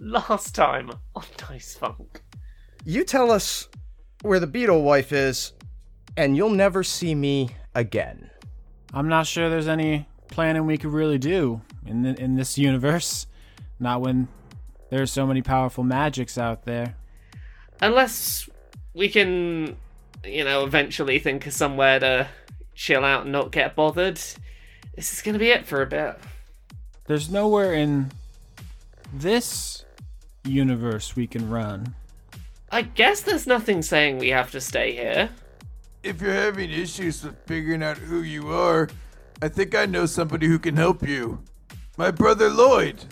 last time on Dice Funk. You tell us where the beetle wife is, and you'll never see me again. I'm not sure there's any planning we could really do in the, in this universe. Not when there's so many powerful magics out there. Unless we can, you know, eventually think of somewhere to chill out and not get bothered. This is going to be it for a bit. There's nowhere in this universe we can run. I guess there's nothing saying we have to stay here. If you're having issues with figuring out who you are, I think I know somebody who can help you. My brother Lloyd.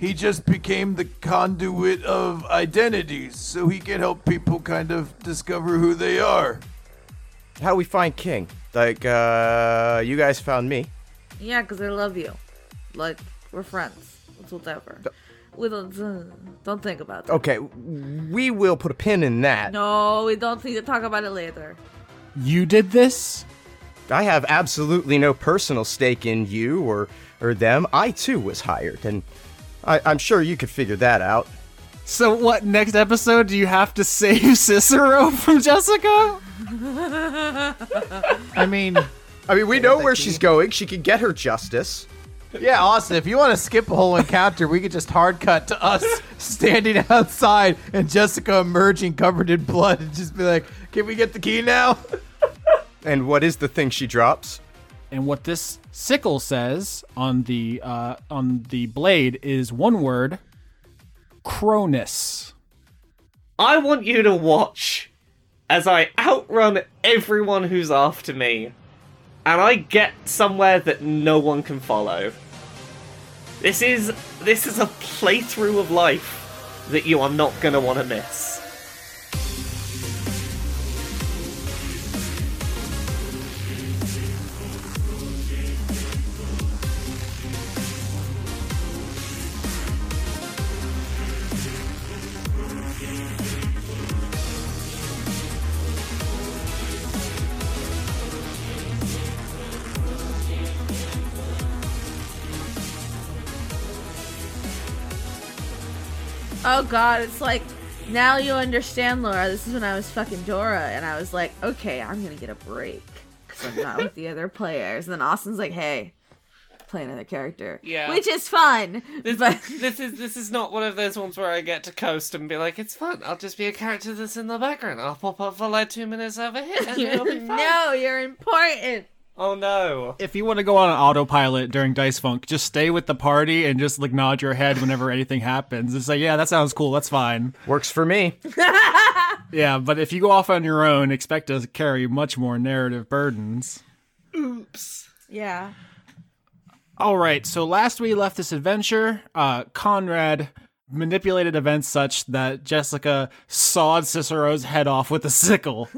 He just became the conduit of identities, so he can help people kind of discover who they are. How we find King? Like, uh, you guys found me. Yeah, because I love you. Like, we're friends. It's whatever. We don't, uh, don't think about that. Okay, we will put a pin in that. No, we don't need to talk about it later. You did this? I have absolutely no personal stake in you or or them. I too was hired, and I, I'm sure you could figure that out. So what next episode do you have to save Cicero from Jessica? I mean, I mean, we know where she's going. She can get her justice. yeah, Austin, if you want to skip a whole encounter, we could just hard cut to us standing outside and Jessica emerging covered in blood and just be like, "Can we get the key now?" And what is the thing she drops? And what this sickle says on the uh, on the blade is one word: Cronus. I want you to watch as I outrun everyone who's after me and I get somewhere that no one can follow. This is this is a playthrough of life that you are not going to want to miss. Oh god, it's like now you understand, Laura. This is when I was fucking Dora, and I was like, okay, I'm gonna get a break because I'm not with the other players. And then Austin's like, hey, play another character, Yeah. which is fun. This, but this is this is not one of those ones where I get to coast and be like, it's fun. I'll just be a character that's in the background. I'll pop up for like two minutes over here. And it'll be fun. no, you're important. Oh no! If you want to go on an autopilot during Dice Funk, just stay with the party and just like nod your head whenever anything happens. It's like, yeah, that sounds cool. That's fine. Works for me. Yeah, but if you go off on your own, expect to carry much more narrative burdens. Yeah. All right, so last we left this adventure, uh, Conrad manipulated events such that Jessica sawed Cicero's head off with a sickle.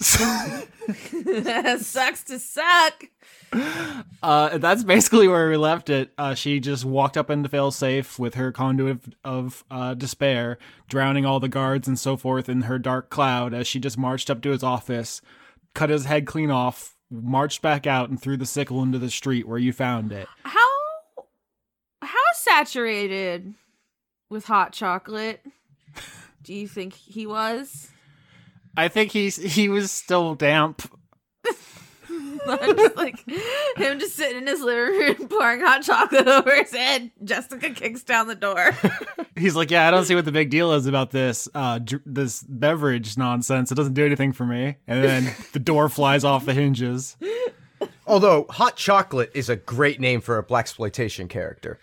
Sucks to suck. Uh, that's basically where we left it. Uh, she just walked up into failsafe with her conduit of, of uh, despair, drowning all the guards and so forth in her dark cloud as she just marched up to his office, cut his head clean off, marched back out, and threw the sickle into the street where you found it. How how saturated with hot chocolate do you think he was? I think he's he was still damp. I'm just like him just sitting in his living room pouring hot chocolate over his head. Jessica kicks down the door. He's like, yeah, I don't see what the big deal is about this uh, dr- this beverage nonsense. It doesn't do anything for me. And then the door flies off the hinges. Although hot chocolate is a great name for a black exploitation character.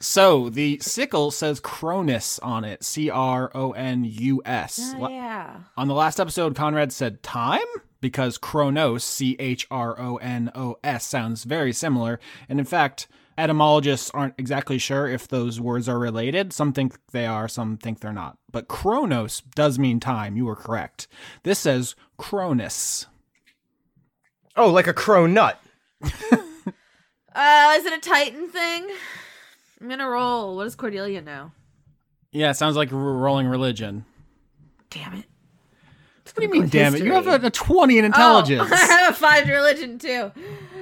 So the sickle says Cronus on it, C R O N U S. La- yeah. On the last episode, Conrad said time because Chronos, C H R O N O S, sounds very similar. And in fact, etymologists aren't exactly sure if those words are related. Some think they are, some think they're not. But Chronos does mean time. You were correct. This says Cronus. Oh, like a crow nut. Uh, is it a Titan thing? I'm gonna roll. What does Cordelia know? Yeah, it sounds like r- rolling religion. Damn it. What do you mean, damn it? You have a, a 20 in Oh, intelligence. I have a five in religion too.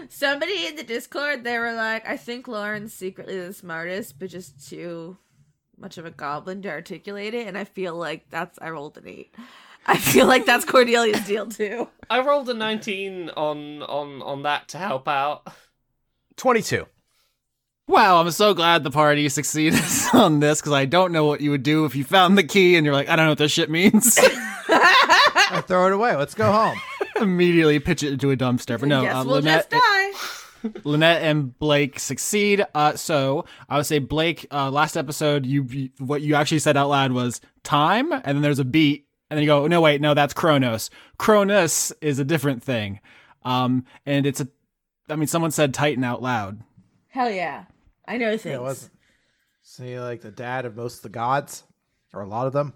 Somebody in the Discord, they were like, I think Lauren's secretly the smartest, but just too much of a goblin to articulate it. And I feel like that's, I rolled an eight. I feel like that's Cordelia's deal too. I rolled a 19 on on on that to help out. 22. Wow, I'm so glad the party succeeded on this because I don't know what you would do if you found the key and you're like, I don't know what this shit means. I throw it away. Let's go home. Immediately pitch it into a dumpster. But no, Guess uh, we'll Lynette, just die. Lynette and Blake succeed. Uh, so I would say, Blake, uh, last episode, you, you what you actually said out loud was time, and then there's a beat, and then you go, no, wait, no, that's Kronos. Kronos is a different thing, um, and it's a. I mean, someone said Titan out loud. Hell yeah. I know things. it wasn't. So you like the dad of most of the gods, or a lot of them.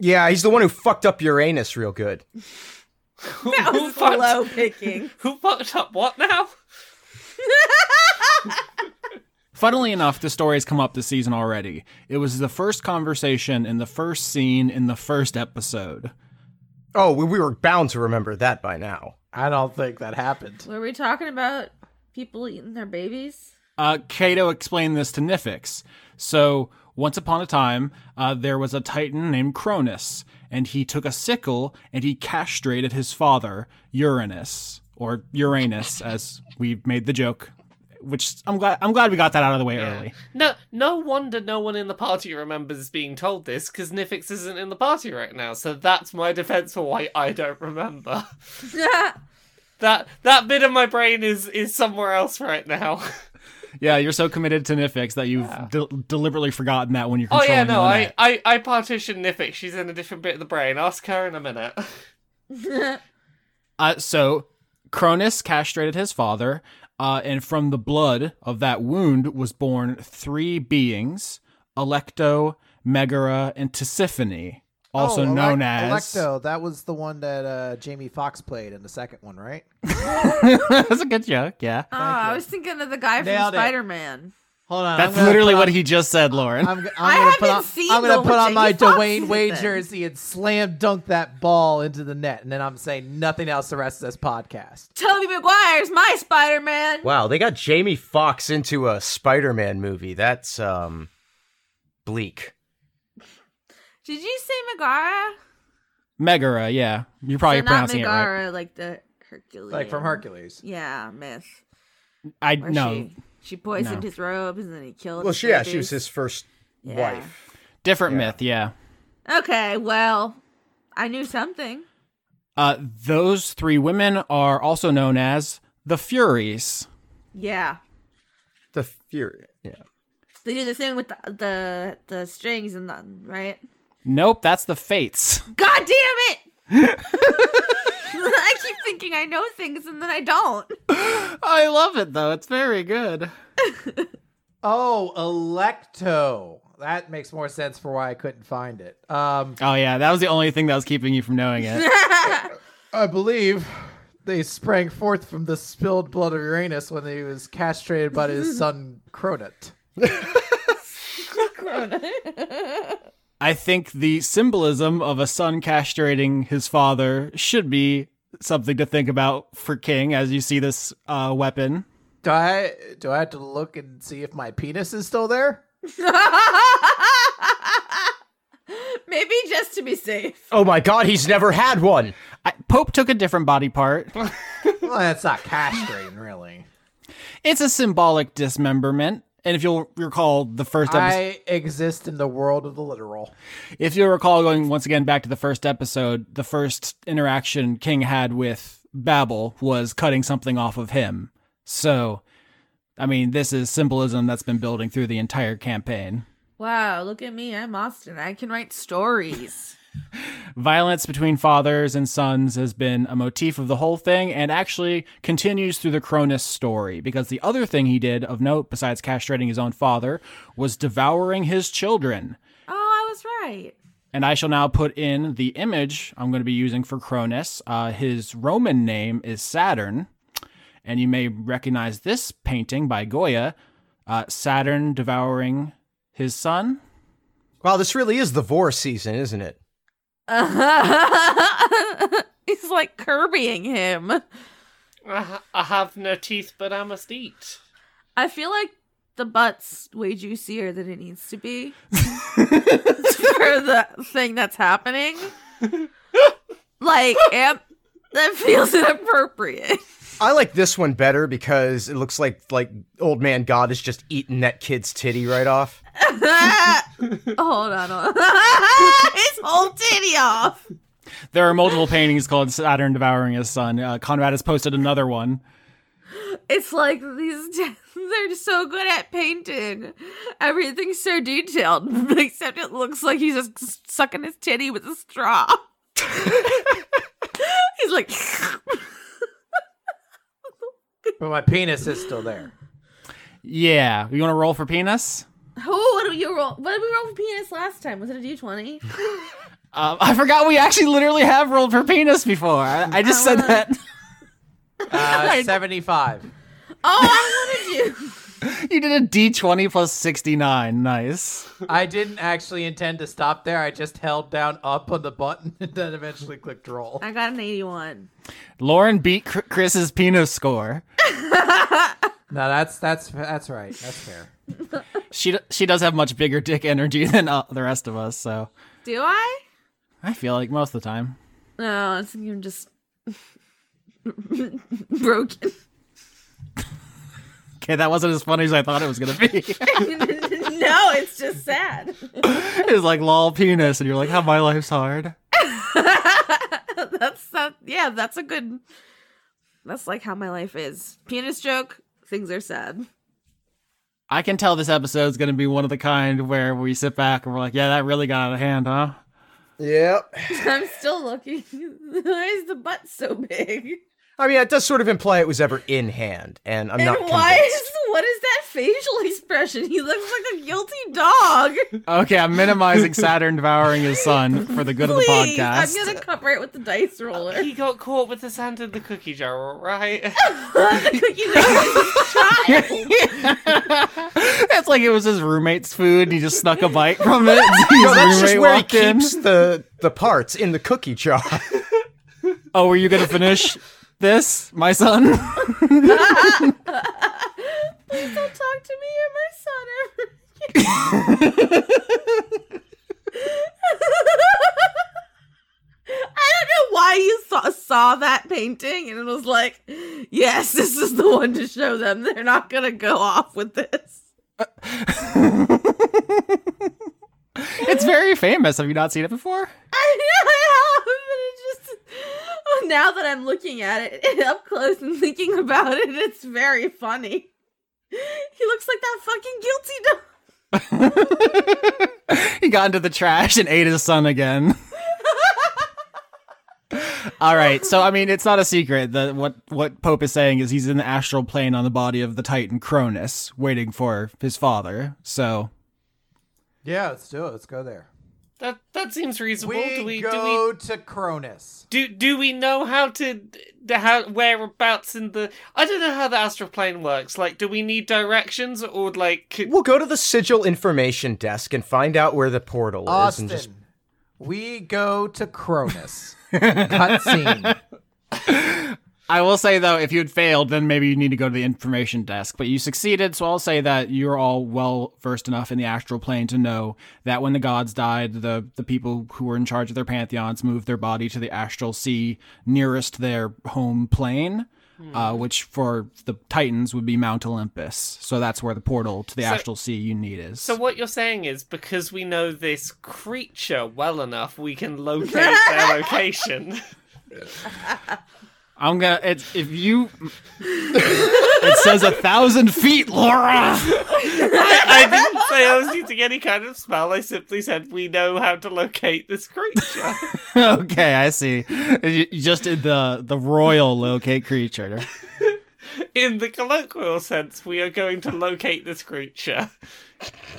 Yeah, he's the one who fucked up Uranus real good. Who, that who was fucked, low picking. who fucked up what now? Funnily enough, the story has come up this season already. It was the first conversation in the first scene in the first episode. Oh, we, we were bound to remember that by now. I don't think that happened. Were we talking about people eating their babies? Uh, Cato explained this to Nifix. So, once upon a time, uh, there was a titan named Cronus, and he took a sickle and he castrated his father, Uranus, or Uranus, as we made the joke. Which I'm glad I'm glad we got that out of the way early. No, no wonder no one in the party remembers being told this because Nifix isn't in the party right now. So that's my defense for why I don't remember. that that bit of my brain is is somewhere else right now. Yeah, you're so committed to Nifix that you've del- deliberately forgotten that when you're oh controlling yeah, no, Lynette. I I I partitioned Nifix. She's in a different bit of the brain. Ask her in a minute. Uh, so Cronus castrated his father, uh, and from the blood of that wound was born three beings: Electo, Megara, and Tisiphone, also Oh, Elec- known as. Electo. That was the one that uh, Jamie Fox played in the second one, right? That's a good joke. Yeah, Oh, I was thinking of the guy from Nailed it. Spider Man. Hold on. that's literally what he just said, Lauren. I'm, g- I'm I gonna put haven't on, seen I'm gonna the put on Jamie my Foxx Dwayne Wade season. jersey and slam dunk that ball into the net, and then I'm saying nothing else the rest of this podcast. Toby Maguire's my Spider Man. Wow, they got Jamie Foxx into a Spider-Man movie. That's um bleak. Did you say Megara? Megara. Yeah, you're probably so not pronouncing it right. Megara, like the Hercules. Like from Hercules. Yeah, myth. I Where no She, she poisoned his robes and then he killed Well, his she, yeah, she was babies. his first Yeah. wife. different myth. Yeah. Okay, well, I knew something. Uh, those three women are also known as the Furies. Yeah. The Fury. Yeah. They do the thing with the the, the strings and the right? Nope, that's the Fates. God damn it! I keep thinking I know things and then I don't. I love it though. It's very good. Oh, Electo. That makes more sense for why I couldn't find it. Um, Oh yeah, that was the only thing that was keeping you from knowing it. I believe they sprang forth from the spilled blood of Uranus when he was castrated by his son Cronut. I think the symbolism of a son castrating his father should be something to think about for King as you see this uh, weapon. Do I do I have to look and see if my penis is still there? Maybe just to be safe. Oh my god, he's never had one. I, Pope took a different body part. Well, that's not castrating, really. It's a symbolic dismemberment. And if you'll recall the first episode, I exist in the world of the literal. if you'll recall going once again back to the first episode, the first interaction King had with Babel was cutting something off of him. So, I mean, this is symbolism that's been building through the entire campaign. Wow, look at me. I'm Austin. I can write stories. Violence between fathers and sons has been a motif of the whole thing and actually continues through the Cronus story because the other thing he did of note, besides castrating his own father, was devouring his children. oh, I was right. And I shall now put in the image I'm going to be using for Cronus. Uh, his Roman name is Saturn. And you may recognize this painting by Goya uh, Saturn devouring his son. Wow, this really is the vor season, isn't it? He's like Kirbying him. I, ha- I have no teeth, but I must eat. I feel like the butt's way juicier than it needs to be for the thing that's happening. Like, and that feels inappropriate. I like this one better because it looks like like old man God is just eating that kid's titty right off. hold on, hold on. his whole titty off. There are multiple paintings called Saturn Devouring His Son. Uh, Conrad has posted another one. It's like these they're so good at painting. Everything's so detailed, except it looks like he's just sucking his titty with a straw. he's like But my penis is still there. Yeah. You want to roll for penis? Who what do you roll what did we roll for penis last time? Was it a D twenty? Um, I forgot we actually literally have rolled for penis before. I, I just said that. Uh, 75. Oh I wanna do you did a d20 plus 69. Nice. I didn't actually intend to stop there. I just held down up on the button and then eventually clicked roll. I got an eighty one. Lauren beat Chr- Chris's penis score. No, that's that's that's right. That's fair. She d- she does have much bigger dick energy than uh, the rest of us, so Do I? I feel like most of the time. No, I think I'm just broken. Okay, that wasn't as funny as I thought it was gonna be. no, it's just sad. it's like lol penis, and you're like, how my life's hard. that's that yeah that's a good that's like how my life is penis joke things are sad I can tell this episode's gonna be one of the kind where we sit back and we're like, yeah, that really got out of hand, huh? Yep. i'm still looking why is the butt so big I mean, it does sort of imply it was ever in hand, and I'm and not. why convinced. is what is that facial expression he looks like a guilty dog Okay, I'm minimizing Saturn devouring his son for the good of the please i'm podcast. gonna cover it with the dice roller He got caught with the sand in the cookie jar, alright? the cookie jar is a child. it's like it was his roommate's food, and he just snuck a bite from it. His No, that's just roommate where he walked in. keeps the the parts in the cookie jar. Oh, were you gonna finish this, my son? please don't talk to me or my son ever again. I don't know why you saw, saw that painting and it was like, yes, this is the one to show them. They're not going to go off with this. it's very famous. Have you not seen it before? I know I have, but it just. Oh, now that I'm looking at it up close and thinking about it, it's very funny. He looks like that fucking guilty dog. he got into the trash and ate his son again. All right, so I mean, it's not a secret that what what Pope is saying is he's in the astral plane on the body of the Titan Cronus, waiting for his father. So Yeah, let's do it. Let's go there. that that seems reasonable. We, do we go to Cronus. do we do do we know how to the- how whereabouts in the I don't know how the astral plane works. Like do we need directions or like c- we'll go to the sigil information desk and find out where the portal Austin. is, and just We go to Cronus. Cutscene. I will say though, if you had failed, then maybe you need to go to the information desk. But you succeeded, so I'll say that you're all well versed enough in the astral plane to know that when the gods died, the the people who were in charge of their pantheons moved their body to the astral sea nearest their home plane, uh, which for the Titans would be Mount Olympus. So that's where the portal to the astral sea you need is. So what you're saying is because we know this creature well enough, we can locate their location. I'm gonna. It's, if you, it says a thousand feet, Laura. I didn't say I was using any kind of spell. I simply said we know how to locate this creature. okay, I see. You you just did the the royal locate creature. In the colloquial sense, we are going to locate this creature.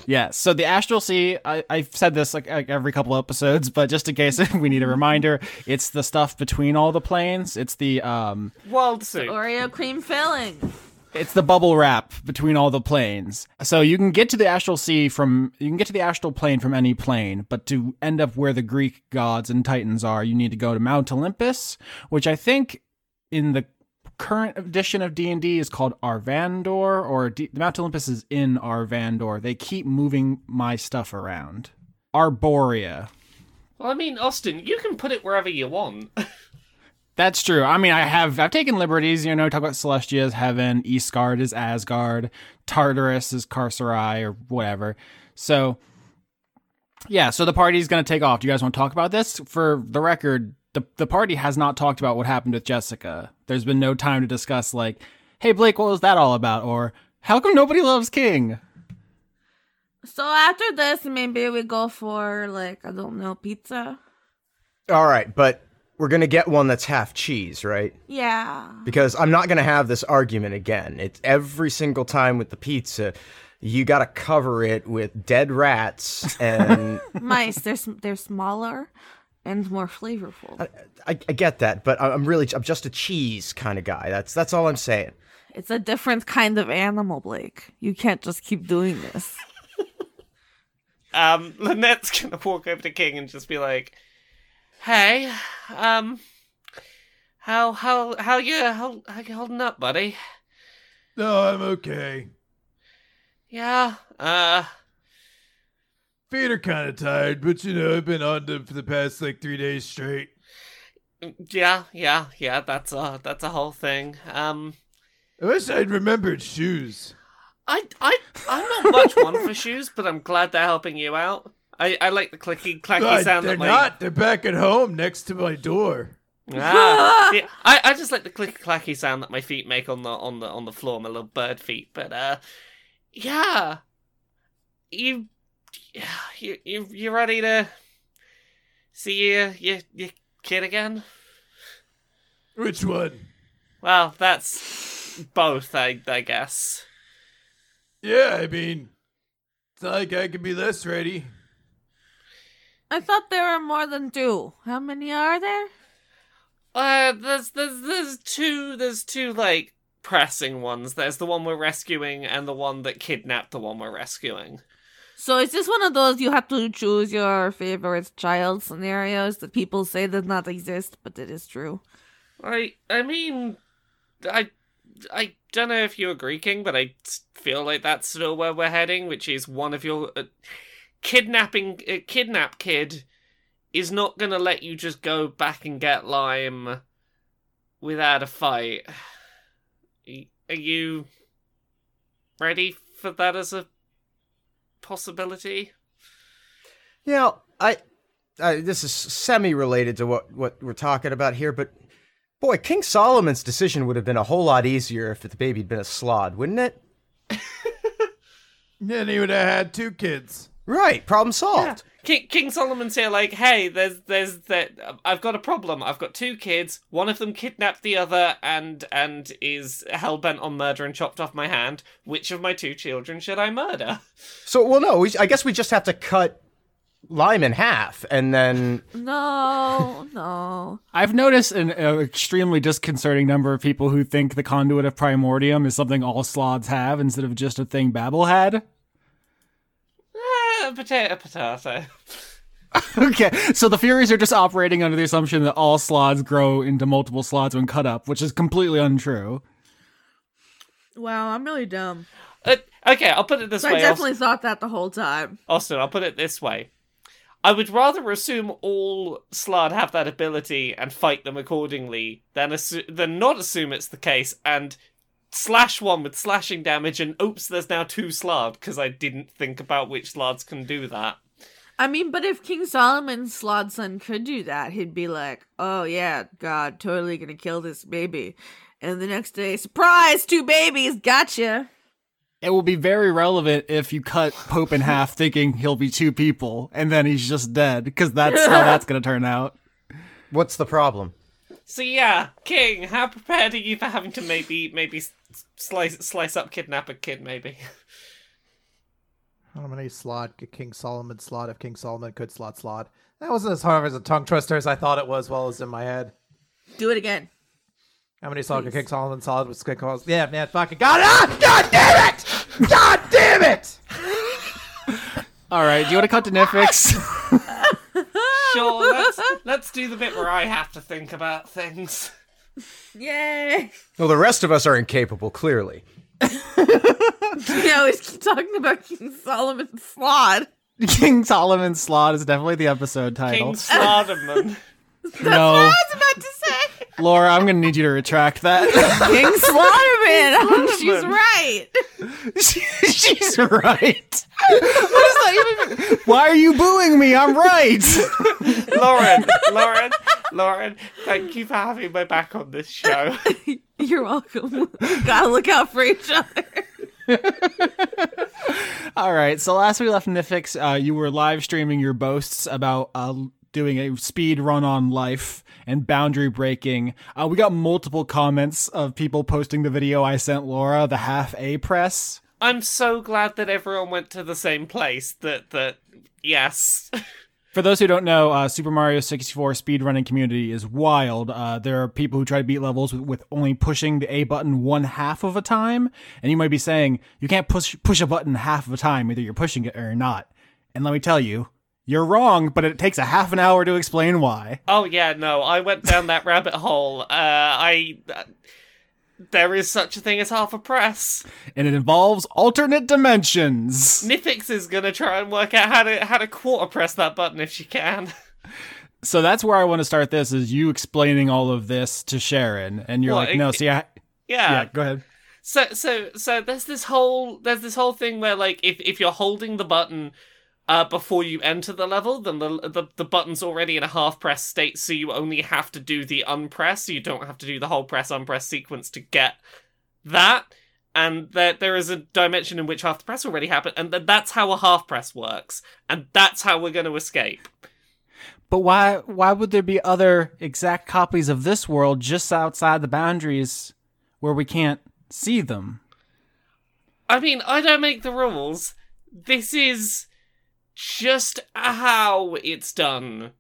Yeah. So the astral sea. I, I've said this like, like every couple episodes, but just in case we need a reminder, it's the stuff between all the planes. It's the um. Wild soup. Oreo cream filling. It's the bubble wrap between all the planes. So you can get to the astral sea from you can get to the astral plane from any plane, but to end up where the Greek gods and titans are, you need to go to Mount Olympus, which I think in the current edition of D&D is called Arvandor or D- Mount Olympus is in Arvandor. They keep moving my stuff around. Arborea. Well, I mean, Austin, you can put it wherever you want. That's true. I mean, I have I've taken liberties. You know, talk about Celestia is heaven, Eastgard is Asgard, Tartarus is Carcerai or whatever. So, yeah. So the party's going to take off. Do you guys want to talk about this? For the record, the the party has not talked about what happened with Jessica. There's been no time to discuss like, hey Blake, what was that all about? Or how come nobody loves King? So after this, maybe we go for like I don't know pizza. All right, but we're gonna get one that's half cheese, right? Yeah. Because I'm not gonna have this argument again. It's every single time with the pizza, you gotta cover it with dead rats, and Mice, they're sm- they're smaller and more flavorful. I, I get that, but I- I'm really I'm just a cheese kind of guy. That's that's all I'm saying. It's a different kind of animal, Blake. You can't just keep doing this. Um, Lynette's gonna walk over to King and just be like, "Hey, um, how how how you how, how you holding up, buddy? No, I'm okay. Yeah, uh, Feet are kind of tired, but you know, I've been on them for the past like three days straight. yeah, yeah, yeah. That's a that's a whole thing. Um, I wish I'd remembered shoes. I I I'm not much one for shoes, but I'm glad they're helping you out. I I like the clicky clacky God, sound they're that my not. They're back at home next to my door. Ah, yeah, I, I just like the click clacky sound that my feet make on the on the on the floor, my little bird feet. But uh, yeah, you you you you ready to see your your, your kid again? Which one? Well, that's both, I I guess. Yeah, I mean, it's not like I could be less ready. I thought there were more than two. How many are there? Uh, there's there's there's two there's two like pressing ones. There's the one we're rescuing and the one that kidnapped the one we're rescuing. So is this one of those you have to choose your favorite child scenarios that people say does not exist, but it is true? I I mean, I I don't know if you agree, King, but I s- feel like that's still where we're heading, which is one of your uh, kidnapping uh, kidnap kid is not gonna let you just go back and get lime without a fight. Y- Are you ready for that as a possibility? Yeah, I, I this is semi-related to what what we're talking about here, but boy, King Solomon's decision would have been a whole lot easier if the baby'd been a slod, wouldn't it? Then he would have had two kids. Right, problem solved. King, King Solomon's here, like, hey, there's, there's, that. I've got a problem. I've got two kids. One of them kidnapped the other, and and is hell bent on murder and chopped off my hand. Which of my two children should I murder? So, well, no, we, I guess we just have to cut lime in half, and then No, no. I've noticed an uh, extremely disconcerting number of people who think the conduit of primordium is something all slods have instead of just a thing Babel had. Ah, potato, potato. Okay, so the Furies are just operating under the assumption that all slots grow into multiple slots when cut up, which is completely untrue. Wow, I'm really dumb. Uh, okay, I'll put it this So way, I Aus- definitely thought that the whole time. Austin. I'll put it this way. I would rather assume all Slad have that ability and fight them accordingly than assu- than not assume it's the case and slash one with slashing damage and oops, there's now two Slad because I didn't think about which Slads can do that. I mean, but if King Solomon's Slod son could do that, he'd be like, oh yeah, God, totally gonna kill this baby. And the next day, surprise, two babies, gotcha. It will be very relevant if you cut Pope in half thinking he'll be two people and then he's just dead, because that's how that's going to turn out. what's the problem? So yeah, King, how prepared are you for having to maybe maybe s- slice slice up kidnap a kid maybe? How many slot could King Solomon slot if King Solomon could slot slot? That wasn't as hard as a tongue twister as I thought it was while it was in my head. Do it again. How many solid kick Solomon solid with kick calls? Yeah, man, fucking God! Ah, God damn it! God damn it! All right, do you want to cut to Netflix? Sure, let's let's do the bit where I have to think about things. Yay! Well, the rest of us are incapable, clearly. You always keep talking about King Solomon Slod. King Solomon's Slot is definitely the episode title. King Slarderman. no, I was about to say Laura, I'm going to need you to retract that. King Slaughterman. She's Slaughterman. right. She's right. What is that even? Why are you booing me? I'm right. Lauren, Lauren, Lauren, thank you for having my back on this show. You're welcome. Gotta look out for each other. All right. So last we left Nifix, uh, you were live streaming your boasts about uh, doing a speed run on life and boundary breaking. Uh, we got multiple comments of people posting the video I sent Laura, the half A press. I'm so glad that everyone went to the same place. That that yes. For those who don't know, uh, Super Mario 64 speedrunning community is wild. Uh, there are people who try to beat levels with, with only pushing the A button one half of a time, and you might be saying you can't push push a button half of a time, either you're pushing it or you're not. And let me tell you, you're wrong. But it takes a half an hour to explain why. Oh yeah, no, I went down that rabbit hole. Uh, I. Uh, there is such a thing as half a press. and it involves alternate dimensions. Nifix is gonna try and work out how to how to quarter press that button if she can. So that's where I want to start. This is you explaining all of this to Sharon, and you're Well, like, it- "No, see, I, Yeah. yeah, go ahead." So so so there's this whole there's this whole thing where like if if you're holding the button uh, before you enter the level, then the, the the button's already in a half press state, so you only have to do the unpress. So you don't have to do the whole press unpress sequence to get that. And there there is a dimension in which half the press already happened, and th- that's how a half press works, and that's how we're going to escape. But why why would there be other exact copies of this world just outside the boundaries where we can't see them? I mean, I don't make the rules. This is just how it's done.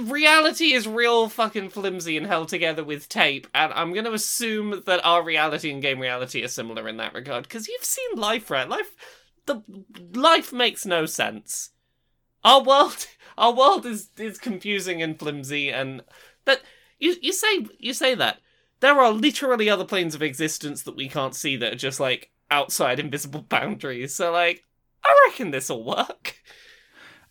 Reality is real fucking flimsy and held together with tape, and I'm gonna assume that our reality and game reality are similar in that regard, because you've seen life, right? Life the life makes no sense. Our world our world is is confusing and flimsy and that you you say you say that there are literally other planes of existence that we can't see that are just like outside invisible boundaries. So like, I reckon this'll work.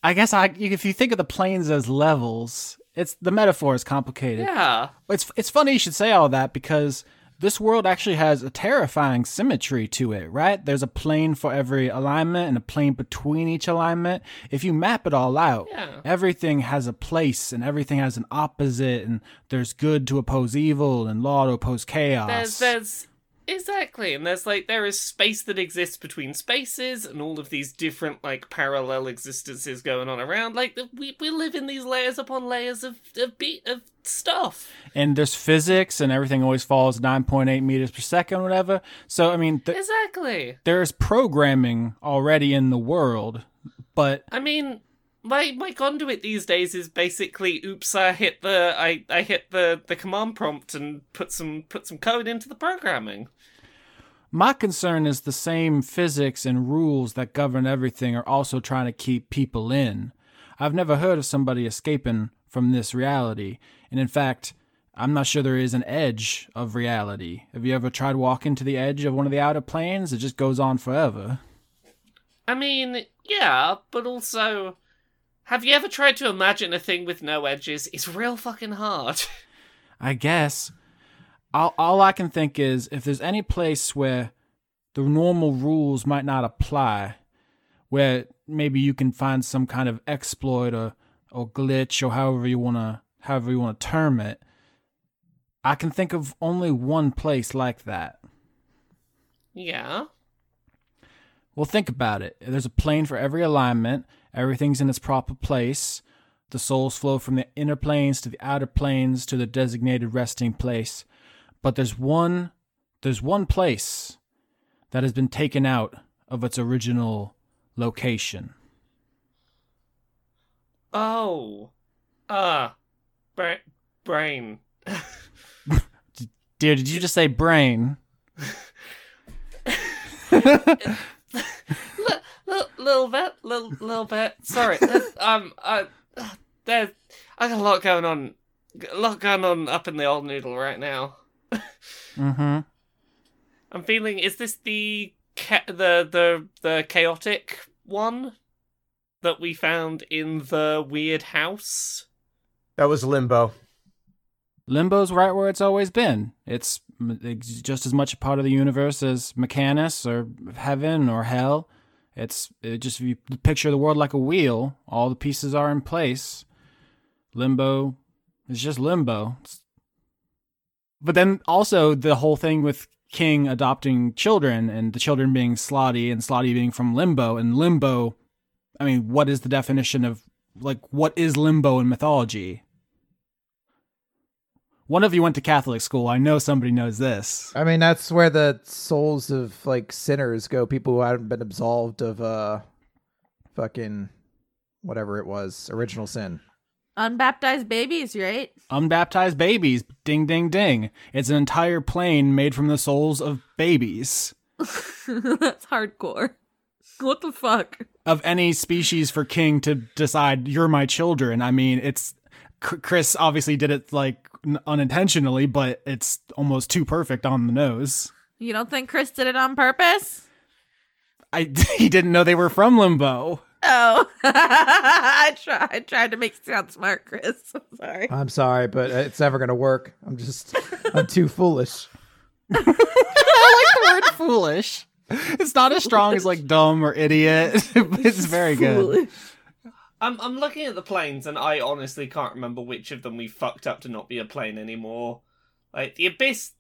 I guess I if you think of the planes as levels, it's the metaphor is complicated. Yeah. It's it's funny you should say all that because this world actually has a terrifying symmetry to it, right? There's a plane for every alignment and a plane between each alignment. If you map it all out, Yeah. everything has a place and everything has an opposite and there's good to oppose evil and law to oppose chaos. There's there's exactly, and there's like there is space that exists between spaces, and all of these different like parallel existences going on around. Like we we live in these layers upon layers of of, be- of stuff. and there's physics and everything always falls 9.8 meters per second whatever. So I mean th- Exactly. there's programming already in the world, but I mean, my my conduit these days is basically, oops, I hit the I, I hit the, the command prompt and put some put some code into the programming. My concern is the same physics and rules that govern everything are also trying to keep people in. I've never heard of somebody escaping from this reality, and in fact, I'm not sure there is an edge of reality. Have you ever tried walking to the edge of one of the outer planes? It just goes on forever. I mean, yeah, but also, have you ever tried to imagine a thing with no edges? It's real fucking hard. I guess. All, all I can think is if there's any place where the normal rules might not apply, where maybe you can find some kind of exploit or, or glitch or however you wanna however you wanna term it, I can think of only one place like that. yeah. Well, think about it. There's a plane for every alignment. Everything's in its proper place. The souls flow from the inner planes to the outer planes to the designated resting place. But there's one there's one place that has been taken out of its original location. Oh. Uh. Bra- brain. Dear, did you just say brain? little, little bit, little, little bit. Sorry, that- um, I, there, I got a lot going on, a lot going on up in the old noodle right now. Mm-hmm. I'm feeling. Is this the cha- the the the chaotic one that we found in the weird house? That was limbo. Limbo's right where it's always been. It's m- it's just as much a part of the universe as Mechanus or heaven or hell. It's it just if you picture the world like a wheel, all the pieces are in place. Limbo is just limbo. It's- But then also the whole thing with King adopting children and the children being Slotty and Slotty being from Limbo and Limbo. I mean, what is the definition of like what is Limbo in mythology? One of you went to Catholic school. I know somebody knows this. I mean, that's where the souls of like sinners go. People who haven't been absolved of uh, fucking whatever it was, original sin. Unbaptized babies, right? Unbaptized babies. Ding, ding, ding. It's an entire plane made from the souls of babies That's hardcore. What the fuck? of any species for King to decide, you're my children. I mean, it's. C- Chris obviously did it like n- unintentionally, but it's almost too perfect on the nose. You don't think Chris did it on purpose? I he didn't know they were from Limbo. Oh, I tried. I tried to make you sound smart, Chris. I'm sorry. I'm sorry, but it's never gonna work. I'm just, I'm too foolish. Word foolish. It's not as strong as like dumb or idiot. but it's very good. Foolish. I'm I'm looking at the planes, and I honestly can't remember which of them we fucked up to not be a plane anymore. Like the abyss,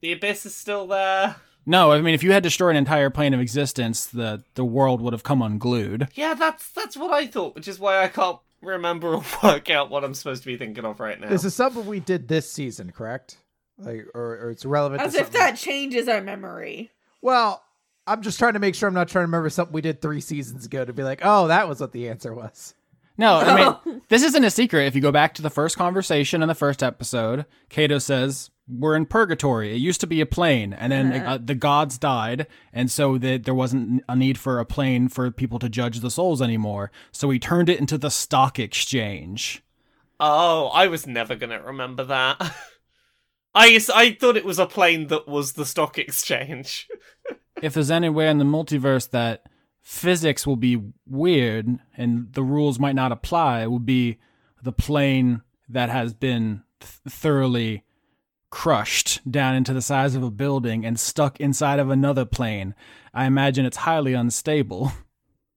the abyss is still there. No, I mean if you had destroyed an entire plane of existence, the the world would have come unglued. Yeah, that's that's what I thought, which is why I can't remember or work out what I'm supposed to be thinking of right now. This is something we did this season, correct? Like, or, or it's relevant. As to if something- that changes our memory. Well, I'm just trying to make sure I'm not trying to remember something we did three seasons ago to be like, oh, that was what the answer was. No, I mean this isn't a secret. If you go back to the first conversation in the first episode, Cato says we're in purgatory. It used to be a plane, and then uh, the gods died, and so the, there wasn't a need for a plane for people to judge the souls anymore. So he turned it into the stock exchange. Oh, I was never gonna remember that. I s- I thought it was a plane that was the stock exchange. if there's anywhere in the multiverse that physics will be weird and the rules might not apply, it will be the plane that has been th- thoroughly crushed down into the size of a building and stuck inside of another plane. I imagine it's highly unstable.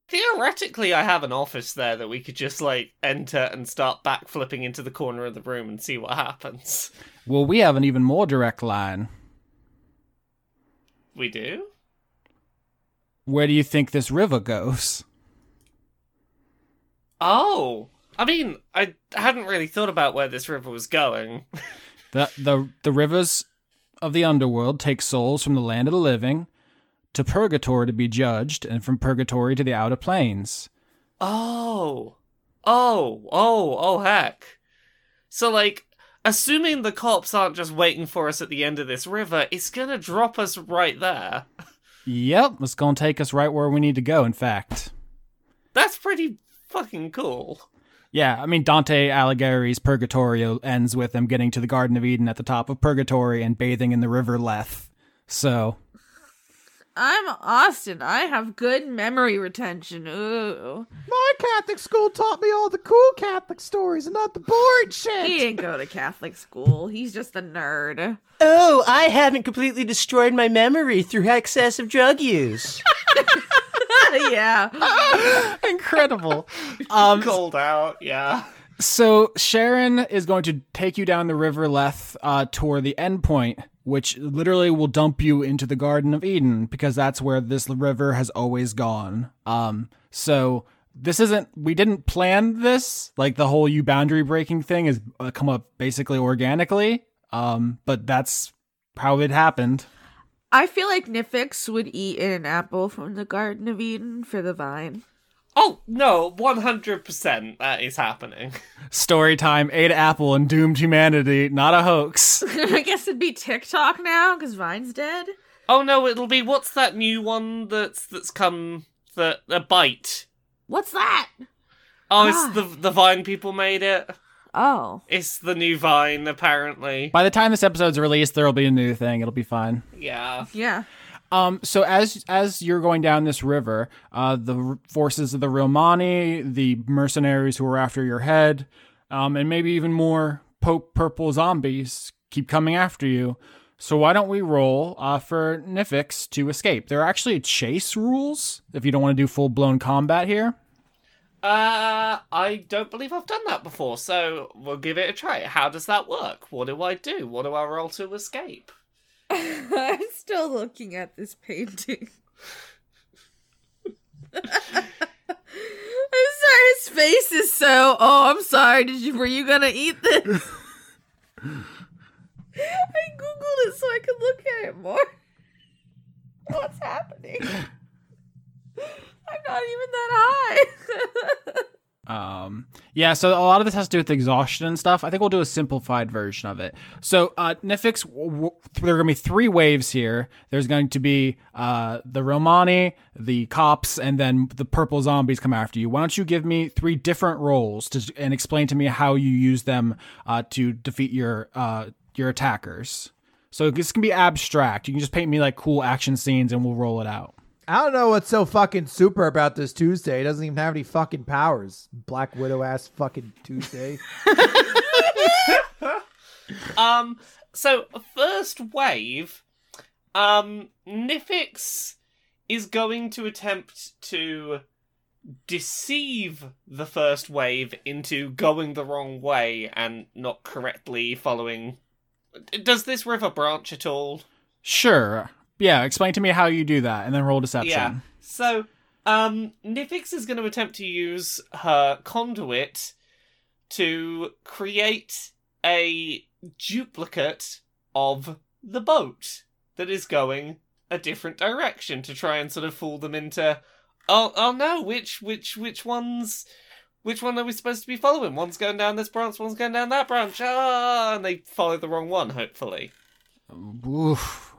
Theoretically, I have an office there that we could just like enter and start backflipping into the corner of the room and see what happens. Well, we have an even more direct line. We do. Where do you think this river goes? Oh, I mean, I hadn't really thought about where this river was going. The the the rivers of the underworld take souls from the land of the living to purgatory to be judged, and from purgatory to the outer planes. Oh. Oh, oh, oh, heck. So, like, assuming the cops aren't just waiting for us at the end of this river, it's gonna drop us right there. Yep, it's gonna take us right where we need to go. In fact, That's pretty fucking cool. yeah, I mean Dante Alighieri's Purgatorio ends with them getting to the Garden of Eden at the top of Purgatory and bathing in the River Leth. So I'm Austin. I have good memory retention. Ooh. My Catholic school taught me all the cool Catholic stories and not the boring He shit. didn't go to Catholic school. He's just a nerd. Oh, I haven't completely destroyed my memory through excessive drug use. yeah. incredible. Um, Called out, yeah. So Sharon is going to take you down the River Leth uh, toward the end point, which literally will dump you into the Garden of Eden because that's where this river has always gone. Um, so this isn't we didn't plan this. Like the whole you boundary breaking thing has uh, come up basically organically. Um, but that's how it happened. I feel like Nifix would eat an apple from the Garden of Eden for the vine. Oh no, one hundred percent that is happening. Story time, Ada Apple and doomed humanity, not a hoax. I guess it'd be TikTok now because Vine's dead. Oh no, it'll be what's that new one that's that's come the the bite. What's that? Oh, it's the the Vine people made it. Oh, It's the new Vine apparently. By the time this episode's released, there'll be a new thing. It'll be fine. Yeah. yeah. Um, so as as you're going down this river, uh, the r- forces of the Romani, the mercenaries who are after your head, um, and maybe even more Pope Purple zombies keep coming after you. So why don't we roll uh, for Nifix to escape? There are actually chase rules if you don't want to do full blown combat here. Uh, I don't believe I've done that before, so we'll give it a try. How does that work? What do I do? What do I roll to escape? I'm still looking at this painting. I'm sorry, his face is so. Oh, I'm sorry. Did you were you gonna eat this? I googled it so I could look at it more. What's happening? I'm not even that high. Um, yeah, so a lot of this has to do with exhaustion and stuff. I think we'll do a simplified version of it. So, uh, Nifix, w- w- there are going to be three waves here. There's going to be uh, the Romani, the cops, and then the purple zombies come after you. Why don't you give me three different roles to, and explain to me how you use them uh, to defeat your uh, your attackers? So this can be abstract. You can just paint me like cool action scenes, and we'll roll it out. I don't know what's so fucking super about this Tuesday. It doesn't even have any fucking powers. Black Widow ass fucking Tuesday. Um, so first wave, um, Nifix is going to attempt to deceive the first wave into going the wrong way and not correctly following. Does this river branch at all? Sure. Yeah, explain to me how you do that, and then roll deception. Yeah. So, um, Nifix is going to attempt to use her conduit to create a duplicate of the boat that is going a different direction to try and sort of fool them into, oh, oh no, which, which, which one's, which one are we supposed to be following? One's going down this branch, one's going down that branch. Ah, and they follow the wrong one. Hopefully, Oof.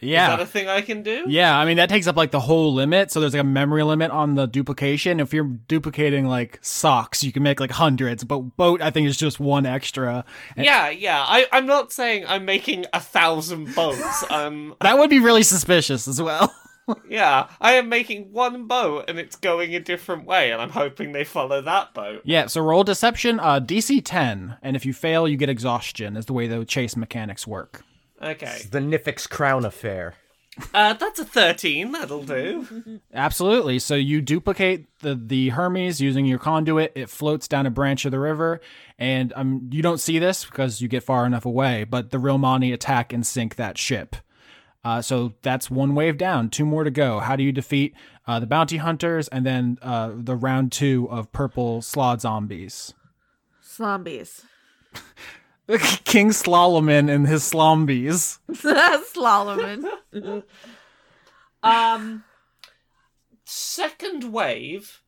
is that Yeah. a thing I can do? Yeah, I mean that takes up like the whole limit, so there's like a memory limit on the duplication. If you're duplicating like socks, you can make like hundreds, but boat I think is just one extra. Yeah, yeah. I, I'm not saying I'm making a thousand boats. um, That would be really suspicious as well. yeah, I am making one boat and it's going a different way, and I'm hoping they follow that boat. yeah, so roll deception, uh DC ten, and if you fail you get exhaustion is the way the chase mechanics work. Okay, The Nifix Crown Affair. uh, that's a thirteen. That'll do. Absolutely. So you duplicate the the Hermes using your conduit. It floats down a branch of the river, and um, you don't see this because you get far enough away. But the Romani attack and sink that ship. Uh, so that's one wave down. Two more to go. How do you defeat uh, the bounty hunters and then uh, the round two of purple slaw zombies? Slombies. King Slaloman and his slombies. Slaloman. Um, second wave.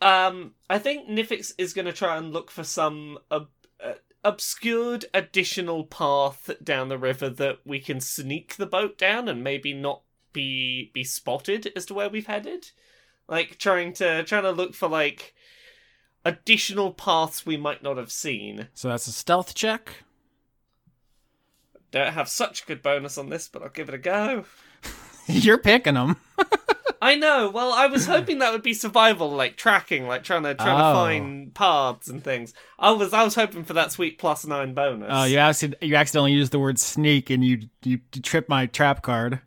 Um, I think Nifix is going to try and look for some ob- uh, obscured additional path down the river that we can sneak the boat down and maybe not be be spotted as to where we've headed. Like trying to trying to look for like additional paths we might not have seen. So that's a stealth check. Don't have such good bonus on this, but I'll give it a go. You're picking them. I know. Well, I was hoping that would be survival, like tracking, like trying to trying Oh. to find paths and things. I was I was hoping for that sweet plus nine bonus. Oh, you accident- you accidentally used the word sneak and you you trip my trap card.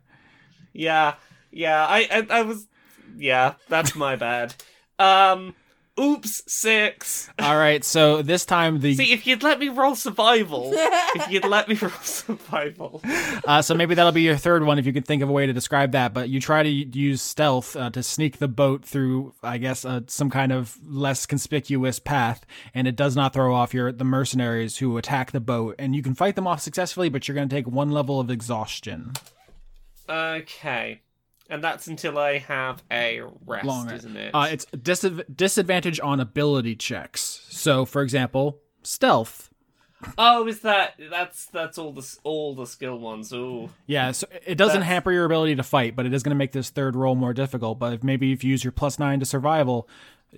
yeah, yeah. I I, I was yeah. That's my bad. Um, oops, six. All right, so this time the See, if you'd let me roll survival, if you'd let me roll survival. uh, so maybe that'll be your third one if you can think of a way to describe that. But you try to y- use stealth uh, to sneak the boat through, I guess, uh, some kind of less conspicuous path, and it does not throw off your the mercenaries who attack the boat, and you can fight them off successfully, but you're going to take one level of exhaustion. Okay. And that's until I have a rest, Long rest. isn't it? Uh, it's disav- disadvantage on ability checks. So, for example, stealth. Oh, is that that's that's all the s- all the skill ones? Ooh, Yeah, so it doesn't That's- hamper your ability to fight, but it is going to make this third roll more difficult. But if maybe if you use your plus nine to survival,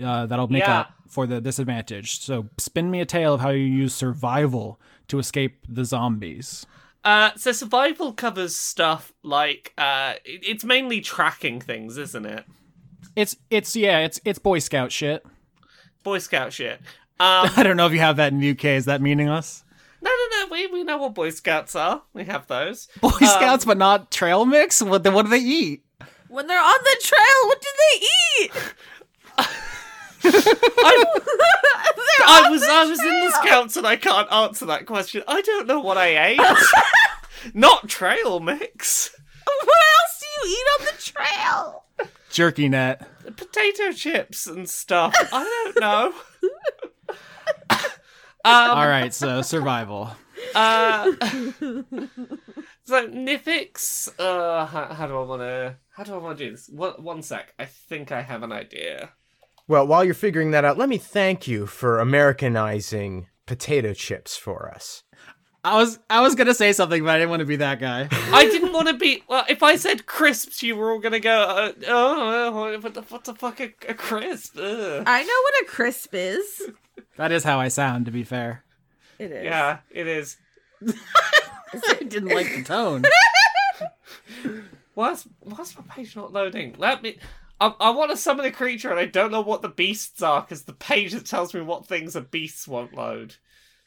uh, that'll make Yeah. up for the disadvantage. So spin me a tale of how you use survival to escape the zombies. Uh, so survival covers stuff like uh, it- it's mainly tracking things, isn't it? It's it's yeah, it's it's Boy Scout shit. Boy Scout shit. Um, I don't know if you have that in the UK. Is that meaningless? no, no, no. We we know what Boy Scouts are. We have those. Boy Scouts, but not trail mix. What then? What do they eat? When they're on the trail, what do they eat? They're I on was the I was in trail. the Scouts and I can't answer that question. I don't know what I ate. Not trail mix. What else do you eat on the trail? Jerky net. Potato chips and stuff. I don't know. All right, so survival. Uh, so Nifix, uh, how, how do I want to? How do I want to do this? One, one sec. I think I have an idea. Well, while you're figuring that out, let me thank you for Americanizing potato chips for us. I was I was gonna say something, but I didn't want to be that guy. I didn't want to be. Well, if I said crisps, you were all gonna go. Uh, oh, uh, what the what the fuck a, a crisp? Uh, Ugh. I know what a crisp is. That is how I sound, to be fair. It is. Yeah, it is. I didn't like the tone. Why's why's my page not loading? Let me. I, I want to summon a creature, and I don't know what the beasts are because the page that tells me what things are beasts won't load.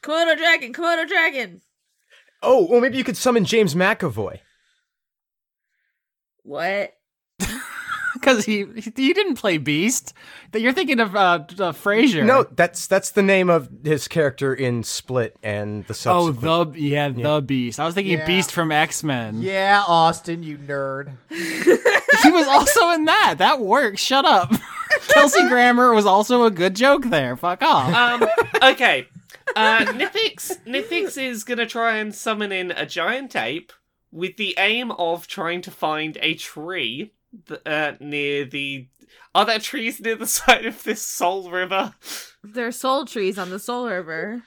Komodo dragon, Komodo dragon. Oh, well, maybe you could summon James McAvoy. What? Because he, he you didn't play Beast. That You're thinking of uh, uh Frasier. No, that's that's the name of his character in Split and the Oh, subsequent. the yeah, the Beast. I was thinking Yeah. Beast from X Men. Yeah, Austin, you nerd. He was also in that. That works. Shut up. Kelsey Grammer was also a good joke there. Fuck Uh, off. Um, okay. Uh, Nifix, Nifix is going to try and summon in a giant ape with the aim of trying to find a tree th- uh, near the. Are there trees near the side of this Soul River? They're soul trees on the Soul River.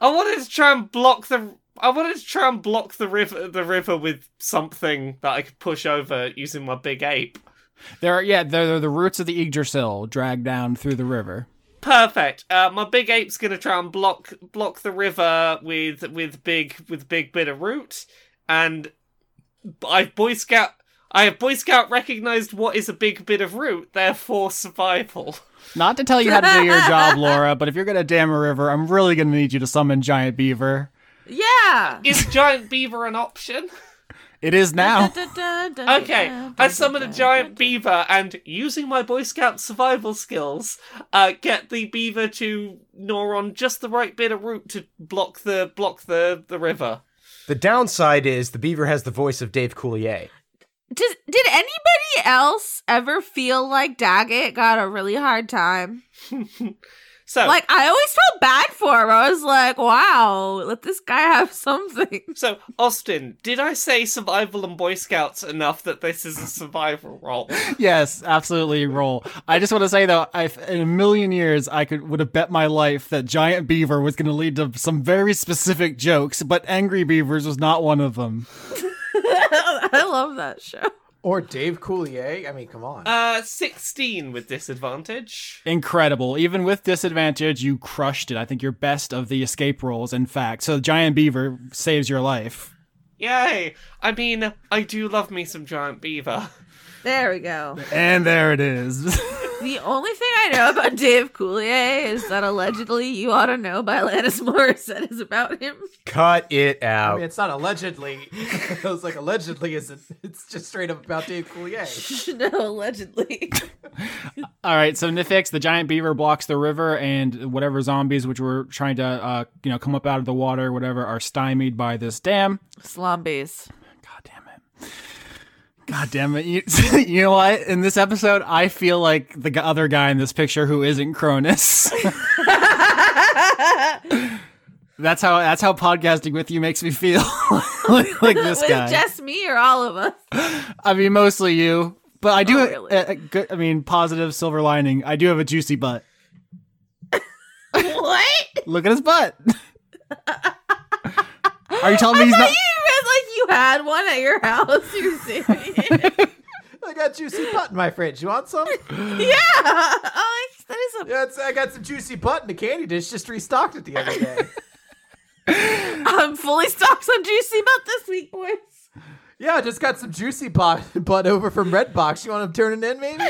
I wanted to try and block the. I wanted to try and block the river, the river with something that I could push over using my big ape. There are yeah, there are the roots of the Yggdrasil dragged down through the river. Perfect. Uh, my big ape's gonna try and block block the river with with big with big bit of root, and I've Boy Scout. I have Boy Scout recognized what is a big bit of root, therefore survival. Not to tell you how to do your job, Laura, but if you're gonna dam a river, I'm really gonna need you to summon Giant Beaver. Yeah. Is giant beaver an option? It is now. Okay, I summon a giant beaver and, using my Boy Scout survival skills, uh, get the beaver to gnaw on just the right bit of root to block the block the the river. The downside is the beaver has the voice of Dave Coulier. Does, did anybody else ever feel like Daggett got a really hard time? So Like, I always felt bad for him. I was like, wow, let this guy have something. So, Austin, did I say survival and Boy Scouts enough that this is a survival role? Yes, absolutely roll. I just want to say though, I in a million years I could would have bet my life that Giant Beaver was going to lead to some very specific jokes, but Angry Beavers was not one of them. I love that show. Or Dave Coulier. I mean, come on. Uh, 16 with disadvantage. Incredible. Even with disadvantage, you crushed it. I think you're best of the escape rolls in fact. So Giant Beaver saves your life. Yay! I mean, I do love me some giant beaver. There we go. And there it is. The only thing I know about Dave Coulier is that allegedly You Ought to Know by Lannis Morissette is about him. Cut it I Oh, out. mean, it's not allegedly. it was like allegedly isn't. It's just straight up about Dave Coulier. no, allegedly. All right, so Nifix, the giant beaver blocks the river, and whatever zombies which were trying to, uh, you know, come up out of the water, whatever, are stymied by this dam. Slombies. God damn it! God damn it! You, you know what? In this episode, I feel like the g- other guy in this picture who isn't Cronus. that's how that's how podcasting with you makes me feel. like, like this With guy. just me or all of us. I mean, mostly you. But I do. Oh, really? uh, uh, good- I mean, positive silver lining. I do have a juicy butt. what? Look at his butt. Are you telling me he's I not? thought you meant like you had one at your house. You're serious? I got juicy butt in my fridge. You want some? yeah. Oh, that is a. Yeah, it's, I got some juicy butt in a candy dish. Just restocked it the other day. I'm fully stocked on juicy butt this week, boys. yeah, I just got some juicy butt butt over from Redbox. You want to turn it in, maybe?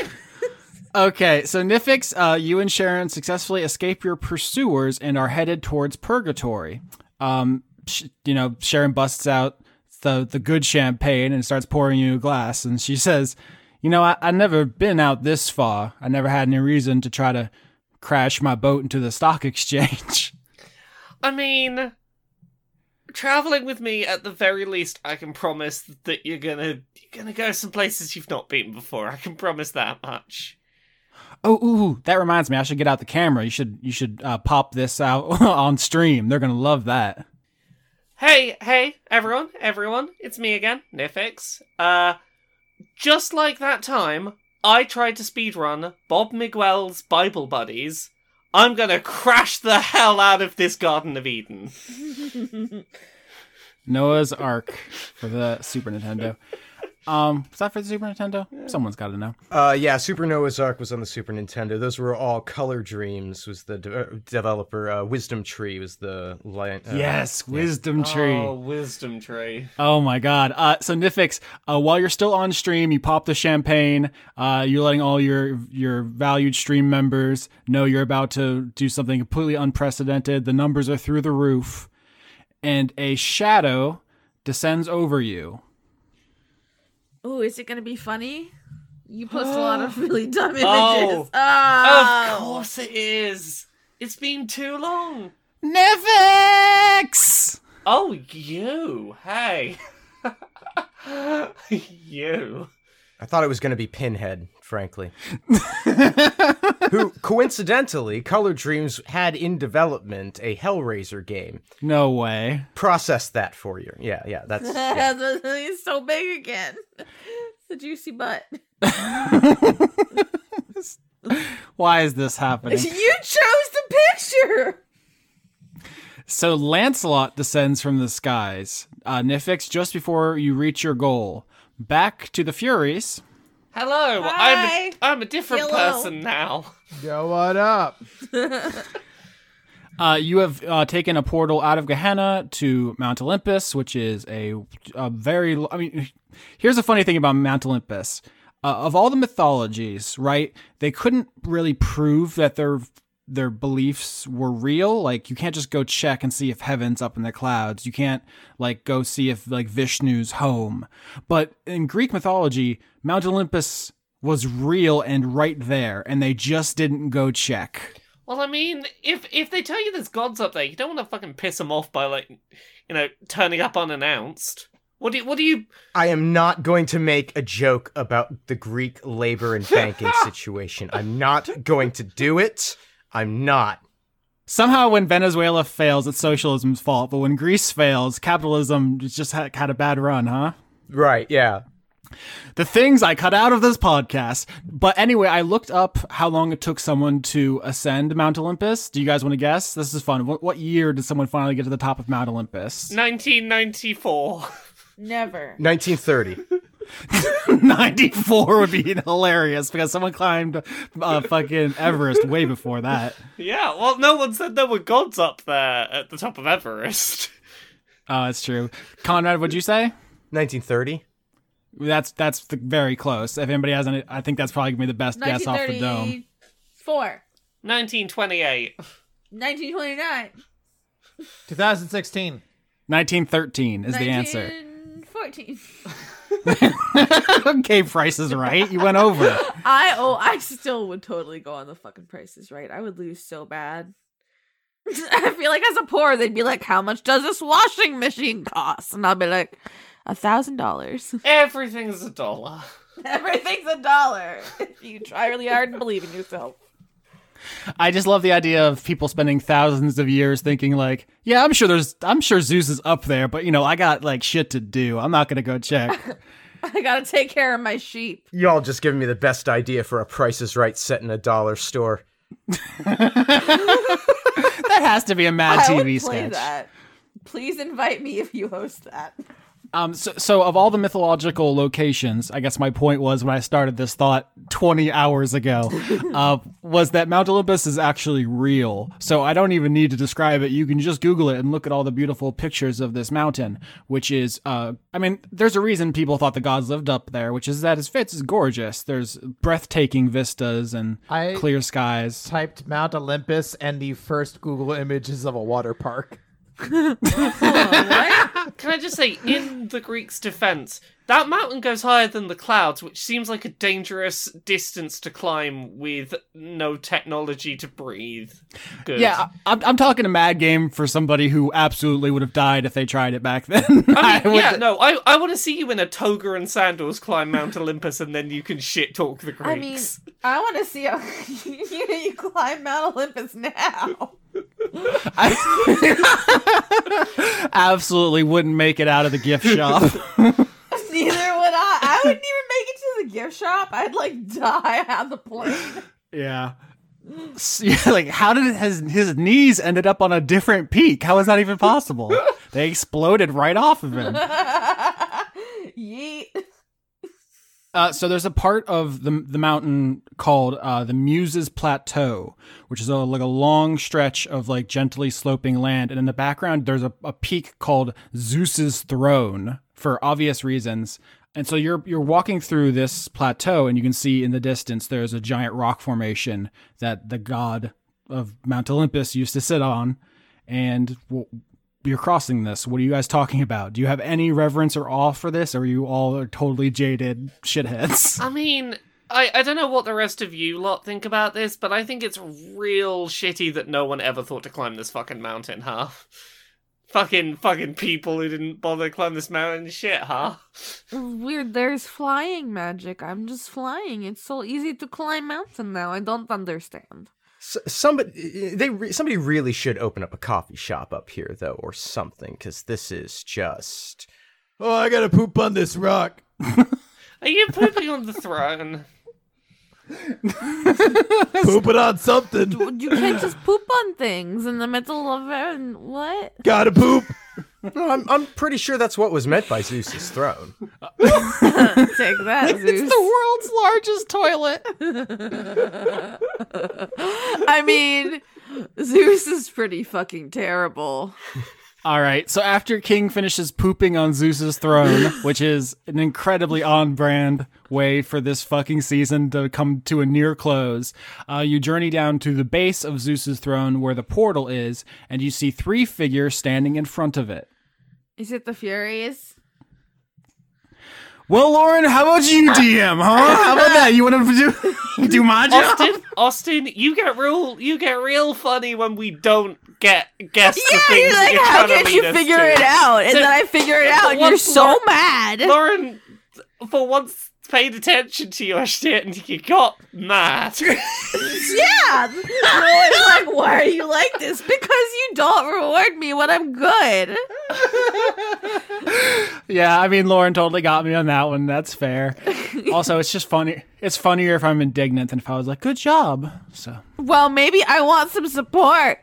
Okay, so Nifix, uh, you and Sharon successfully escape your pursuers and are headed towards purgatory. Um, sh- you know, Sharon busts out the the good champagne and starts pouring you a glass, and she says, "You know, I I never been out this far. I never had any reason to try to crash my boat into the stock exchange." I mean, traveling with me at the very least, I can promise that you're gonna you're gonna go some places you've not been before. I can promise that much. Oh, ooh, that reminds me. I should get out the camera. You should you should uh, pop this out on stream. They're gonna love that. Hey, hey, everyone, everyone, it's me again, Nifix. Uh, just like that time, I tried to speedrun Bob Miguel's Bible Buddies. I'm gonna crash the hell out of this Garden of Eden. Noah's Ark for the Super Nintendo. Um, was that for the Super Nintendo? Someone's got to know. Uh, yeah, Super Noah's Ark was on the Super Nintendo. Those were all Color Dreams. Was the de- developer uh, Wisdom Tree was the li- uh, yes, Wisdom Tree. Oh, Oh. wisdom tree. my God. Uh, so Nifix, uh, while you're still on stream, you pop the champagne. Uh, you're letting all your your valued stream members know you're about to do something completely unprecedented. The numbers are through the roof, and a shadow descends over you. Oh, is it gonna be funny? You post a lot of really dumb images. Oh. Oh, Of course it is. It's been too long. Nifix. Oh, you. Hey. you. I thought it was going to be Pinhead, frankly. Who coincidentally, Color Dreams had in development a Hellraiser game. No way. Process that for you. Yeah, yeah, that's yeah. it's Oh. so big again. It's a juicy butt. Why is this happening? you chose the picture. So Lancelot descends from the skies. Uh, Nifix, just before you reach your goal, back to the Furies. Hello. Hi. I'm a, I'm a different Hello. person now. Yo, what up? Uh, you have uh, taken a portal out of Gehenna to Mount Olympus, which is a, a very. I mean, here's the funny thing about Mount Olympus. Uh, of all the mythologies, right? They couldn't really prove that their their beliefs were real. Like you can't just go check and see if heaven's up in the clouds. You can't like go see if like Vishnu's home. But in Greek mythology, Mount Olympus was real and right there, and they just didn't go check. Well, I mean, if if they tell you there's gods up there, you don't want to fucking piss them off by like, you know, turning up unannounced. What do you, what do you? I am not going to make a joke about the Greek labor and banking situation. I'm not going to do it. I'm not. Somehow, when Venezuela fails, it's socialism's fault. But when Greece fails, capitalism just ha- had a bad run, huh? Right, yeah. The things I cut out of this podcast. But anyway, I looked up how long it took someone to ascend Mount Olympus. Do you guys want to guess? This is fun. What, what year did someone finally get to the top of Mount Olympus? 1994. Never. 1930. 94 would be hilarious because someone climbed uh, fucking Everest way before that. yeah. Well, no one said there were gods up there at the top of Everest. Oh, that's true. Conrad, what'd you say? 1930. That's that's the, very close. If anybody has any, I think that's probably gonna be the best guess off the dome. 1934. 1928. 1929. 2016. 1913 is the answer. 1914. okay, Price is right. You went over. I oh I still would totally go on the fucking prices right. I would lose so bad. I feel like as a poor they'd be like, "How much does this washing machine cost?" And I'll be like, "A thousand dollars. Everything's a dollar. Everything's a dollar if you try really hard and believe in yourself." I just love the idea of people spending thousands of years thinking like, yeah, I'm sure there's, I'm sure Zeus is up there, but you know, I got like shit to do. I'm not gonna go check. I gotta take care of my sheep. Y'all just giving me the best idea for a Price is Right set in a dollar store. That has to be a Mad I TV would play sketch. that. Please invite me if you host that. Um, so, so of all the mythological locations, I guess my point was when I started this thought 20 hours ago, uh, was that Mount Olympus is actually real. So I don't even need to describe it. You can just Google it and look at all the beautiful pictures of this mountain, which is, uh, I mean, there's a reason people thought the gods lived up there, which is that it's, it's gorgeous. There's breathtaking vistas and I- clear skies. Typed Mount Olympus, and the first Google image is of a water park. Can I just say, in the Greeks' defense, that mountain goes higher than the clouds, which seems like a dangerous distance to climb with no technology to breathe. Good. Yeah, I- I'm, I'm talking a mad game for somebody who absolutely would have died if they tried it back then. I mean, would- yeah, no, I, I want to see you in a toga and sandals climb Mount Olympus and then you can shit talk the I mean, Greeks. I want to see how you, you climb Mount Olympus now. I absolutely wouldn't make it out of the gift shop. Neither would I. I wouldn't even make it to the gift shop. I'd like die on the plane. yeah. S- yeah, like how did his his knees ended up on a different peak? How is that even possible? they exploded right off of him. Yeet. Uh, so there's a part of the the mountain called uh, the Muses Plateau, which is a, like a long stretch of like gently sloping land, and in the background there's a, a peak called Zeus's Throne for obvious reasons. And so you're you're walking through this plateau, and you can see in the distance there's a giant rock formation that the god of Mount Olympus used to sit on, and. w you're crossing this. What are you guys talking about? Do you have any reverence or awe for this, or are you all are totally jaded shitheads? I mean, I, I don't know what the rest of you lot think about this, but I think it's real shitty that no one ever thought to climb this fucking mountain, huh? Fucking fucking people who didn't bother to climb this mountain, shit, huh? Weird. There's flying magic. I'm just flying. It's so easy to climb mountain now. I don't understand. S- somebody they re- somebody really should open up a coffee shop up here though, or something, because this is just Oh, I gotta poop on this rock. Are you pooping on the throne? Poop it on something. You can't just poop on things in the middle of it. What? Gotta poop. No, I'm I'm pretty sure that's what was meant by Zeus's throne. Take that, Zeus. world's largest toilet. I mean, Zeus is pretty fucking terrible. All right. So after King finishes pooping on Zeus's throne, which is an incredibly on-brand way for this fucking season to come to a near close, uh, you journey down to the base of Zeus's throne where the portal is, and you see three figures standing in front of it. Is it the Furies? Well, Lauren, how about you DM, huh? How about that? You want to do do my job? Austin, Austin, you get real, you get real funny when we don't get guess the things that you're how trying can to you lead us figure to." it out? And So- then I figure it so out. and You're once so Lauren- mad. Lauren, for once, paid attention to your shit and you got mad. Yeah. No one's like, why are you like this? Because you don't reward me when I'm good. Yeah, I mean, Lauren totally got me on that one. That's fair. also, it's just funny. It's funnier if I'm indignant than if I was like, "Good job." So, Well, maybe I want some support.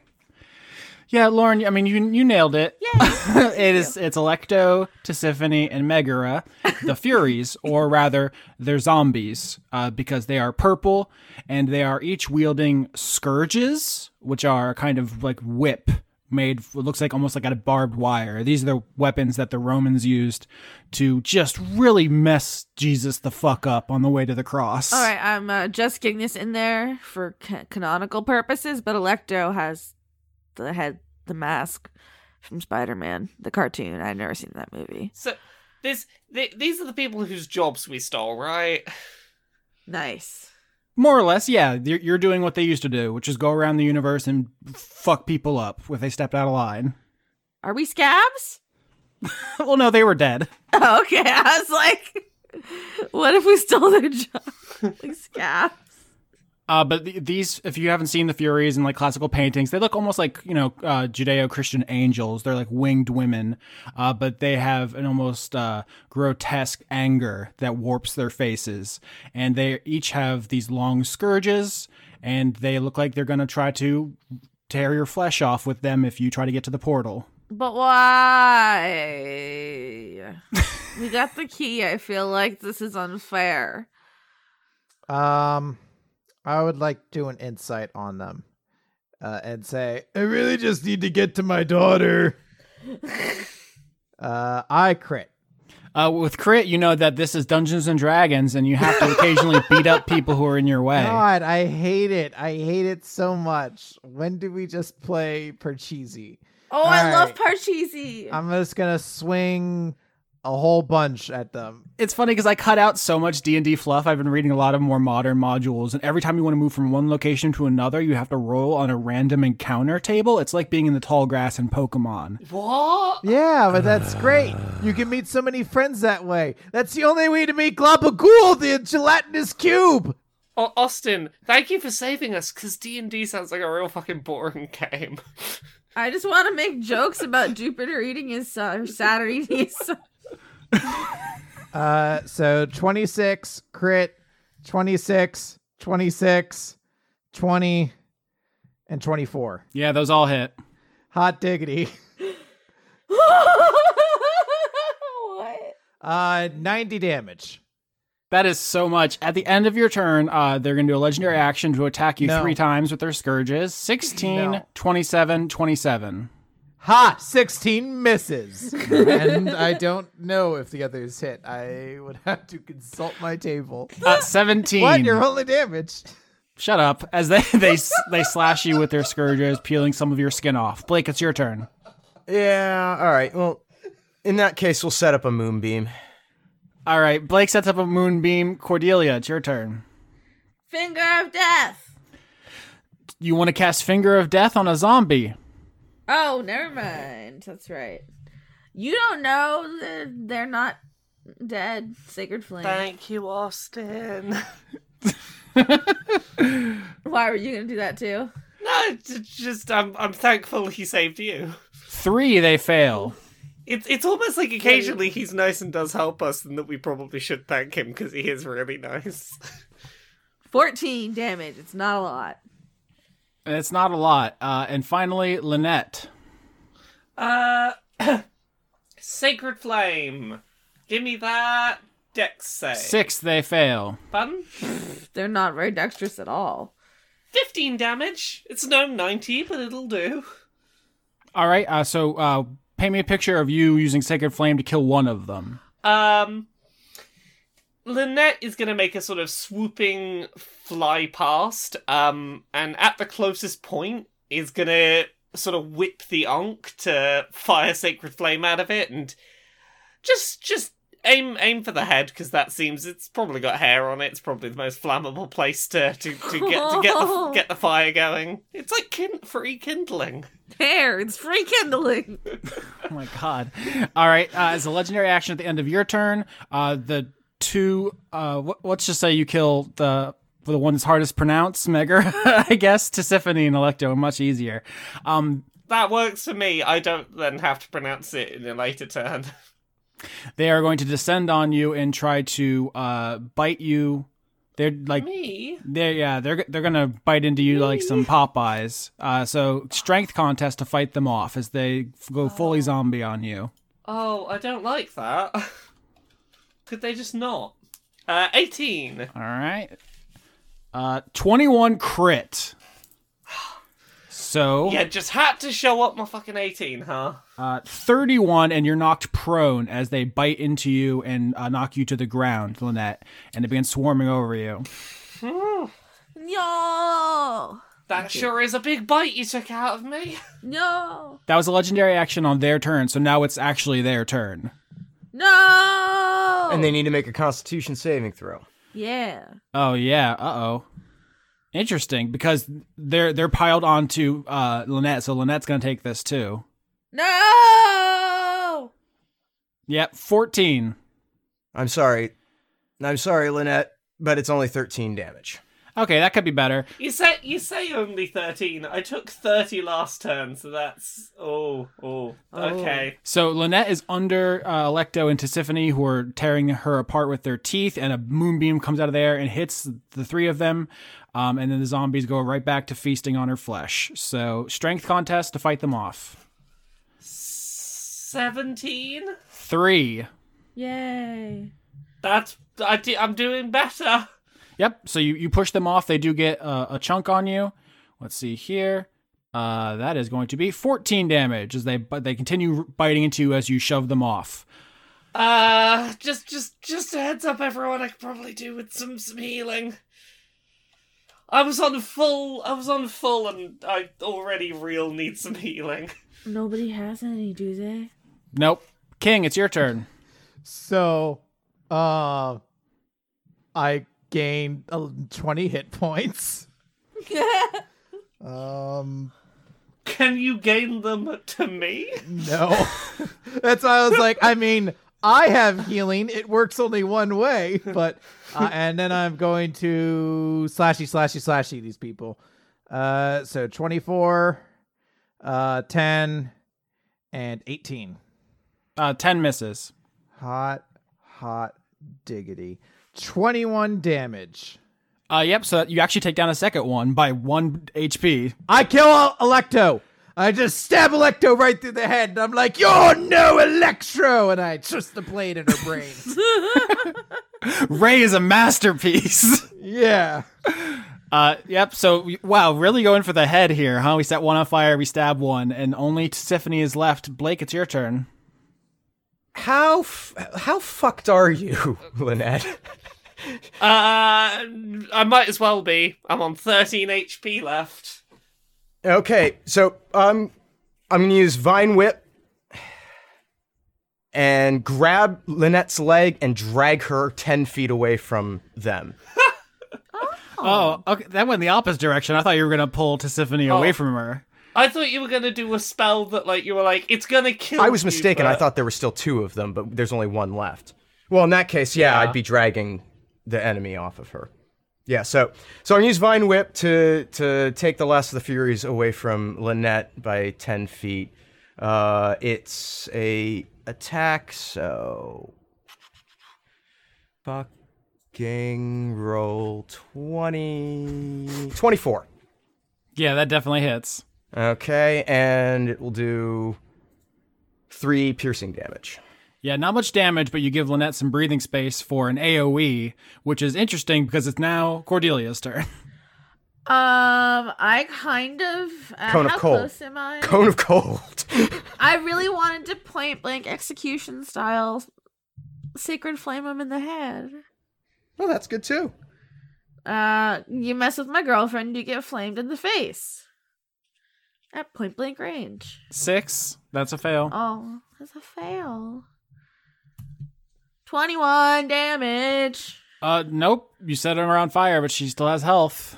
yeah, Lauren. I mean, you you nailed it. it is. It's Electo, Tisiphone, and Megara, the Furies, or rather, they're zombies uh, because they are purple and they are each wielding scourges, which are a kind of like whip made it looks like almost like out of barbed wire. These are the weapons that the Romans used to just really mess Jesus the fuck up on the way to the cross. All right, I'm uh, just getting this in there for ca- canonical purposes, but Electro has the head, the mask from Spider-Man, the cartoon. I've never seen that movie. so, this, th- these are the people whose jobs we stole, right? Nice. More or less, yeah. You're, you're doing what they used to do, which is go around the universe and fuck people up if they stepped out of line. Are we scabs? well, no, they were dead. Okay, I was like, what if we stole their job? like scabs. Uh, but th- these, if you haven't seen the Furies in like classical paintings, they look almost like you know uh, Judeo-Christian angels. They're like winged women, uh, but they have an almost uh, grotesque anger that warps their faces, and they each have these long scourges, and they look like they're gonna try to tear your flesh off with them if you try to get to the portal. But why? we got the key. I feel like this is unfair. Um, I would like to do an insight on them, uh, and say I really just need to get to my daughter. uh, I crit. Uh, with crit, you know that this is Dungeons and Dragons, and you have to occasionally beat up people who are in your way. God, I hate it. I hate it so much. When do we just play Parcheesi? Oh, I All love right. Um, Parcheesi. I'm just gonna swing a whole bunch at them. it's funny because I cut out so much D and D fluff. I've been reading a lot of more modern modules, and every time you want to move from one location to another, you have to roll on a random encounter table. It's like being in the tall grass in Pokemon. What? Yeah, but that's great. You can meet so many friends that way. That's the only way to meet Globagool, the gelatinous cube. Au- Austin, thank you for saving us, because D&D sounds like a real fucking boring game. I just want to make jokes about Jupiter eating his son, or Saturn eating his son. Uh, so 26 crit, 26, 26, 20, and 24. Yeah, those all hit. Hot diggity. what? Uh, 90 damage. That is so much. At the end of your turn, uh, they're going to do a legendary action to attack you No. three times with their scourges 16, No. 27, 27. Ha! 16 misses. and I don't know if the others hit. I would have to consult my table. Uh, 17. What? You're only damaged. Shut up. As they, they, they slash you with their scourges, peeling some of your skin off. Blake, it's your turn. Yeah, all right. Well, in that case, we'll set up a moonbeam. All right, Blake sets up a moonbeam. Cordelia, it's your turn. Finger of death. You want to cast Finger of Death on a zombie. Oh, never mind. That's right. You don't know that they're not dead. Sacred flame. Thank you, Austin. Why were you gonna do that too? No, j- just I'm I'm thankful he saved you. Three, they fail. It's it's almost like occasionally he's nice and does help us, and that we probably should thank him because he is really nice. Fourteen damage. It's not a lot. And It's not a lot. Uh, and finally, Lynette. Uh, sacred flame, give me that dex save. Six, they fail. Fun. They're not very dexterous at all. Fifteen damage. It's no ninety, but it'll do. All right, uh, so uh, paint me a picture of you using Sacred Flame to kill one of them. Um, Lynette is going to make a sort of swooping fly past, um, and at the closest point is going to sort of whip the onk to fire sacred flame out of it, and just just aim aim for the head because that seems it's probably got hair on it. It's probably the most flammable place to to, to get to get the, get the fire going. It's like kin- free kindling. Hair. It's free kindling. Oh my god. All right, uh, as a legendary action at the end of your turn, uh, the two, uh, wh- let's just say you kill the. The one that's hardest pronounced, Megger, I guess, Tisiphone and Electo are much easier. Um, That works for me. I don't then have to pronounce it in a later turn. they are going to descend on you and try to uh, bite you. They're like Me. They're yeah, they're they're gonna bite into you like some Popeyes. Uh, so strength contest to fight them off as they f- go fully zombie on you. Oh, I don't like that. Could they just not? Uh, 18. All right, uh, twenty one crit. So Yeah, just had to show up my fucking 18, huh? uh, thirty one, and you're knocked prone as they bite into you and uh, knock you to the ground, Lynette, and they begin swarming over you. No. That sure is a big bite you took out of me. No. That was a legendary action on their turn, so now it's actually their turn. No. And they Oh. need to make a constitution saving throw. Yeah. Oh yeah. Uh oh. Interesting, because they're they're piled onto uh, Lynette, so Lynette's gonna take this too. No. Yep, fourteen. I'm sorry. I'm sorry, Lynette, but it's only 13 damage. Okay, that could be better. You say you say only thirteen. I took thirty last turn, so that's oh oh okay. So Lynette is under uh, Electo and Tisiphone, who are tearing her apart with their teeth, and a moonbeam comes out of there and hits the three of them. Um, and then the zombies go right back to feasting on her flesh. So strength contest to fight them off. Seventeen. Three. Yay. That's I di- I'm doing better. Yep. So you, you push them off. They do get uh, a chunk on you. Let's see here. Uh, that is going to be 14 damage as they but they continue biting into you as you shove them off. Uh, just just just a heads up, everyone. I could probably do with some some healing. I was on full. I was on full, and I already real need some healing. Nobody has any, do they? Nope. King, it's your turn. So, uh, I gained uh, 20 hit points. Um, Can you gain them to me? no. That's why I was like, I mean, I have healing. It works only one way. But, uh, and then I'm going to slashy, slashy, slashy these people. Uh, so 24, uh, 10, and 18. Uh, 10 misses. Hot, hot diggity. 21 damage. Uh, yep. So you actually take down a second one by one HP. I kill Electo. I just stab Electo right through the head, and I'm like, "You're no Electro!" And I twist the blade in her brain. Ray is a masterpiece. yeah, uh, yep. So wow, really going for the head here, huh? We set one on fire, we stab one, and only Tiffany is left. Blake, it's your turn. How f- how fucked are you, Lynette? Uh, I might as well be. I'm on thirteen HP left. Okay, so um, I'm gonna use Vine Whip and grab Lynette's leg and drag her ten feet away from them. Oh, okay. That went the opposite direction. I thought you were gonna pull Tiffany away from her. I thought you were gonna do a spell that, like, you were like, it's gonna kill. I was you, mistaken. I but- thought there were still two of them, but there's only one left. Well, in that case, yeah, I'd be dragging the enemy off of her. Yeah, so so I'm gonna use Vine Whip to to take the last of the Furies away from Lynette by ten feet. Uh, it's a attack, so fucking roll 20, 24. Yeah, that definitely hits. Okay, and it will do three piercing damage. Yeah, not much damage, but you give Lynette some breathing space for an AOE, which is interesting because it's now Cordelia's turn. Um, I kind of. Uh, Cone of how cold. close am I? Cone of cold. I really wanted to point blank execution style, sacred flame him in the head. well, that's good too. Uh, you mess with my girlfriend, you get flamed in the face. At point blank range. Six. That's a fail. Oh, that's a fail. 21 damage. Uh, nope. You set her on fire, but she still has health.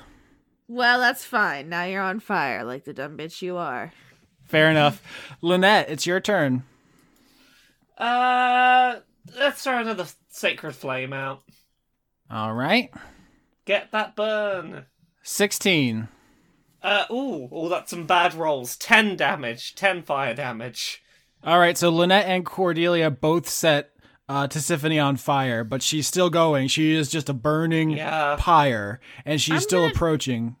Well, that's fine. Now you're on fire, like the dumb bitch you are. Fair enough. Lynette, it's your turn. Uh, let's throw another sacred flame out. All right. Get that burn. 16. Uh, ooh, oh, that's some bad rolls. 10 damage, 10 fire damage. All right. So Lynette and Cordelia both set uh, Tisiphone on fire, but she's still going. She is just a burning Yeah. pyre, and she's I'm still gonna- approaching.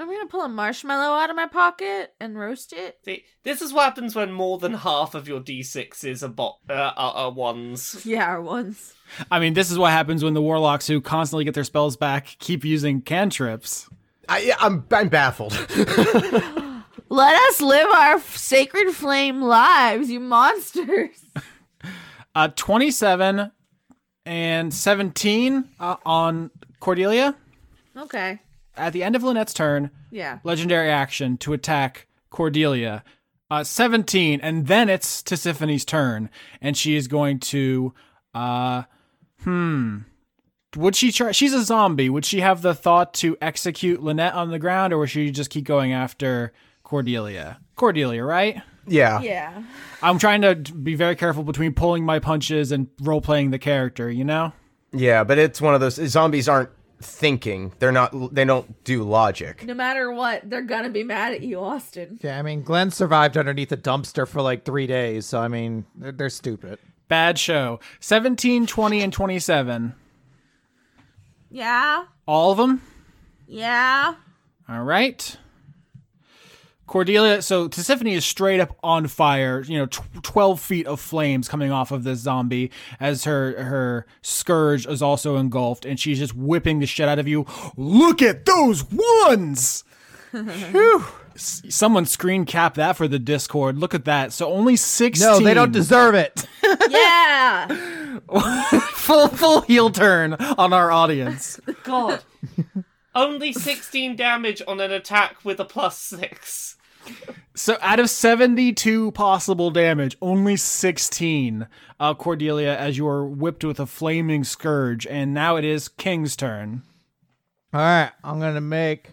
I'm gonna pull a marshmallow out of my pocket and roast it. See, this is what happens when more than half of your d6s are, bot- uh, are, are ones. Yeah, our ones. I mean, this is what happens when the warlocks who constantly get their spells back keep using cantrips. I, yeah, I'm I'm baffled. Let us live our f- sacred flame lives, you monsters. Uh, 27 and 17 uh, on Cordelia. Okay. At the end of Lynette's turn, Yeah. legendary action to attack Cordelia. Uh, 17, and then it's Tisiphone's turn, and she is going to. Uh, hmm. Would she try? She's a zombie. Would she have the thought to execute Lynette on the ground, or would she just keep going after Cordelia? Cordelia, right? yeah. Yeah. I'm trying to be very careful between pulling my punches and role playing the character, you know? Yeah, but it's one of those zombies aren't thinking. They're not. They don't do logic. No matter what, they're gonna be mad at you, Austin. Yeah, I mean, Glenn survived underneath a dumpster for like three days, so I mean, they're, they're stupid. Bad show. 17, 20, and 27. Yeah, All of them? yeah. All right. Cordelia, so Tisiphone is straight up on fire, you know, tw- 12 feet of flames coming off of this zombie as her her scourge is also engulfed and she's just whipping the shit out of you. Look at those ones. Phew. S- Someone screen cap that for the Discord. Look at that. So only 16. No, they don't deserve it. Yeah. full full heel turn on our audience. God. Only 16 damage on an attack with a plus 6. So out of 72 possible damage, only 16. Uh, Cordelia, as you are whipped with a flaming scourge, and now it is King's turn. All right, I'm gonna make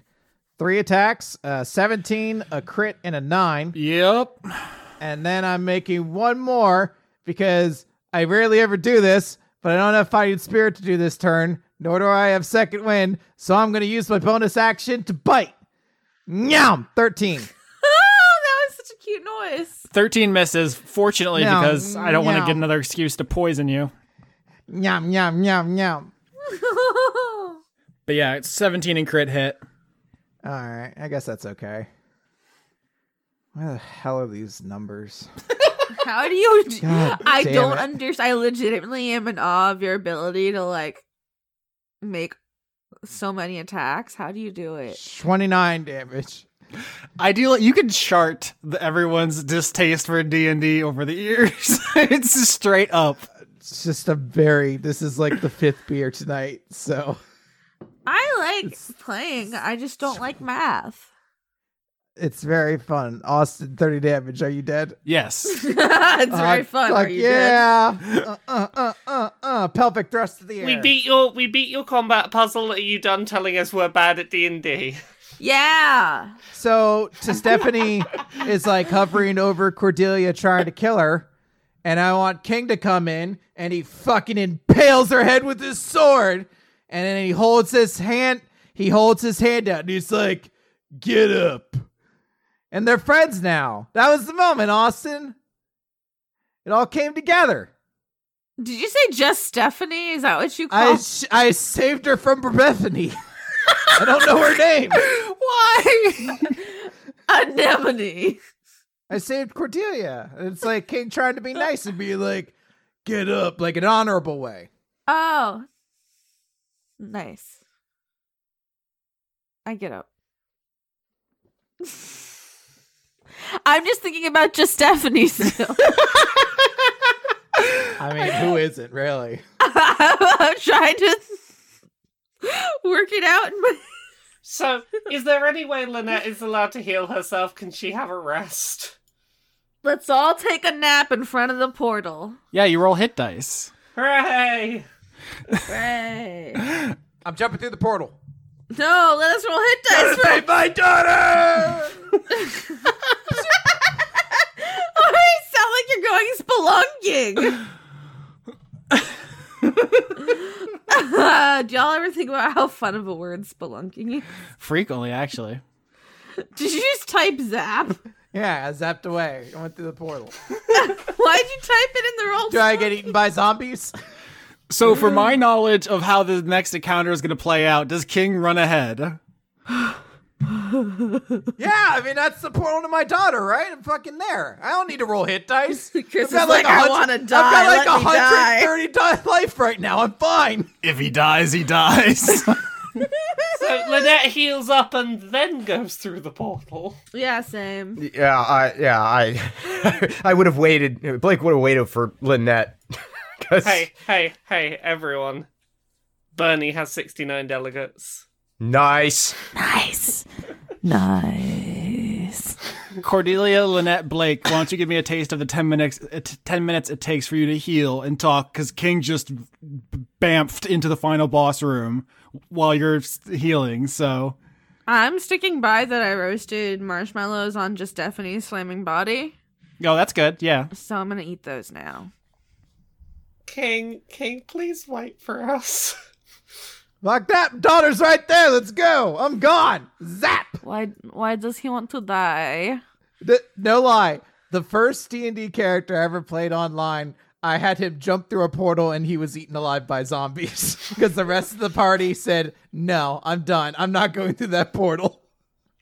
three attacks: uh, 17, a crit, and a nine. Yep. And then I'm making one more because I rarely ever do this, but I don't have fighting spirit to do this turn, nor do I have second wind. So I'm gonna use my bonus action to bite. Nyam! oh, 13. that was such a cute noise. 13 misses, fortunately, No, because I don't want to no. get another excuse to poison you. Nyam! Nyam! Nyam! Nyam! But yeah, it's 17 and crit hit. All right, I guess that's okay. Where the hell are these numbers? How do you? God I damn don't it. understand. I legitimately am in awe of your ability to like make so many attacks. How do you do it? 29 damage. Ideally, you could chart the, everyone's distaste for D&D over the years. it's just straight up. It's just a very, this is like the fifth beer tonight. So I like playing. I just don't like math. it's very fun. Austin, 30 damage. Are you dead? Yes. it's very Uh, fun. fuck are you dead? yeah. uh, uh, uh, uh, uh. Pelvic thrust to the air. We beat your we beat your combat puzzle. Are you done telling us we're bad at D&D? Yeah. So to Stephanie is like hovering over Cordelia trying to kill her. And I want King to come in and he fucking impales her head with his sword. And then he holds his hand he holds his hand out and he's like, get up. And they're friends now. That was the moment, Austin. It all came together. Did you say just Stephanie? Is that what you I call? sh- I saved her from Bethany. I don't know her name. Why? Anemone. I saved Cordelia. And It's like King trying to be nice and be like, get up, like an honorable way. Oh. Nice. I get up. I'm just thinking about just Stephanie still. I mean, who isn't really? I'm trying to work it out in my So, is there any way Lynette is allowed to heal herself? Can she have a rest? Let's all take a nap in front of the portal. yeah, you roll hit dice. Hooray! Hey. I'm jumping through the portal. No, let us roll hit dice for Save my daughter! Why you sound like you're going spelunking? uh, do y'all ever think about how fun of a word spelunking is? Frequently, actually. Did you just type zap? Yeah, I zapped away. I went through the portal. Why'd you type it in the roll? Do I get eaten by zombies? So, for my knowledge of how the next encounter is going to play out, does King run ahead? Yeah, I mean that's the portal to my daughter, right? I'm fucking there. I don't need to roll hit dice. Chris I've got is like, "I 100 wanna I've die, got like let me die." 130 di- life right now. I'm fine. If he dies, he dies. So, Lynette heals up and then goes through the portal. Yeah, same. Yeah, I yeah I I would have waited. Blake would have waited for Lynette. 'Cause- Hey, hey, hey, everyone. Bernie has 69 delegates. nice. Nice. Nice. Cordelia, Lynette, Blake, why don't you give me a taste of the 10 minutes, uh, t- 10 minutes it takes for you to heal and talk? Because King just b- bamfed into the final boss room while you're s- healing. So, I'm sticking by that I roasted marshmallows on just Stephanie's flaming body, oh, that's good. Yeah. so I'm gonna eat those now. King, King, please wait for us. Like that daughter's right there. Let's go. I'm gone. Zap. Why? Why does he want to die? Th- no lie. The first D and D character I ever played online, I had him jump through a portal and he was eaten alive by zombies because the rest of the party said, "No, I'm done. I'm not going through that portal."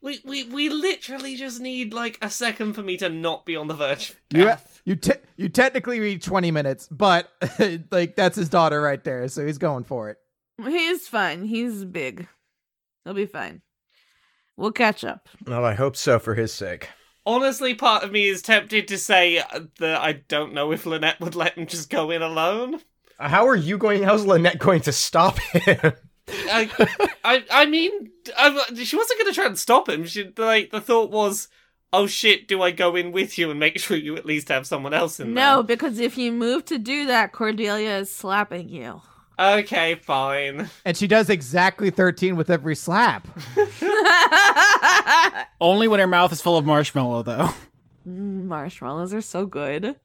We, we we literally just need like a second for me to not be on the verge. of You death. you te- you technically read 20 minutes, but like that's his daughter right there, so he's going for it. He's fine. He's big. He'll be fine. We'll catch up. Well, I hope so for his sake. Honestly, part of me is tempted to say uh, that I don't know if Lynette would let him just go in alone. Uh, How are you going? How's Lynette going to stop him? I I, I mean, I, she wasn't going to try and stop him. She like the thought was, oh shit, do I go in with you and make sure you at least have someone else in No, because if you move to do that, Cordelia is slapping you. there? Okay, fine. And she does exactly 13 with every slap. Only when her mouth is full of marshmallow, though. Marshmallows are so good.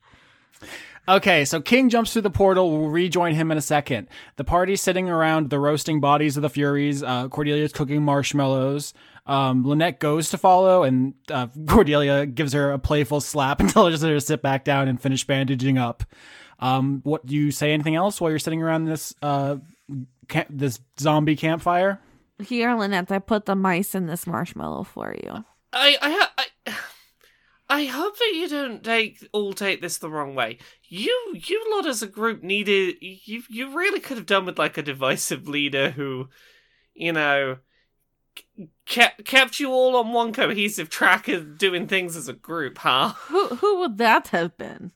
Okay, so King jumps through the portal. We'll rejoin him in a second. The party's sitting around the roasting bodies of the Furies. Uh, Cordelia's cooking marshmallows. Um, Lynette goes to follow, and uh, Cordelia gives her a playful slap and tells her to sit back down and finish bandaging up. Um, what do you say? Anything else while you're sitting around this uh, ca- this zombie campfire? Here, Lynette, I put the mice in this marshmallow for you. I I ha- I. I hope that you don't take all take this the wrong way. You you lot as a group needed you you really could have done with like a divisive leader who, you know, k- kept kept you all on one cohesive track of doing things as a group, huh? Who who would that have been?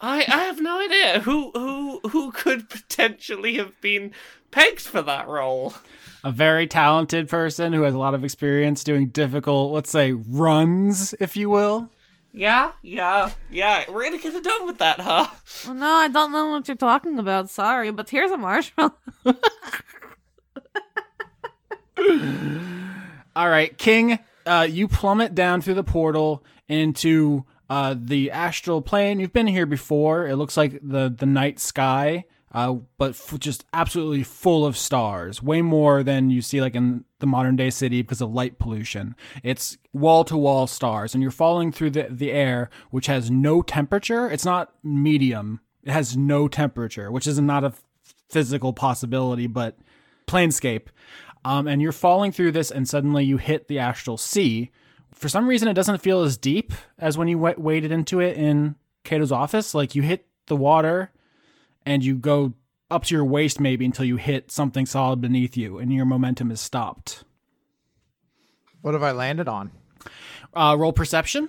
I I have no idea who who who could potentially have been pegged for that role. a very talented person who has a lot of experience doing difficult, let's say, runs, if you will. Yeah, yeah, yeah. Really could have done with that, huh? Well, no, I don't know what you're talking about. Sorry, but here's a marshmallow. All right, King, uh, you plummet down through the portal into uh, the astral plane. You've been here before. It looks like the the night sky, uh, but f- just absolutely full of stars, way more than you see like in the modern day city because of light pollution. It's wall to wall stars, and you're falling through the the air, which has no temperature. It's not medium. It has no temperature, which is not a f- physical possibility, but planescape. Um, and you're falling through this, and suddenly you hit the astral sea. For some reason, it doesn't feel as deep as when you w- waded into it in Kato's office. Like you hit the water, and you go up to your waist maybe until you hit something solid beneath you, and your momentum is stopped. What have I landed on? Uh, roll perception.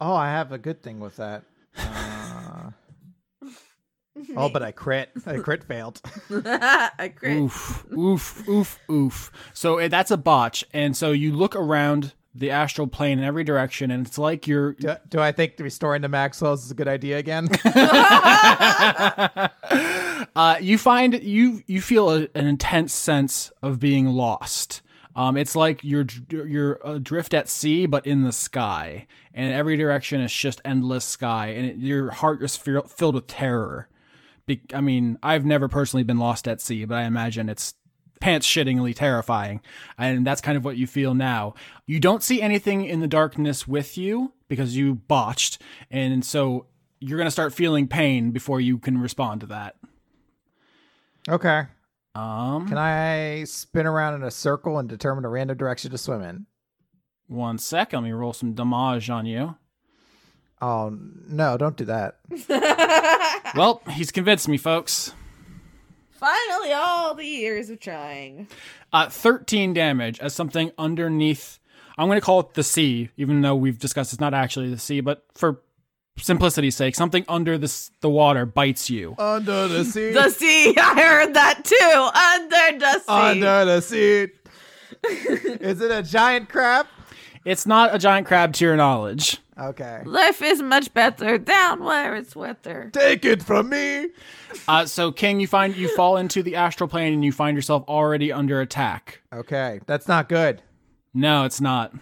Oh, I have a good thing with that. Uh, oh, but I crit. I crit failed. I crit. Oof, oof, oof, oof. So uh, that's a botch, and so you look around the astral plane in every direction, and it's like you're Do, do I think restoring to Maxwell's is a good idea again? uh, you find you you feel a, an intense sense of being lost. Um, it's like you're dr- you're uh, adrift at sea, but in the sky, and every direction is just endless sky, and it, your heart is fear- filled with terror. Be- I mean, I've never personally been lost at sea, but I imagine it's pants shittingly terrifying. And that's kind of what you feel now. You don't see anything in the darkness with you because you botched. And so you're going to start feeling pain before you can respond to that. okay. Um, Can I spin around in a circle and determine a random direction to swim in? one sec. Let me roll some damage on you. Oh, no, don't do that. Well, he's convinced me, folks. Finally, all the years of trying. Uh, 13 damage as something underneath. I'm going to call it the sea, even though we've discussed it's not actually the sea, but for simplicity's sake, something under the, s- the water bites you. Under the sea. The sea. I heard that too. Under the sea. Under the sea. is it a giant crab? It's not a giant crab to your knowledge. Okay. Life is much better down where it's wetter. Take it from me. Uh, so King, you find you fall into the astral plane and you find yourself already under attack. Okay, that's not good. No, it's not.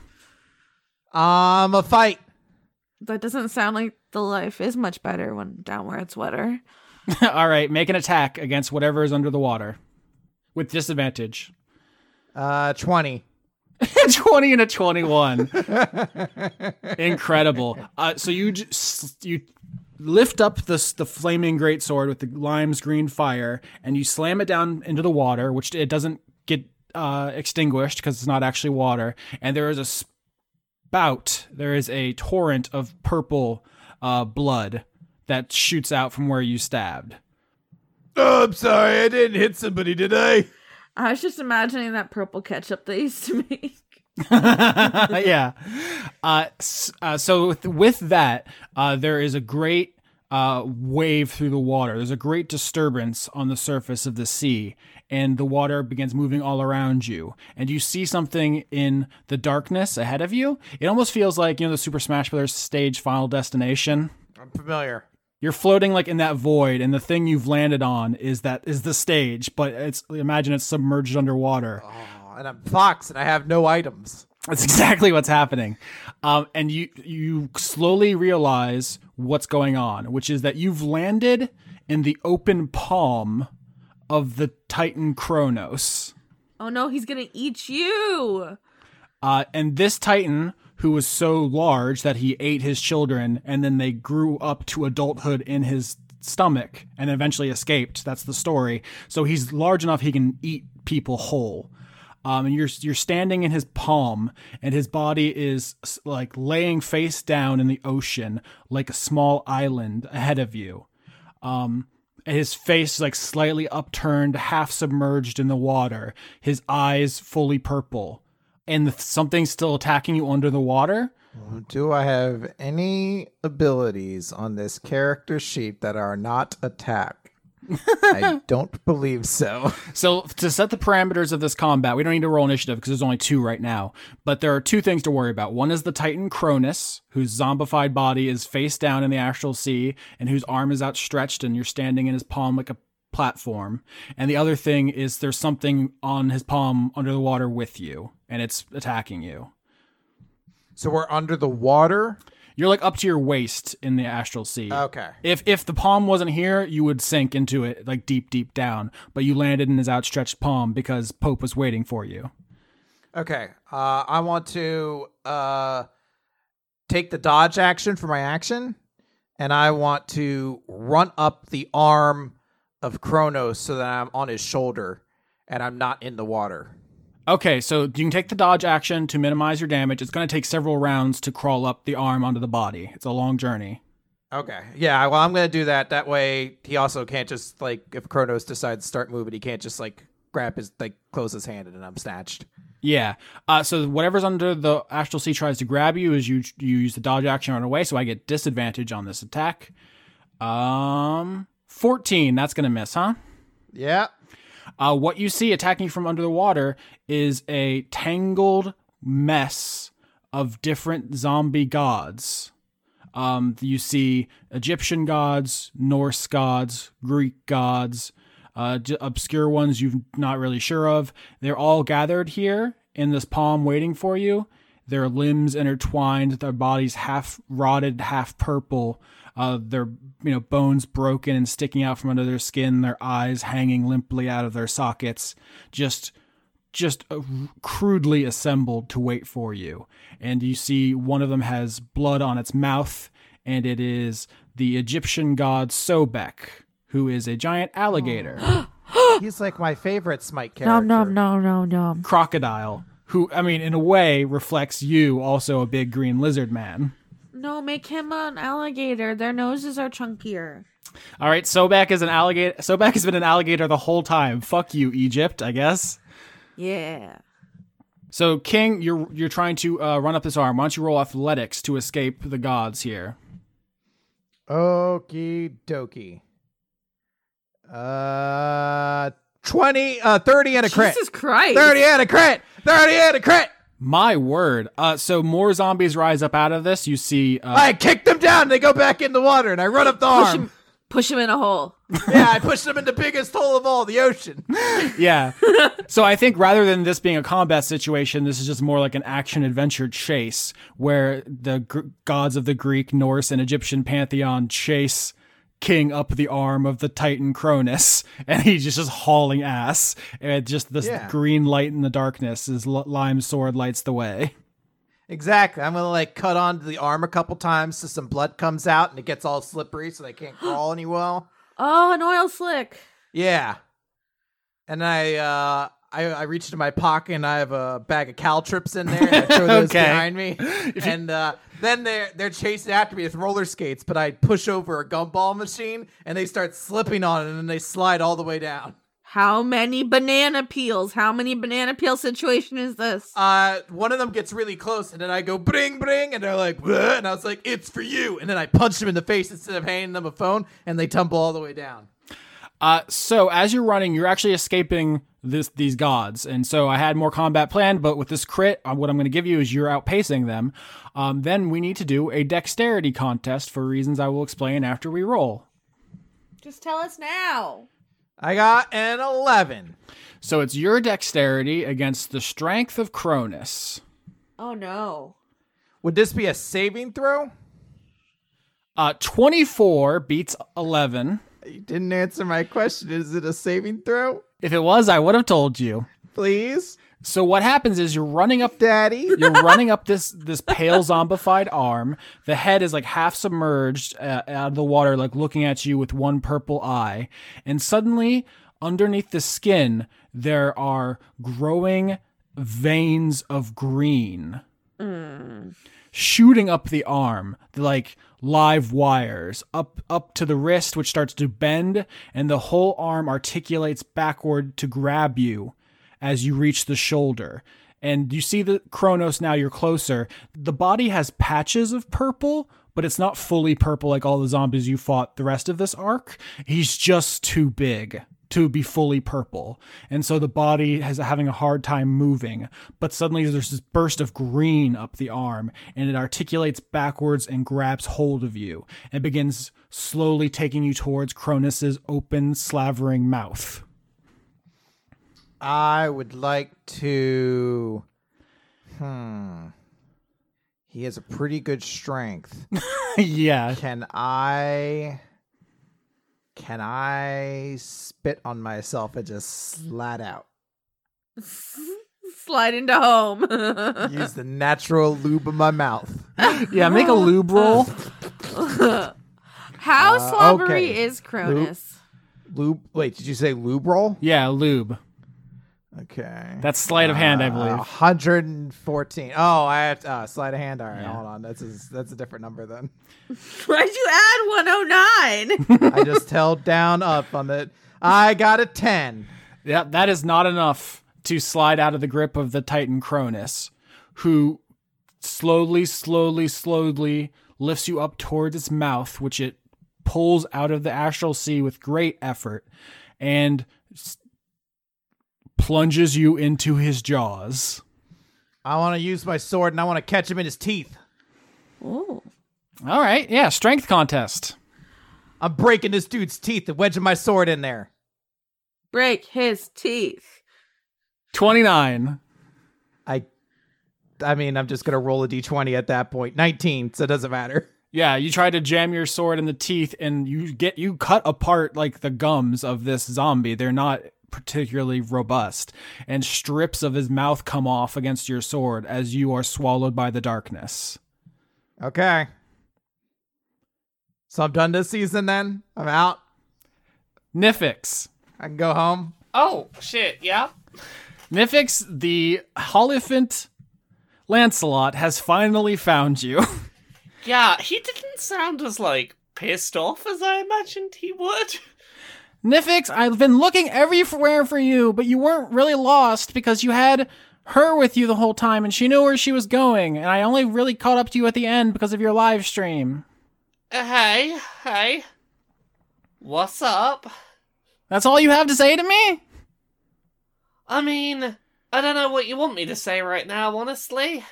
Um, a fight. That doesn't sound like the life is much better when down where it's wetter. All right, make an attack against whatever is under the water. with disadvantage. Uh, 20. 20 and a 21. Incredible. Uh, so you j- s- you lift up the s- the flaming great sword with the lime's green fire and you slam it down into the water, which it doesn't get uh, extinguished because it's not actually water. And there is a spout, there is a torrent of purple uh, blood that shoots out from where you stabbed. Oh, I'm sorry. I didn't hit somebody, did I? I was just imagining that purple ketchup they used to make. yeah. Uh, s- uh, so with, with that, uh, there is a great uh, wave through the water. There's a great disturbance on the surface of the sea, and the water begins moving all around you. And you see something in the darkness ahead of you. It almost feels like you know the Super Smash Brothers stage Final Destination. I'm familiar. You're floating like in that void, and the thing you've landed on is that is the stage, but it's imagine it's submerged underwater. Oh, and I'm Fox and I have no items. That's exactly what's happening. Um, and you you slowly realize what's going on, which is that you've landed in the open palm of the Titan Kronos. Oh no, he's gonna eat you! Uh, and this Titan, who was so large that he ate his children and then they grew up to adulthood in his stomach and eventually escaped. That's the story. So he's large enough he can eat people whole. Um, and you're you're standing in his palm, and his body is s- like laying face down in the ocean, like a small island ahead of you. And his face is like slightly upturned, half submerged in the water, his eyes fully purple, and th- something's still attacking you under the water. Do I have any abilities on this character sheet that are not attack? I don't believe so. So, to set the parameters of this combat, we don't need to roll initiative because there's only two right now. But there are two things to worry about. One is the Titan Cronus, whose zombified body is face down in the astral sea and whose arm is outstretched, and you're standing in his palm like a platform. And the other thing is there's something on his palm under the water with you, and it's attacking you. So we're under the water. You're like up to your waist in the astral sea. Okay. If if the palm wasn't here, you would sink into it like deep, deep down. But you landed in his outstretched palm because Pope was waiting for you. Okay. Uh, I want to uh, take the dodge action for my action, and I want to run up the arm of Kronos so that I'm on his shoulder and I'm not in the water. Okay, so you can take the dodge action to minimize your damage. It's going to take several rounds to crawl up the arm onto the body. It's a long journey. Okay. Yeah. Well, I'm gonna do that. That way, he also can't just like if Kronos decides to start moving, he can't just like grab his like close his hand and I'm snatched. Yeah. Uh, so whatever's under the astral sea tries to grab you is you you use the dodge action on away. So I get disadvantage on this attack. Um, fourteen. That's going to miss, huh? Yeah. Uh, what you see attacking from under the water is a tangled mess of different zombie gods. Um, you see Egyptian gods, Norse gods, Greek gods, uh, j- obscure ones you're not really sure of. They're all gathered here in this palm waiting for you. Their limbs intertwined, their bodies half rotted, half purple. Uh, their you know bones broken and sticking out from under their skin. Their eyes hanging limply out of their sockets. Just just uh, crudely assembled to wait for you. And you see one of them has blood on its mouth, and it is the Egyptian god Sobek, who is a giant alligator, He's like my favorite Smite character. Nom nom nom nom nom. crocodile, who, I mean, in a way reflects you, also a big green lizard man. No, make him an alligator. Their noses are chunkier. All right, Sobek is an alligator. Sobek has been an alligator the whole time. Fuck you, Egypt, I guess. Yeah. So, King, you're you're trying to uh, run up this arm. Why don't you roll athletics to escape the gods here? Okie dokie. Uh, twenty, uh, thirty and a crit. Jesus Christ. Thirty and a crit. Thirty and a crit. My word. Uh, so more zombies rise up out of this. You see, uh, I kick them down. They go back in the water, and I run up the Push arm. him, push him in a hole. yeah, I push them in the biggest hole of all, the ocean. yeah. so I think rather than this being a combat situation, this is just more like an action adventure chase where the gr- gods of the Greek, Norse, and Egyptian pantheon chase king up the arm of the Titan Cronus, and he's just, just hauling ass. And just this Yeah. green light in the darkness as L- Lime's sword lights the way. Exactly. I'm gonna like cut onto the arm a couple times so some blood comes out and it gets all slippery so they can't crawl any well. Oh, an oil slick. Yeah. And I uh I, I reach into my pocket and I have a bag of caltrips in there. And I throw those Okay. behind me, and uh, then they're they're chasing after me with roller skates. But I push over a gumball machine, and they start slipping on it, and then they slide all the way down. How many banana peels? How many banana peel situation is this? Uh, one of them gets really close, and then I go bring bring, and they're like, "Bleh," and I was like, "It's for you," and then I punch them in the face instead of handing them a phone, and they tumble all the way down. Uh, so as you're running, you're actually escaping this these gods, and so I had more combat planned, but with this crit, uh, what I'm going to give you is you're outpacing them. Um, then we need to do a dexterity contest for reasons I will explain after we roll. Just tell us now. I got an eleven. So it's your dexterity against the strength of Cronus. Oh no. Would this be a saving throw? Uh, 24 beats 11. You didn't answer my question. Is it a saving throw? If it was, I would have told you. Please, So what happens is you're running up Daddy. you're running up this this pale zombified arm. The head is like half submerged uh, out of the water, like looking at you with one purple eye. And suddenly, underneath the skin, there are growing veins of green shooting up the arm, like live wires up up to the wrist, which starts to bend, and the whole arm articulates backward to grab you as you reach the shoulder. And you see the Kronos now, you're closer. The body has patches of purple, but it's not fully purple like all the zombies you fought the rest of this arc. He's just too big to be fully purple. And so the body has having a hard time moving. But suddenly there's this burst of green up the arm and it articulates backwards and grabs hold of you and begins slowly taking you towards Cronus's open slavering mouth. I would like to. Hmm. He has a pretty good strength. yeah. Can I? Can I spit on myself and just slat out? Slide into home. Use the natural lube of my mouth. Yeah, make a lube roll. How Uh, slobbery okay. is Cronus? Lube. Wait, did you say lube roll? Yeah, lube. Okay. That's sleight of hand, I Uh, believe. 114. Oh, I have to uh, slide a hand. All right, hold on. That's a, that's a different number then. Why'd you add 109? I just held down up on it. I got a 10. Yeah, that is not enough to slide out of the grip of the Titan Cronus, who slowly, slowly, slowly lifts you up towards its mouth, which it pulls out of the astral sea with great effort and s- plunges you into his jaws. I want to use my sword and I want to catch him in his teeth. Ooh. All right, yeah, strength contest. I'm breaking this dude's teeth and wedging my sword in there. Break his teeth. 29. I I mean, I'm just going to roll a d20 at that point. 19, so it doesn't matter. Yeah, you try to jam your sword in the teeth and you get you cut apart like the gums of this zombie. They're not particularly robust and strips of his mouth come off against your sword as you are swallowed by the darkness. Okay. So I'm done this season then. I'm out. Nifix. I can go home. Oh shit! Yeah. Nifix, the Holophant Lancelot has finally found you. Yeah, he didn't sound as like pissed off as I imagined he would. Nifix, I've been looking everywhere for you, but you weren't really lost because you had her with you the whole time and she knew where she was going, and I only really caught up to you at the end because of your live stream. Uh, hey, hey. What's up? That's all you have to say to me? I mean, I don't know what you want me to say right now, honestly.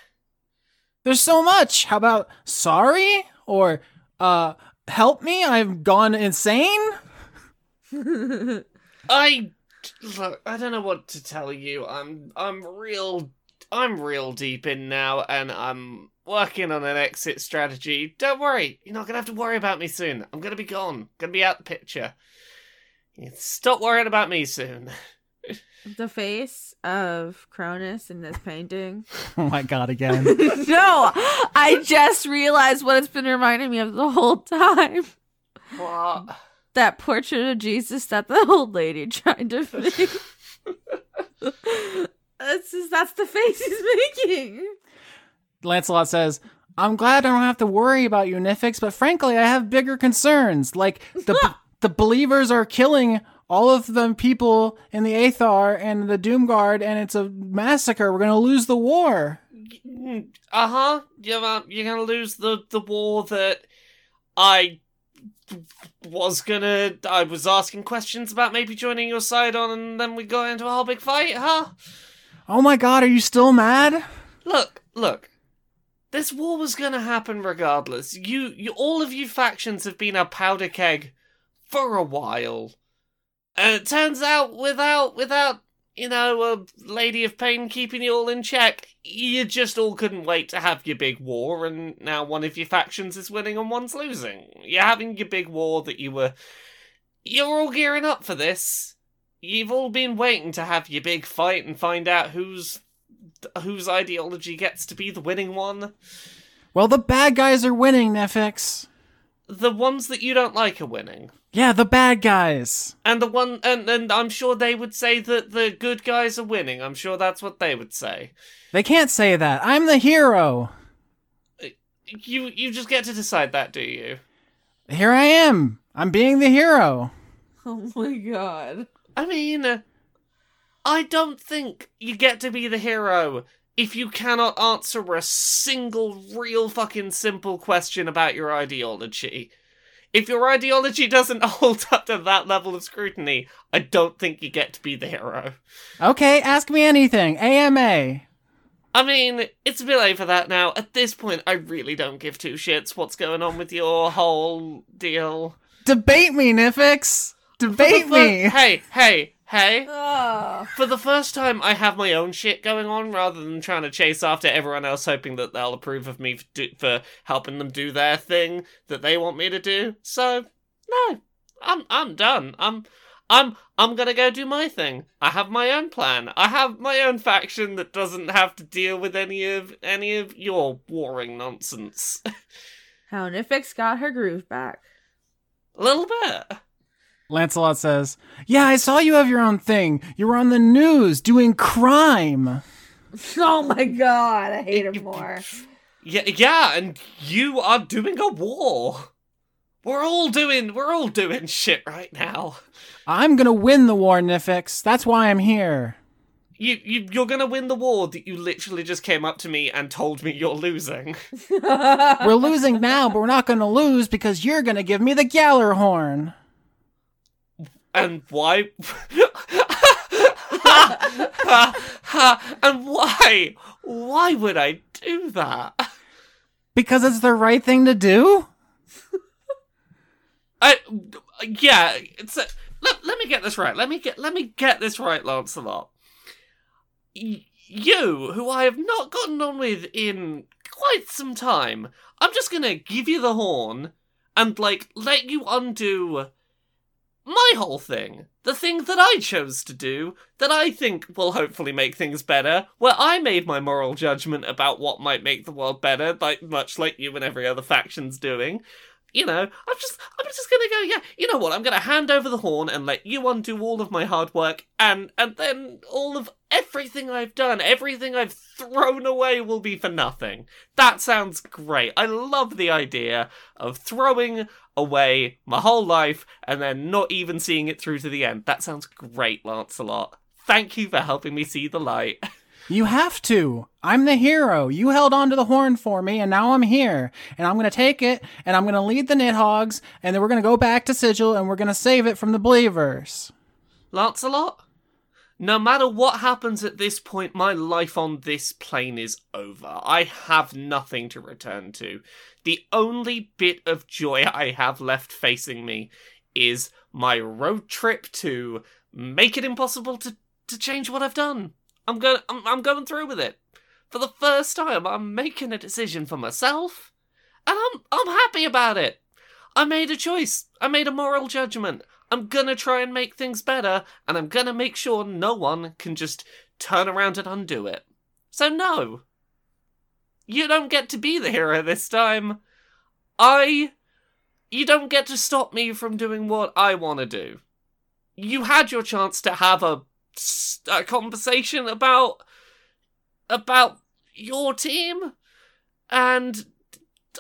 There's so much. How about sorry? Or, uh, help me? I've gone insane? I look, I don't know what to tell you. I'm I'm real I'm real deep in now and I'm working on an exit strategy. Don't worry, you're not gonna have to worry about me soon. I'm gonna be gone, gonna be out the picture. You can stop worrying about me soon. The face of Cronus in this painting. Oh my god, again. no, I just realized what it's been reminding me of the whole time. What? That portrait of Jesus that the old lady tried to make. that's just, that's the face he's making. Lancelot says, I'm glad I don't have to worry about you, Nifix, but frankly, I have bigger concerns. Like, the, the believers are killing all of the people in the Aethar and the Doomguard, and it's a massacre. We're going to lose the war. Uh huh. You're, uh, you're gonna lose the, the war that I was gonna. I was asking questions about maybe joining your side on, and then we got into a whole big fight, huh? Oh my god, are you still mad? Look, look. This war was gonna happen regardless. You, you, all of you factions have been a powder keg for a while, and it turns out without, without, you know, a lady of pain keeping you all in check, you just all couldn't wait to have your big war, and now one of your factions is winning and one's losing. You're having your big war that you were, you're all gearing up for this. You've all been waiting to have your big fight and find out who's whose ideology gets to be the winning one. Well, the bad guys are winning, Nifix. The ones that you don't like are winning. Yeah, the bad guys. And the one and, and I'm sure they would say that the good guys are winning. I'm sure that's what they would say. They can't say that. I'm the hero. You you just get to decide that, do you? Here I am. I'm being the hero. Oh my god. I mean, I don't think you get to be the hero if you cannot answer a single real fucking simple question about your ideology. If your ideology doesn't hold up to that level of scrutiny, I don't think you get to be the hero. Okay, ask me anything. AMA. I mean, it's a bit over that now. At this point, I really don't give two shits what's going on with your whole deal. Debate me, Nifix. Debate me. Hey, hey, hey. Ugh. For the first time, I have my own shit going on rather than trying to chase after everyone else, hoping that they'll approve of me for, do- for helping them do their thing that they want me to do. So, no, I'm I'm done. I'm I'm I'm gonna go do my thing. I have my own plan. I have my own faction that doesn't have to deal with any of any of your warring nonsense. How Nifix got her groove back. A little bit. Lancelot says, Yeah, I saw you have your own thing. You were on the news doing crime. Oh my god, I hate him more. Yeah, yeah, and you are doing a war. We're all doing we're all doing shit right now. I'm gonna win the war, Nifix. That's why I'm here. You, you you're gonna win the war that you literally just came up to me and told me you're losing. We're losing now, but we're not gonna lose because you're gonna give me the Gallerhorn. And why? and why? Why would I do that? Because it's the right thing to do? I yeah. It's a, let let me get this right. Let me get let me get this right, Lancelot. Y- you, who I have not gotten on with in quite some time, I'm just gonna give you the horn and like let you undo my whole thing. The thing that I chose to do, that I think will hopefully make things better, where I made my moral judgment about what might make the world better, like much like you and every other faction's doing. You know, I'm just I'm just gonna go, yeah, you know what, I'm gonna hand over the horn and let you undo all of my hard work and and then all of everything I've done, everything I've thrown away will be for nothing. That sounds great. I love the idea of throwing away my whole life and then not even seeing it through to the end. That sounds great, Lancelot. Thank you for helping me see the light. You have to. I'm the hero. You held on to the horn for me, and now I'm here. And I'm going to take it, and I'm going to lead the Nidhogs, and then we're going to go back to Sigil, and we're going to save it from the believers. Lancelot, no matter what happens at this point, my life on this plane is over. I have nothing to return to. The only bit of joy I have left facing me is my road trip to make it impossible to, to change what I've done. I'm going. I'm, I'm going through with it. For the first time, I'm making a decision for myself, and I'm I'm happy about it. I made a choice. I made a moral judgment. I'm gonna try and make things better, and I'm gonna make sure no one can just turn around and undo it. So no, you don't get to be the hero this time. I. You don't get to stop me from doing what I want to do. You had your chance to have a, s- a conversation about. about your team, and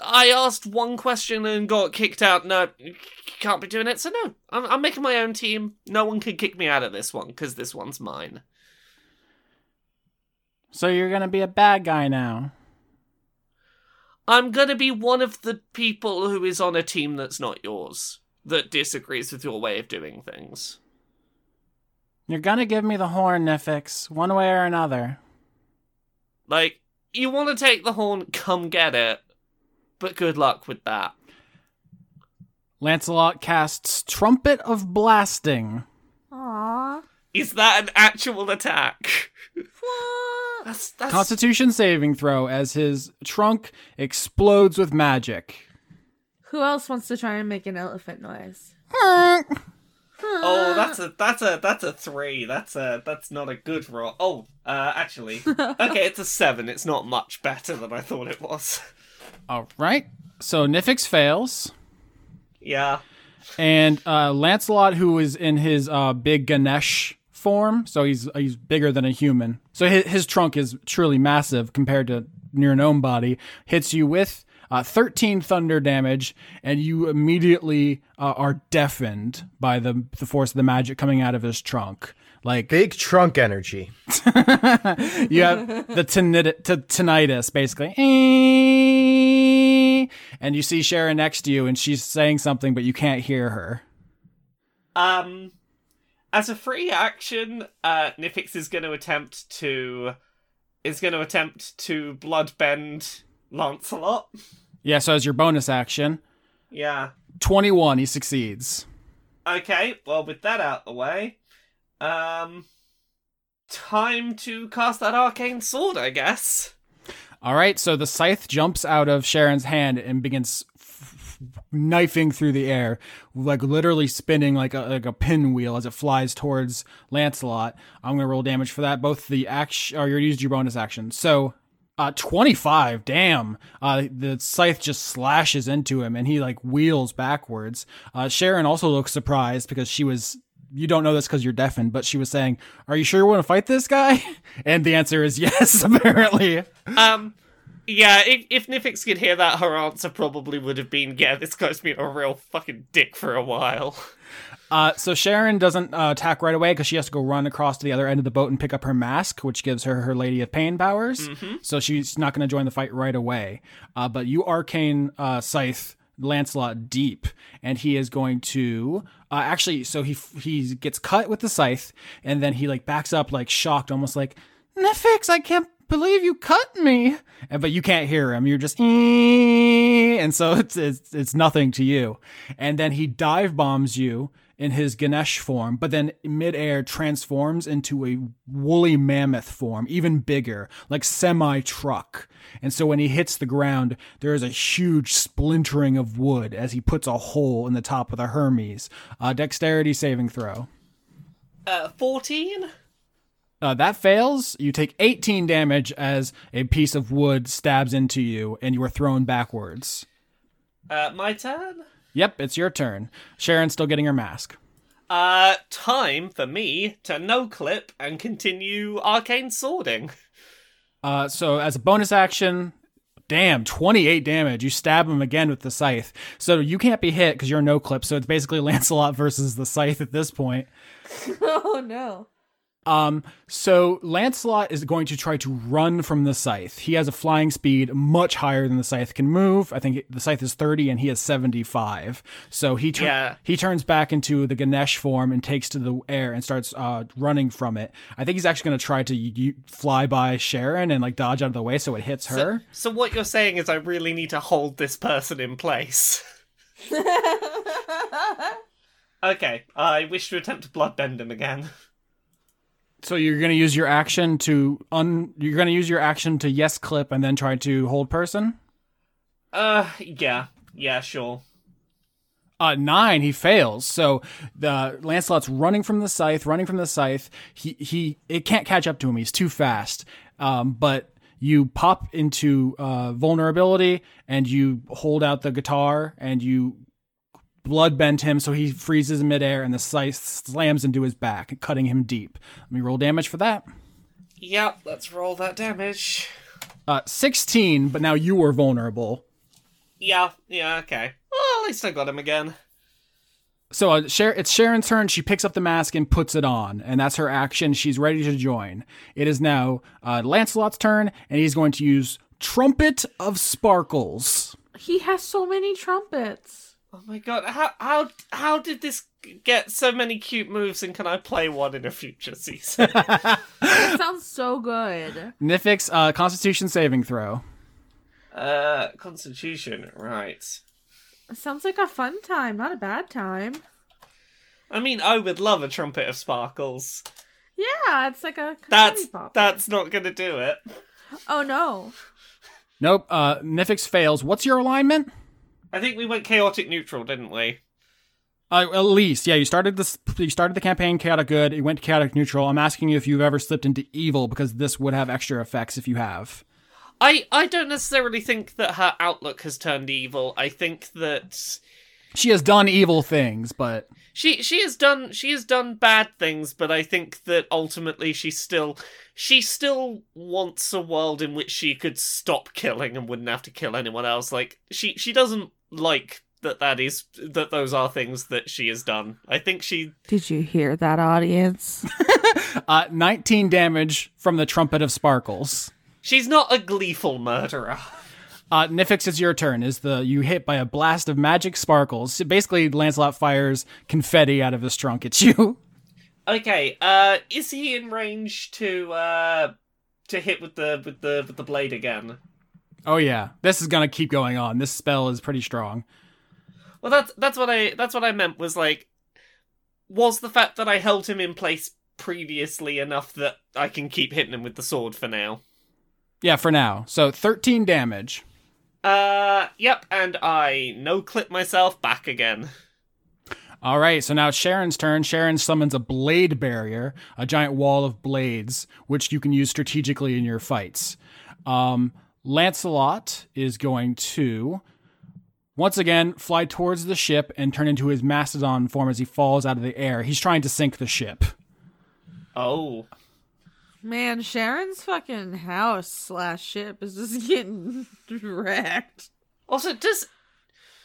I asked one question and got kicked out. No, you can't be doing it. So no, I'm, I'm making my own team. No one can kick me out of this one because this one's mine. So you're gonna be a bad guy now. I'm gonna be one of the people who is on a team that's not yours, that disagrees with your way of doing things. You're gonna give me the horn, Nifix, one way or another. Like, you want to take the horn, come get it, but good luck with that. Lancelot casts Trumpet of Blasting. Aww. Is that an actual attack? that's that's Constitution saving throw as his trunk explodes with magic. Who else wants to try and make an elephant noise? oh, that's a that's a that's a three. That's a that's not a good roll. Oh, uh, actually, okay, it's a seven. It's not much better than I thought it was. All right. So Nifix fails. yeah, and uh, Lancelot, who is in his uh, big Ganesh form, so he's he's bigger than a human. So his, his trunk is truly massive compared to your own body. Hits you with uh, 13 thunder damage, and you immediately uh, are deafened by the the force of the magic coming out of his trunk. Like Big trunk energy. you have the tinnitus, t- tinnitus basically. And you see Sharon next to you, and she's saying something, but you can't hear her. Um, as a free action, uh, Nifix is going to attempt to is going to attempt to bloodbend Lancelot. Yeah, so as your bonus action, Yeah. 21, he succeeds. Okay. Well, with that out the way, um, time to cast that arcane sword, I guess. All right, so the scythe jumps out of Sharon's hand and begins f- f- knifing through the air, like literally spinning like a, like a pinwheel as it flies towards Lancelot. I'm going to roll damage for that. Both the action, or you used your bonus action. So. Uh, 25, damn. Uh, the scythe just slashes into him and he like wheels backwards. Uh, Sharon also looks surprised because she was you don't know this because you're deafened, but she was saying, Are you sure you want to fight this guy? And the answer is yes, apparently. Um, yeah. If, if Nifix could hear that, her answer probably would have been, "Yeah, this guy's been a real fucking dick for a while." Uh, so Sharon doesn't uh, attack right away because she has to go run across to the other end of the boat and pick up her mask, which gives her her Lady of Pain powers. So she's not going to join the fight right away. Uh, but you arcane uh, scythe Lancelot deep, and he is going to uh, actually. So he f- he gets cut with the scythe, and then he like backs up, like shocked, almost like Nefix, I can't believe you cut me. And, but you can't hear him. You're just, "Eh," and so it's, it's, it's nothing to you. And then he dive bombs you in his Ganesh form, but then midair transforms into a woolly mammoth form, even bigger, like semi truck. And so when he hits the ground, there is a huge splintering of wood as he puts a hole in the top of the Hermes. Uh, dexterity saving throw. Uh, fourteen. Uh, that fails. You take 18 damage as a piece of wood stabs into you and you are thrown backwards. Uh, my turn. Yep, it's your turn. Sharon's still getting her mask. Uh, time for me to no clip and continue arcane swording. Uh, so, as a bonus action, damn, 28 damage. You stab him again with the scythe. So, you can't be hit because you're no clip. So, it's basically Lancelot versus the scythe at this point. Oh no. Um, so Lancelot is going to try to run from the scythe. He has a flying speed much higher than the scythe can move. I think the scythe is 30 and he is 75. So he tur- Yeah. he turns back into the Ganesh form and takes to the air and starts uh, running from it. I think he's actually going to try to y- y- fly by Sharon and like dodge out of the way so it hits her. So what you're saying is I really need to hold this person in place. okay, I wish to attempt to bloodbend him again. So you're gonna use your action to un. You're gonna use your action to yes clip and then try to hold person. Uh, yeah, yeah, sure. Uh, nine, he fails. So the Lancelot's running from the scythe, running from the scythe. He he, it can't catch up to him. He's too fast. Um, but you pop into uh, vulnerability and you hold out the guitar and you blood bend him so he freezes in midair and the scythe slams into his back, cutting him deep. Let me roll damage for that. Yep, let's roll that damage. Uh, sixteen, but now you are vulnerable. Yeah, yeah, okay. Well, at least I got him again. So uh, Sher- it's Sharon's turn. She picks up the mask and puts it on, and that's her action. She's ready to join. It is now uh, Lancelot's turn, and he's going to use Trumpet of Sparkles. He has so many trumpets. Oh my god, how how how did this get so many cute moves? And can I play one in a future season? That sounds so good. Nifix, uh, Constitution saving throw. uh, Constitution, right? It sounds like a fun time, not a bad time. I mean, I would love a trumpet of sparkles. Yeah, it's like a confetti That's popper. that's not gonna do it. Oh no, Nope. Uh, Nifix fails. What's your alignment? I think we went chaotic neutral, didn't we? Uh, at least, yeah. You started this. You started the campaign chaotic good. It went chaotic neutral. I'm asking you if you've ever slipped into evil because this would have extra effects if you have. I I don't necessarily think that her outlook has turned evil. I think that She has done evil things, but she she has done she has done bad things, but I think that ultimately she still she still wants a world in which she could stop killing and wouldn't have to kill anyone else. Like she she doesn't like that that is that those are things that she has done. I think she did you hear that, audience? uh, 19 damage from the Trumpet of Sparkles. she's not a gleeful murderer. Uh, Nifix, it's your turn. Is the you hit by a blast of magic sparkles? Basically, Lancelot fires confetti out of his trunk at you. Okay, uh is he in range to uh to hit with the with the with the blade again? Oh yeah, this is gonna keep going on. This spell is pretty strong. Well that's that's what I that's what I meant was like was the fact that I held him in place previously enough that I can keep hitting him with the sword for now. Yeah, for now. So 13 damage. Uh yep, and I no clip myself back again. All right, so now Sharon's turn. Sharon summons a blade barrier, a giant wall of blades, which you can use strategically in your fights. Um, Lancelot is going to once again fly towards the ship and turn into his mastodon form as he falls out of the air. He's trying to sink the ship. Oh. Man, Sharon's fucking house slash ship is just getting wrecked. Also, does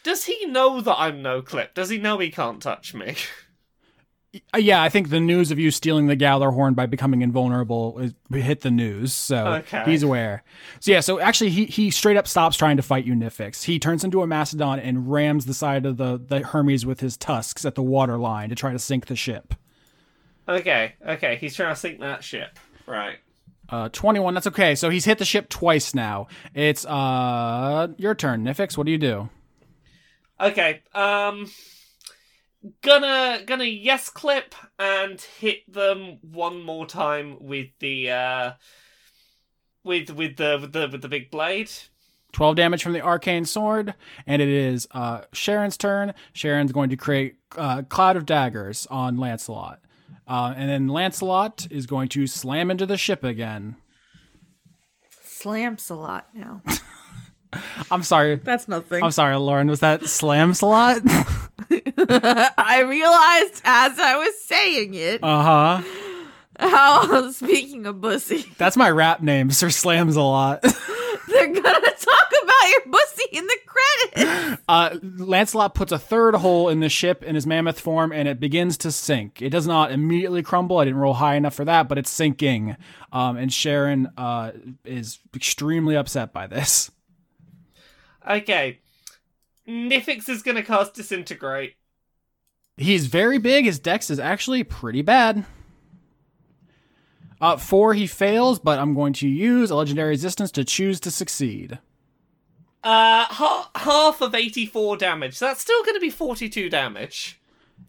does he know that I'm no clip? Does he know he can't touch me? Uh, yeah, I think the news of you stealing the Gallerhorn by becoming invulnerable is, hit the news, so Okay. he's aware. So yeah, so actually he he straight up stops trying to fight you, Nifix. He turns into a mastodon and rams the side of the, the Hermes with his tusks at the water line to try to sink the ship. Okay, okay, he's trying to sink that ship. Right. Uh, twenty one. That's okay. So he's hit the ship twice now. It's uh your turn, Nifix. What do you do? Okay. Um gonna gonna yes clip and hit them one more time with the uh with with the with the with the big blade. 12 damage from the arcane sword, and it is uh, Sharon's turn. Sharon's going to create uh, Cloud of Daggers on Lancelot. Uh, and then Lancelot is going to slam into the ship again. Slamps a lot now. I'm sorry. That's nothing. I'm sorry, Lauren. Was that Slamcelot? I realized as I was saying it uh huh. how speaking of pussy, That's my rap name, Sir Slamsalot. they're gonna talk about your pussy in the credits. Uh, Lancelot puts a third hole in the ship in his mammoth form, and it begins to sink. It does not immediately crumble. I didn't roll high enough for that, but it's sinking. Um, and Sharon uh, is extremely upset by this. Okay. Nifix is gonna cast disintegrate. He's very big. His dex is actually pretty bad. Uh, four, he fails, but I'm going to use a legendary resistance to choose to succeed. Uh ha- half of 84 damage. That's still gonna be 42 damage.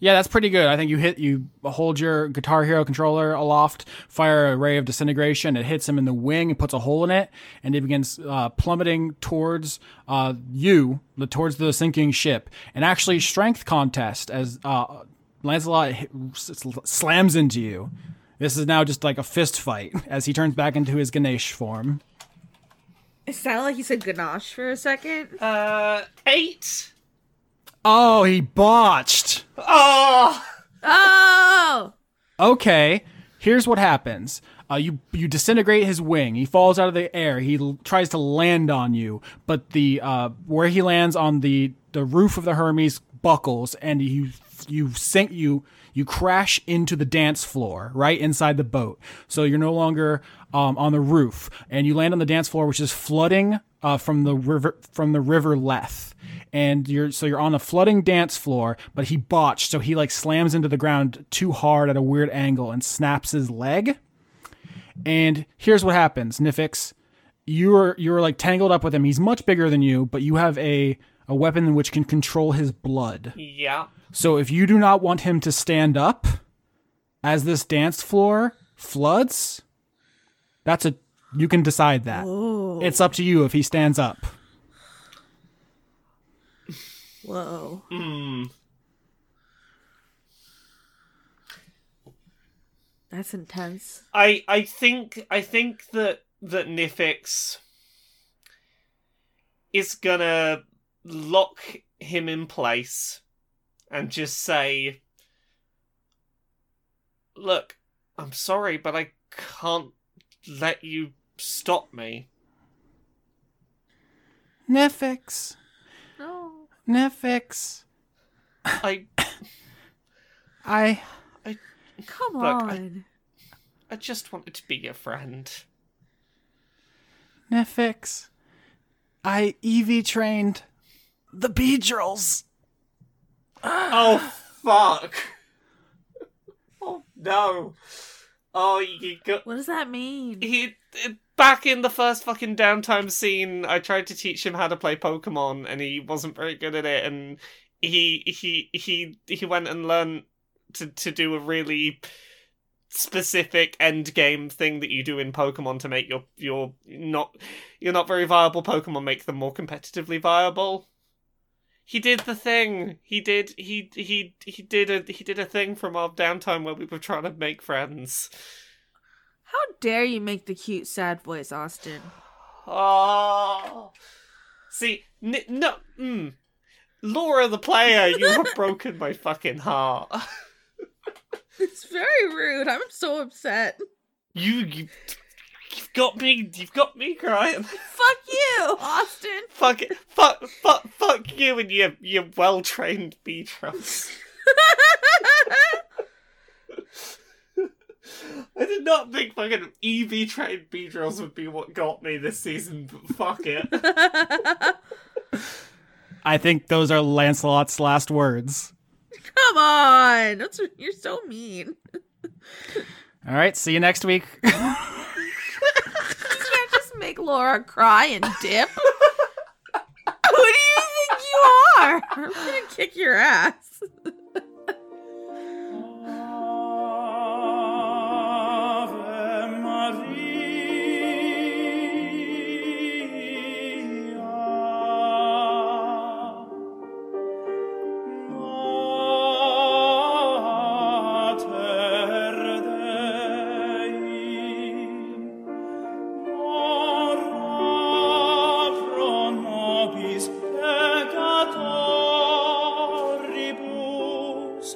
Yeah, that's pretty good. I think you hit you hold your Guitar Hero controller aloft, fire a ray of disintegration. It hits him in the wing and puts a hole in it, and he begins uh, plummeting towards uh, you, the- towards the sinking ship. And actually, strength contest as uh, Lancelot hit, s- slams into you. This is now just like a fist fight as he turns back into his Ganesh form. It sounded like you said ganache for a second. Uh, eight. Oh, he botched. Oh, Oh! okay here's what happens uh, you you disintegrate his wing he falls out of the air he l- tries to land on you but the uh, where he lands on the the roof of the hermes buckles and you you sink you you crash into the dance floor right inside the boat so you're no longer um, on the roof and you land on the dance floor which is flooding uh, from the river from the river Leth, and you're so you're on a flooding dance floor. But he botched, so he like slams into the ground too hard at a weird angle and snaps his leg. And here's what happens, Nifix. You're you're like tangled up with him. He's much bigger than you, but you have a a weapon which can control his blood. yeah. So if you do not want him to stand up as this dance floor floods, that's a you can decide that. It's up to you if he stands up. Whoa. hmm. That's intense. I I think I think that that Nifix is gonna lock him in place and just say, "Look, I'm sorry, but I can't let you stop me." Nefix, No. Nefix, I I Come Look, I- on. I just wanted to be your friend. Nefix, I EV trained the Beedrills. Oh fuck! Oh no! Oh, you got What does that mean? he back in the first fucking downtime scene. I tried to teach him how to play Pokemon, and he wasn't very good at it. And he he he he went and learned to to do a really specific end game thing that you do in Pokemon to make your your not you're not very viable Pokemon make them more competitively viable. He did the thing. He did he he he did a he did a thing from our downtime where we were trying to make friends. How dare you make the cute, sad voice, Austin? Oh. See, n- no. Mm. Laura the player, you have broken my fucking heart. It's very rude. I'm so upset. You, you, you've got me. You've got me crying. Fuck you, Austin. Fuck it. Fuck, fuck, fuck you and your your well trained beatrums. I did not think fucking EV trained beatrums would be what got me this season. But fuck it. I think those are Lancelot's last words. Come on. That's, you're so mean. All right, see you next week. You can't just make Laura cry and dip. Who do you think you are? I'm gonna kick your ass. Ora pro nobis peccatoribus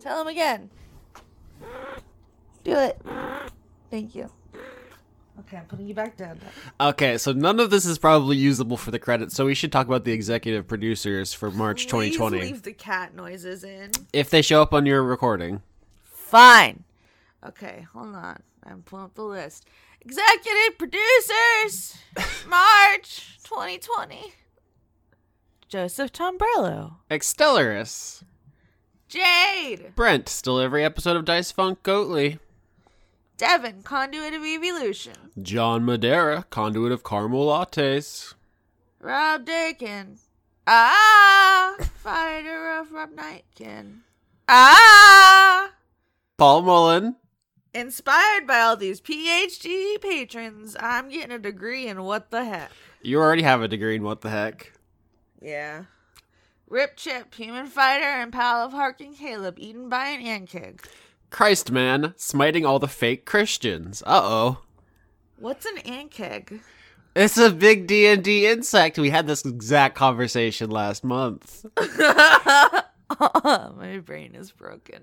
Tell him again. Do it. Thank you. Okay, I'm putting you back down. Okay, so none of this is probably usable for the credits, so we should talk about the executive producers for March 2020 Please leave the cat noises in. if they show up on your recording. Fine. Okay, hold on. I'm pulling up the list. Executive producers, March 2020. Joseph Tombrello, Extellaris. Jade, Brent, still every episode of Dice Funk Goatly. Devin, Conduit of Evolution, John Madera, conduit of caramel lattes. Rob Dakin, ah, fighter of Rob Nightkin, ah. Paul Mullen. Inspired by all these PhD patrons, I'm getting a degree in what the heck. You already have a degree in what the heck. Yeah. Rip Chip, human fighter and pal of Harking Caleb, eaten by an ankig. Christ man, smiting all the fake Christians. Uh oh. What's an ankig? It's a big D and D insect. We had this exact conversation last month. My brain is broken.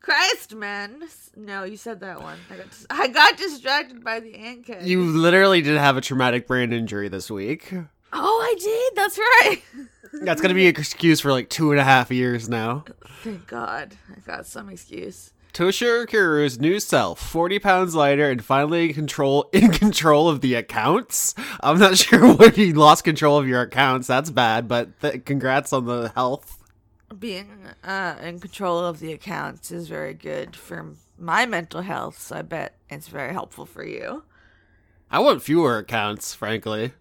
Christ, man. S- No, you said that one. I got, dis- I got distracted by the ankig. You literally did have a traumatic brain injury this week. Oh, I did. That's right. That's gonna be an excuse for like two and a half years now. Thank God. I got some excuse. Toshiro Kiru's new self, 40 pounds lighter and finally in control in control of the accounts. I'm not sure what he lost control of your accounts. That's bad, but th- congrats on the health. being uh, in control of the accounts is very good for my mental health, so I bet it's very helpful for you. I want fewer accounts, frankly.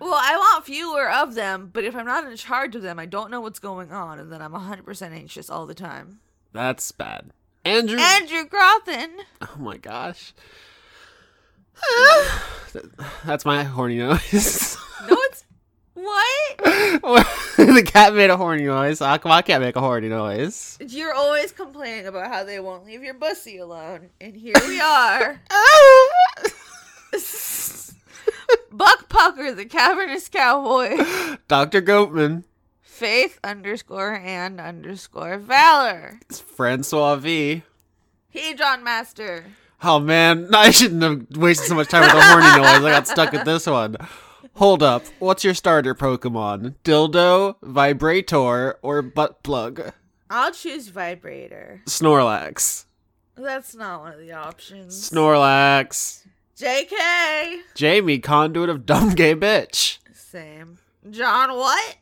Well, I want fewer of them, but if I'm not in charge of them, I don't know what's going on, and then I'm 100% anxious all the time. That's bad. Mm. Andrew Andrew Grothin! Oh my gosh. That's my horny noise. No, it's. What? the cat made a horny noise. I I can't make a horny noise. You're always complaining about how they won't leave your bussy alone, and here we are. Oh! Buck Pucker, the cavernous cowboy. Dr. Goatman, Faith underscore and underscore valor. it's Francois V. Hey, John Master. Oh man, I shouldn't have wasted so much time with the horny noise. I got stuck with this one. Hold up. What's your starter Pokemon? Dildo, Vibrator, or Butt Plug? I'll choose vibrator. Snorlax. That's not one of the options. Snorlax. JK. Jamie, conduit of dumb gay bitch. Same. John what?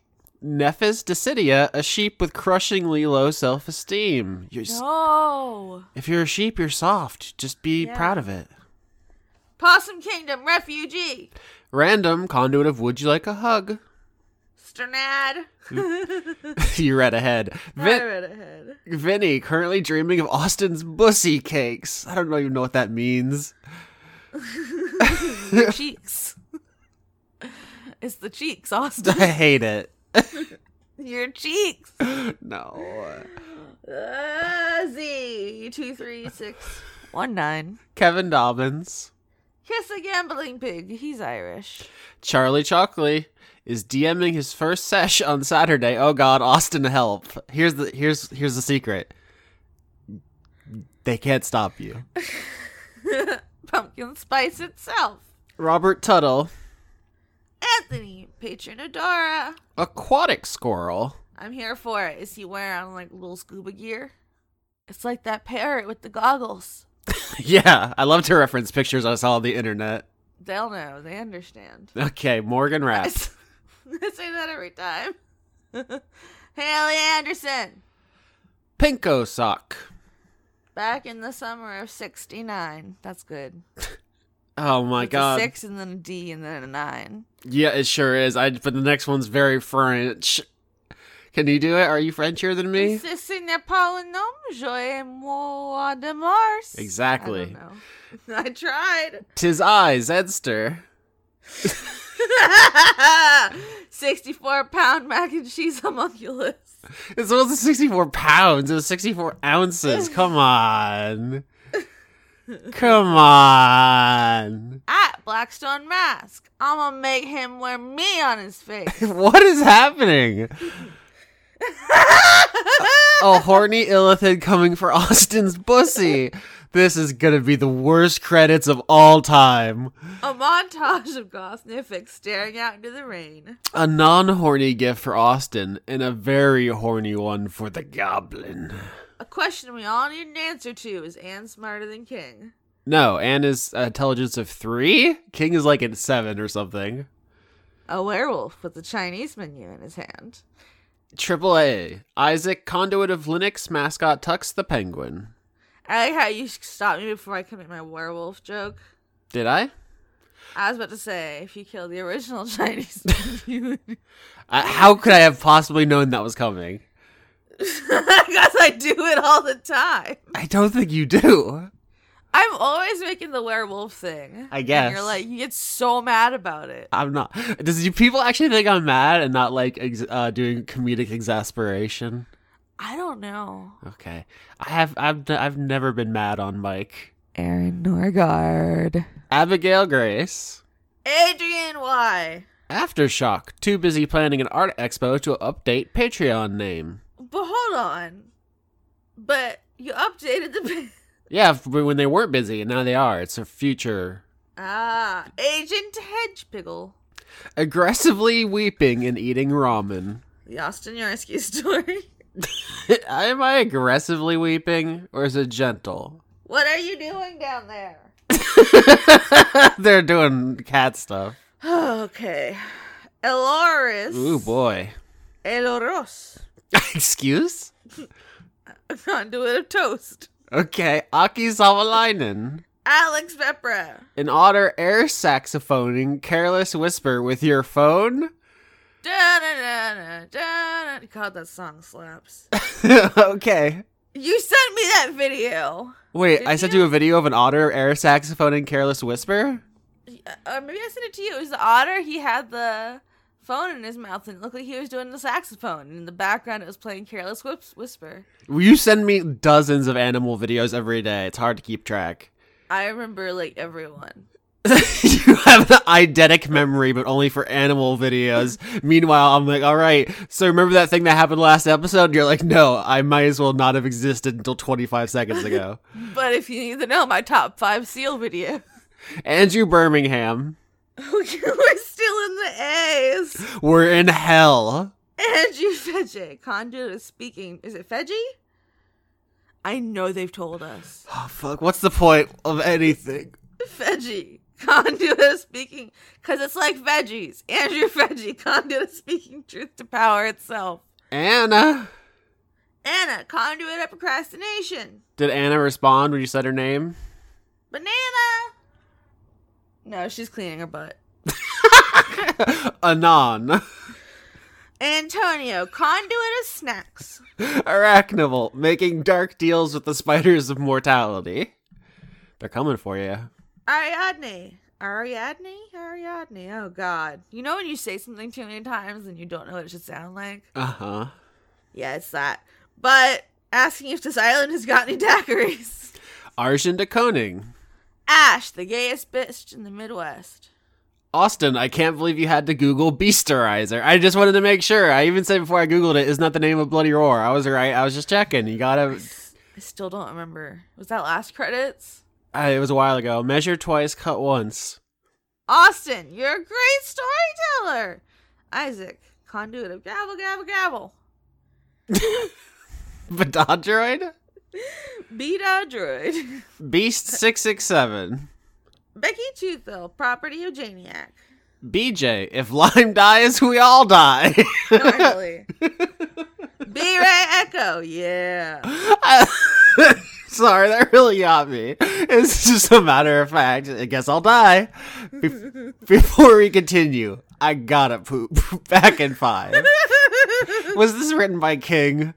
Nephis decidia, a sheep with crushingly low self esteem. No. If you're a sheep, you're soft. Just be Yeah. proud of it. Possum Kingdom refugee. Random, conduit of would you like a hug? Sternad. you read ahead. I Vin- read ahead. Vinny, currently dreaming of Austin's bussy cakes. I don't even know what that means. cheeks. It's the cheeks, Austin. I hate it. Your cheeks. No. Uh, Z two three six one nine. Kevin Dobbins. Kiss a gambling pig. He's Irish. Charlie Chalkley is DMing his first sesh on Saturday. Oh God, Austin, help! Here's the here's here's the secret. They can't stop you. Pumpkin spice itself. Robert Tuttle, Anthony, patron of Dora. aquatic squirrel. I'm here for it. Is he wearing like little scuba gear? It's like that parrot with the goggles. yeah, I love to reference pictures I saw on the internet. They'll know. They understand. Okay, Morgan I Rapp, s- I say that every time. Haley Anderson, Pinko sock. back in the summer of '69. That's good. Oh my It's a God. six and then a D and then a nine. Yeah, it sure is. I but the next one's very French. Can you do it? Are you Frenchier than me? Ceci n'est pas un homme, je moi de Mars. I Exactly. don't know. I tried. Tis I, Zedster. 64 pound mac and cheese homunculus. This wasn't 64 pounds. It was 64 ounces. Come on. Come on. At Blackstone Mask. I'm gonna make him wear me on his face. What is happening? a horny illithid coming for Austin's pussy. This is gonna be the worst credits of all time. A montage of Gosniffix staring out into the rain. A non-horny gift for Austin and a very horny one for the goblin. A question we all need an answer to is Anne smarter than King? No, Anne is intelligence of three. King is like at seven or something. A werewolf with a Chinese menu in his hand. Triple A. Isaac, conduit of Linux, mascot Tux the Penguin. I like how you stopped me before I could make my werewolf joke. Did I? I was about to say, if you kill the original Chinese menu, I Uh, how could I have possibly known that was coming? because I do it all the time. I don't think you do. I'm always making the werewolf thing. I And guess. you're like you get so mad about it. I'm not. Does do people actually think I'm mad and not like ex- uh, doing comedic exasperation? I don't know. Okay, I have. I've. I've never been mad on Mike. Aaron Norgard. Abigail Grace. Adrian Y. Aftershock, too busy planning an art expo to update Patreon name. But hold on. But you updated the Yeah, f- when they weren't busy and now they are. It's a future. Ah, Agent Hedgepiggle. Aggressively weeping and eating ramen. The Austin Yarsky story. Am I aggressively weeping or is it gentle? What are you doing down there? They're doing cat stuff. okay. Eloris. Ooh boy. Eloros. Excuse? A conduit of toast. Okay, Aki Savalainen. Alex Vepra. An otter air saxophoning careless whisper with your phone? Da da da da da. God, that song slaps. okay. you sent me that video. Wait, Did I sent you? you a video of an otter air saxophone and careless whisper? Uh, maybe I sent it to you. It was the otter. He had the phone in his mouth and it looked like he was doing the saxophone. And in the background, it was playing Careless Whips- Whisper. You send me dozens of animal videos every day. It's hard to keep track. I remember like everyone. you have an eidetic memory, but only for animal videos. Meanwhile, I'm like, all right, so remember that thing that happened last episode? You're like, no, I might as well not have existed until 25 seconds ago. But if you need to know my top five seal video, Andrew Birmingham, we're still in the A's. we're in hell. Andrew Fedge, conduit is speaking. Is it Fedge? I know they've told us. Oh, fuck, what's the point of anything? Veggie. Conduit of speaking, because it's like veggies. Andrew Veggie, conduit of speaking truth to power itself. Anna. Anna, conduit of procrastination. Did Anna respond when you said her name? Banana. No, she's cleaning her butt. Anon. Antonio, conduit of snacks. Arachnival, making dark deals with the spiders of mortality. They're coming for you. Ariadne. Ariadne? Ariadne. Oh, God. You know when you say something too many times and you don't know what it should sound like? Uh huh. Yeah, it's that. But asking if this island has got any daiquiris. Arjun de Koning. Ash, the gayest bitch in the Midwest. Austin, I can't believe you had to Google Beasterizer. I just wanted to make sure. I even said before I Googled it, isn't that the name of Bloody Roar? I was right. I was just checking. You gotta. I still don't remember. Was that last credits? Uh, it was a while ago. Measure twice, cut once. Austin, you're a great storyteller. Isaac, conduit of gavel, gavel, gavel. Badodroid? Beta druid. Beast667. Becky Toothill, property of Janiac. BJ, if Lime dies, we all die. Normally. B Ray Echo, yeah. Sorry, that really got me. It's just a matter of fact. I guess I'll die. Be- before we continue, I gotta poop. Back in five. Was this written by King?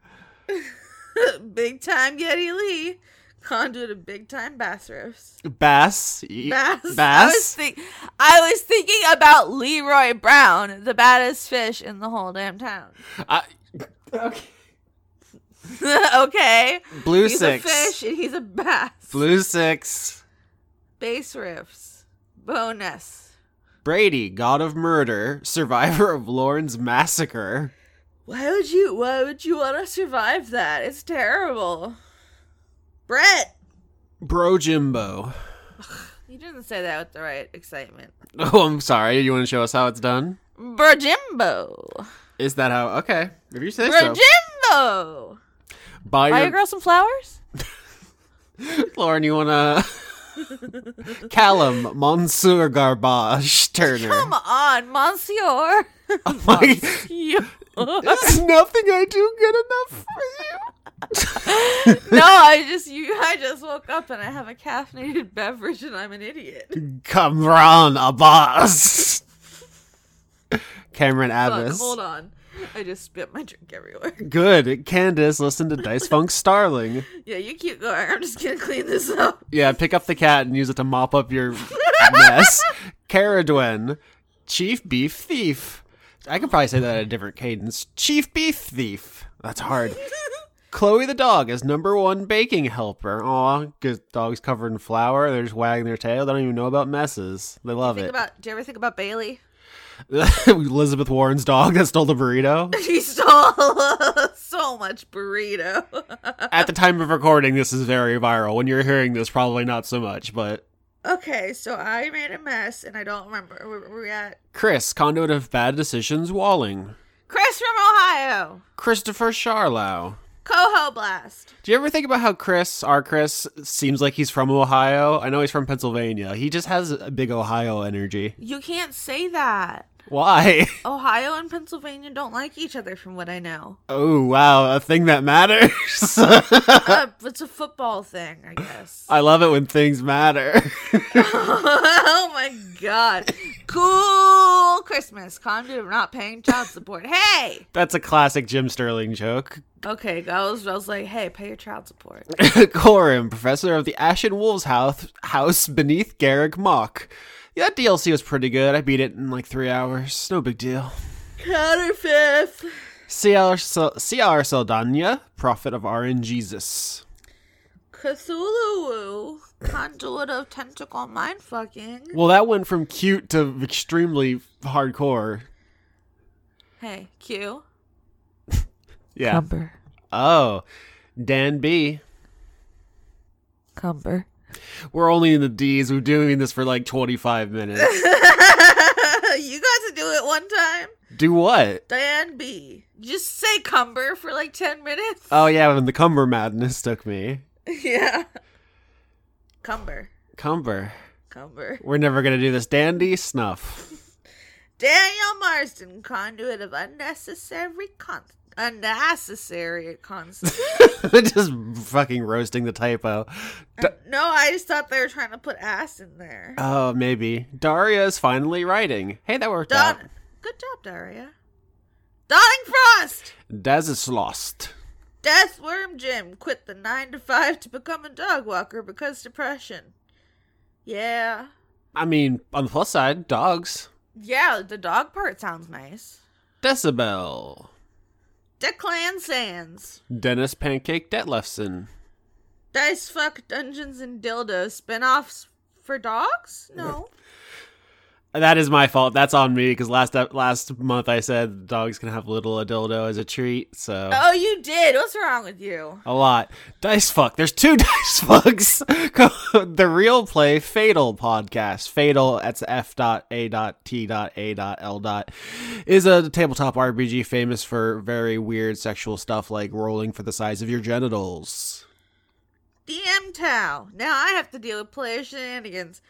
Big time Yeti Lee, conduit of big time bass riffs. Bass? Y- Bass. I was, Bass? think- I was thinking about Leroy Brown, the baddest fish in the whole damn town. I- okay. Blue he's Six. a fish and he's a bass. Blue Six. Bass riffs. Bonus. Brady, God of Murder, survivor of Lorne's Massacre. Why would you? Why would you want to survive that? It's terrible. Brett, Bro Jimbo. you didn't say that with the right excitement. Oh, I'm sorry. You want to show us how it's done? Brajimbo, Is that how? Okay. If you say so. Brajimbo. Buy Buy your, your girl some flowers. Lauren, you want to. Callum Monsieur Garbage Turner. Come on, Monsieur. Like, You- there's nothing I do good enough for no, I just you. I just woke up and I have a caffeinated beverage and I'm an idiot. you. Cameron Abbas. Cameron Fuck, Abbas. hold on. I just spit my drink everywhere. Good. Candace, listen to Dice Funk Starling. Yeah, you keep going. I'm just gonna clean this up. Yeah, pick up the cat and use it to mop up your mess. Caradwen, Chief Beef Thief. I could probably say that at a different cadence. Chief Beef Thief. That's hard. Chloe the dog is number one baking helper. Aw, because dog's covered in flour. They're just wagging their tail. They don't even know about messes. They love Think it. about. Do you ever think about Bailey? Elizabeth Warren's dog that stole the burrito. She stole so much burrito. At the time of recording, this is very viral. When you're hearing this, probably not so much, but okay, so I made a mess and I don't remember where were we at. Chris, conduit of bad decisions, Walling. Chris from Ohio, Christopher Charlow. Coho Blast. Do you ever think about how Chris, our Chris, seems like he's from Ohio? I know he's from Pennsylvania. He just has a big Ohio energy. You can't say that. Why? Ohio and Pennsylvania don't like each other, from what I know. Oh, wow, a thing that matters. uh, it's a football thing, I guess. I love it when things matter. oh my god. Cool Christmas. Conduit of not paying child support. Hey! That's a classic Jim Sterling joke. Okay, I was, I was like, hey, pay your child support. Corin, professor of the Ashen Wolves house, house beneath Garrick Mock. Yeah, that DLC was pretty good. I beat it in like three hours. No big deal. Counterfeit. CR, Sal- CR Saldana, prophet of RNGesus. Cthulhu. Conduit of tentacle mind fucking. Well, that went from cute to extremely hardcore. Hey, Q. Yeah. Cumber. Oh, Dan B. Cumber. We're only in the D's. We're doing this for like 25 minutes. you got to do it one time. Do what? Diane B. Just say Cumber for like 10 minutes. Oh, yeah, when the Cumber madness took me. yeah. Cumber. Cumber. Cumber. We're never going to do this. Dandy Snuff. Daniel Marsden, conduit of unnecessary con unnecessary constant. Just fucking roasting the typo. no, I just thought they were trying to put ass in there. Oh, maybe. Daria's finally writing. Hey, that worked out. Don- Good job, Daria. Donning Frost! Daz is lost. Death Worm Jim quit the 9 to 5 to become a dog walker because depression. Yeah. I mean, on the plus side, dogs. Yeah, the dog part sounds nice. Decibel. Declan Sands. Dennis Pancake Detlefson. Dice Fuck Dungeons and Dildos spin offs for dogs? No. That is my fault. That's on me because last ep- last month I said dogs can have little a dildo as a treat. So Oh, you did. What's wrong with you? a lot dice fuck. There's two dice fucks. Co- the real play fatal podcast. Fatal. That's f dot a dot t dot a dot l dot is a tabletop RPG famous for very weird sexual stuff like rolling for the size of your genitals. DM Tao. Now I have to deal with player shenanigans.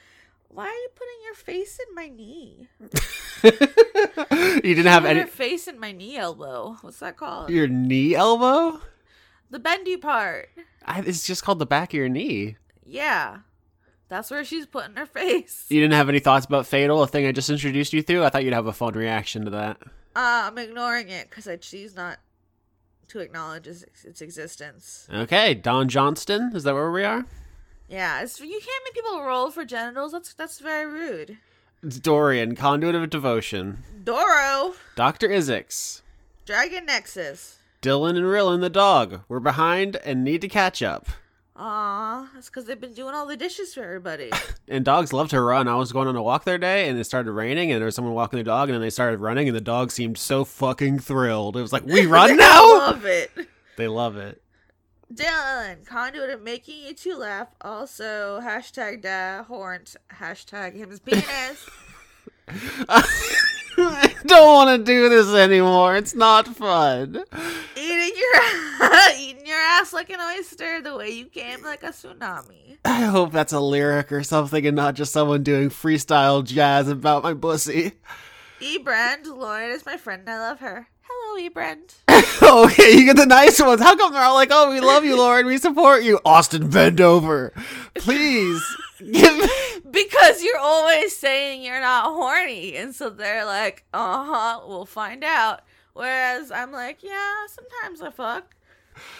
Why are you putting your face in my knee? you didn't have Put any your face in my knee elbow. What's that called? your knee elbow. The bendy part. I, it's just called the back of your knee. Yeah. That's where she's putting her face. You didn't have any thoughts about Fatal, a thing I just introduced you to? I thought you'd have a fun reaction to that. Uh, I'm ignoring it because I choose not to acknowledge its, its existence. Okay, Don Johnston, is that where we are? Yeah, it's, you can't make people roll for genitals. That's that's very rude. It's Dorian, Conduit of Devotion. Doro, Dr. Isix. Dragon Nexus. Dylan and Rillin the dog. We're behind and need to catch up. Aw, that's because they've been doing all the dishes for everybody. And dogs love to run. I was going on a walk their day and it started raining and there was someone walking their dog and then they started running and the dog seemed so fucking thrilled. It was like, we I run now? love it. They love it. Dylan, conduit of making you two laugh. Also, hashtag da horns, hashtag him's penis. I don't want to do this anymore. It's not fun. eating your eating your ass like an oyster the way you came like a tsunami. I hope that's a lyric or something and not just someone doing freestyle jazz about my pussy. E Brand, Lauren is my friend. and I love her. Hello, E Brand. okay, you get the nice ones. How come they're all like, oh, we love you, Lauren. We support you. Austin, bend over. Please. Give me. Because you're always saying you're not horny, and so they're like, uh huh, we'll find out. Whereas I'm like, yeah, sometimes I fuck.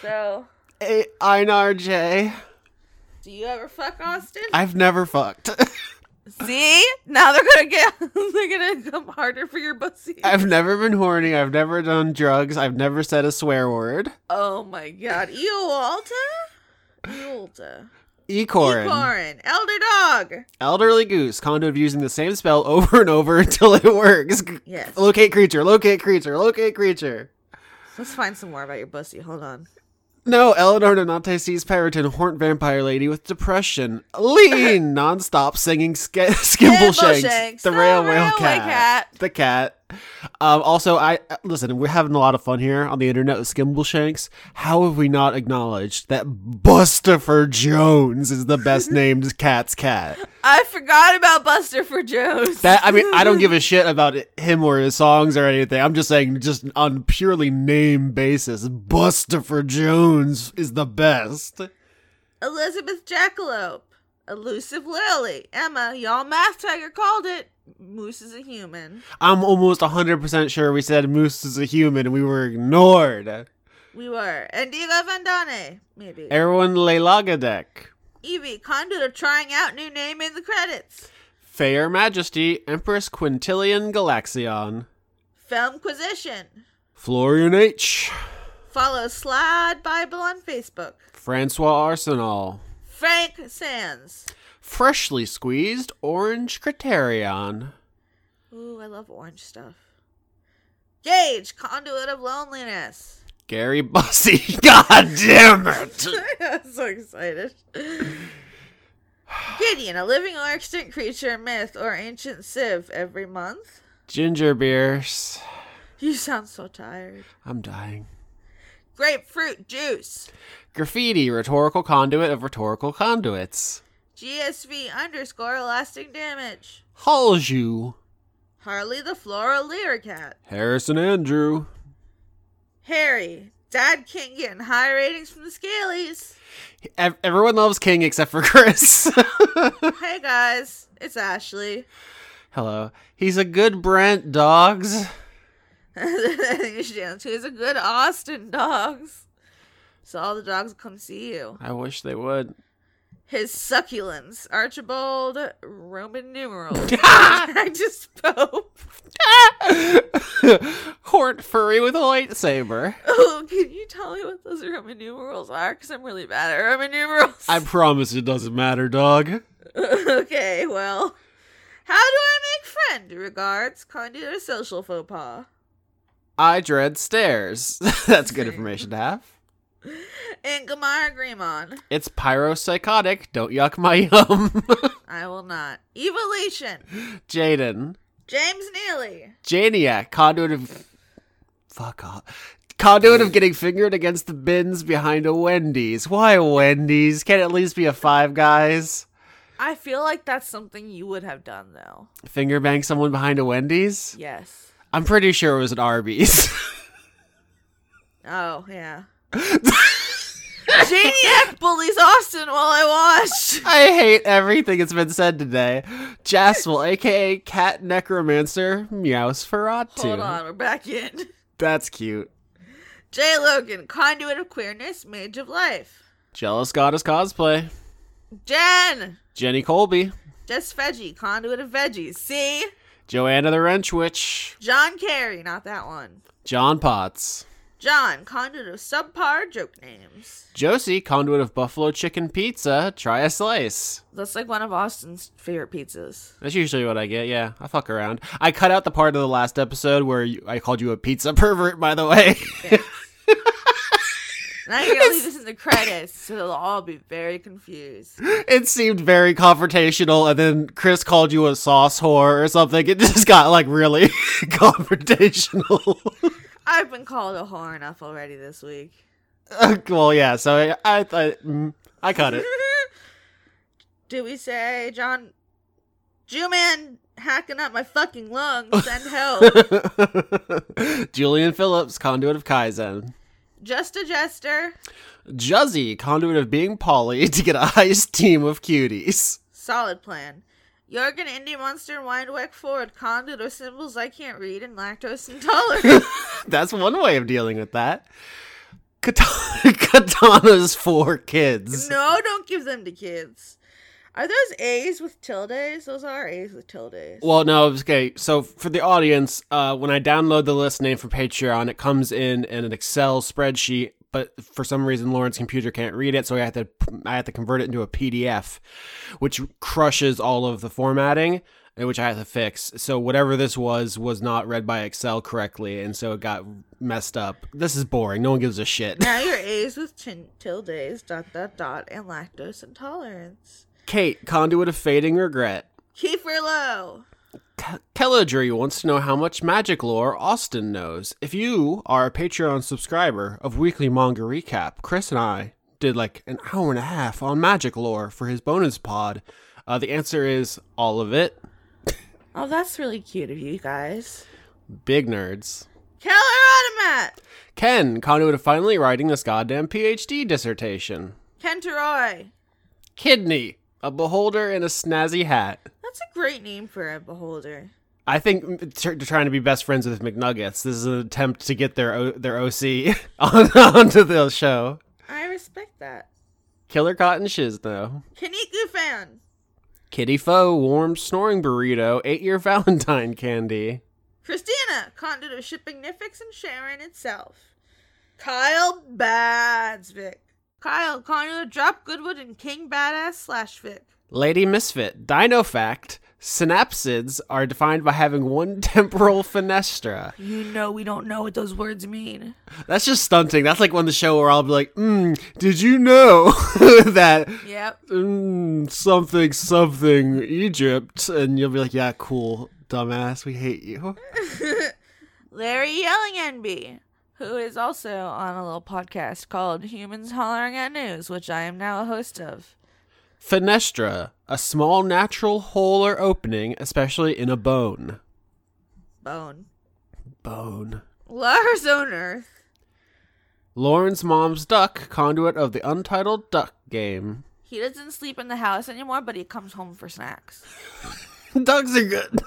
So, Hey, Einar J. do you ever fuck, Austin? I've never fucked. See, now they're gonna get they're gonna come harder for your pussy. I've never been horny. I've never done drugs. I've never said a swear word. oh my god, Eolta, Eolta. Ecorin. Corin, Elder Dog. Elderly Goose. Conduit of using the same spell over and over until it works. Yes. Locate creature. Locate creature. Locate creature. Let's find some more about your pussy. Hold on. No, Eleanor Donante sees Periton, horned vampire lady with depression, lean, nonstop singing sk- Skimble Shanks, Shanks, the, the railway, railway cat, cat. the cat. Um, also, I listen. We're having a lot of fun here on the internet with Skimble Shanks. How have we not acknowledged that Bustafer Jones is the best named cat's cat? I forgot about Buster for Joe's. That I mean, I don't give a shit about it- him or his songs or anything. I'm just saying, just on purely name basis, Bustafer Jones is the best. Elizabeth Jackalope. Elusive Lily. Emma, y'all math tiger called it. Moose is a human. I'm almost 100% sure we said Moose is a human and we were ignored. We were. And Diva Vandane, maybe. Erwin Lelagadek, Evie, conduit of trying out new name in the credits. Fair Majesty, Empress Quintilian Galaxion, Filmquisition. Florian H., Follow Slide Bible on Facebook. Francois Arsenal, Frank Sands. Freshly Squeezed Orange Criterion, Ooh, I love orange stuff. Gage, conduit of loneliness. Gary Bussy. God damn it! I'm so excited. Gideon, a living or extinct creature, myth, or ancient civ every month. Ginger Beers. You sound so tired. I'm dying. Grapefruit juice. Graffiti, rhetorical conduit of rhetorical conduits. GSV underscore lasting damage. Halju. Harley the floral leer cat. Harrison Andrew. Harry, Dad King getting high ratings from the Scalies. Ev- everyone loves King except for Chris. hey guys, it's Ashley. Hello. He's a good Brent, dogs. you should down to is a good Austin dogs. So all the dogs will come see you. I wish they would. His succulents, Archibald Roman numeral. I just spoke. Hort furry with a lightsaber. Oh, can you tell me what those Roman numerals are? Because I'm really bad at Roman numerals. I promise it doesn't matter, dog. okay, well, how do I make friend? Regards, conduit of social faux pas. I dread stairs. That's good information to have. And Gamara Grimon. It's pyropsychotic. Don't yuck my yum. I will not. Evolution. Jaden. James Neely. Janiac, conduit of. Fuck off. Conduit of getting fingered against the bins behind a Wendy's. Why Wendy's? Can't it at least be a Five Guys? I feel like that's something you would have done, though. Finger bang someone behind a Wendy's? Yes. I'm pretty sure it was an Arby's. Oh, yeah. Janiac bullies Austin while I watch. I hate everything that's been said today. Jaspel, aka Cat Necromancer, meows Feratu. Hold on, we're back in. That's cute. Jay Logan, conduit of queerness, mage of life. Jealous Goddess Cosplay. Jen, Jenny Colby. just veggie, conduit of veggies. See? Joanna the Wrench Witch. John Carey, not that one. John Potts. John, conduit of subpar joke names. Josie, conduit of buffalo chicken pizza, try a slice. That's like one of Austin's favorite pizzas. That's usually what I get. Yeah, I fuck around. I cut out the part of the last episode where you, I called you a pizza pervert. By the way, And I'm gonna leave this in the credits, so they'll all be very confused. it seemed very confrontational, and then Chris called you a sauce whore or something. It just got like really confrontational. I've been called a whore enough already this week. well, yeah. So I, I, I, mm, I cut it. Do we say, John, Jew man hacking up my fucking lungs, send help. Julian Phillips, conduit of Kaizen. Just a jester, Juzzy, conduit of being Polly to get a heist team of cuties. solid plan. Jorgen, Indie Monster, and Windweck Ford, conduit of symbols I can't read and lactose intolerant. That's one way of dealing with that. Katana, katana's for kids. no, don't give them to kids. Are those A's with tildes? Those are A's with tildes. Well, no, okay. So for the audience, uh, when I download the list name for Patreon, it comes in in an Excel spreadsheet. But for some reason, Lauren's computer can't read it, so I have to I have to convert it into a PDF, which crushes all of the formatting, and which I have to fix. So whatever this was was not read by Excel correctly, and so it got messed up. This is boring. No one gives a shit. Now your A's with chin- tildes, dot dot dot, and lactose intolerance. Kate, conduit of fading regret. Kiefer Lowe. Ke- Kelladry wants to know how much magic lore Austin knows. If you are a Patreon subscriber of Weekly Manga Recap, Chris and I did like an hour and a half on magic lore for his bonus pod. Uh, the answer is all of it. Oh, that's really cute of you guys. Big nerds. Keller Automat. Ken, conduit of finally writing this goddamn PhD dissertation. Kenteroy. Kidney, a beholder in a snazzy hat. That's a great name for a beholder. I think t- trying to be best friends with McNuggets. This is an attempt to get their o- their OC on- onto the show. I respect that. Killer Cotton Shiz, though. Kaniku fan. Kitty Foe, warm snoring burrito, eight year Valentine candy. Christina, conduit of shipping Nifix and Sharon itself. Kyle Badsvik. Kyle, conduit of Drop Goodwood and King Badass slash Vic. Lady Misfit, Dino Fact. Synapsids are defined by having one temporal fenestra. You know we don't know what those words mean. That's just stunting. That's like when the show where I'll be like, mm, did you know that Yep. mm, something, something, Egypt? And you'll be like, yeah, cool, dumbass, we hate you. Larry Yelling NB, who is also on a little podcast called Humans Hollering at News, which I am now a host of. Fenestra, a small natural hole or opening, especially in a bone. Bone. Bone. Lars on Earth. Lauren's mom's duck, conduit of the Untitled Duck Game. He doesn't sleep in the house anymore, but he comes home for snacks. Ducks are good.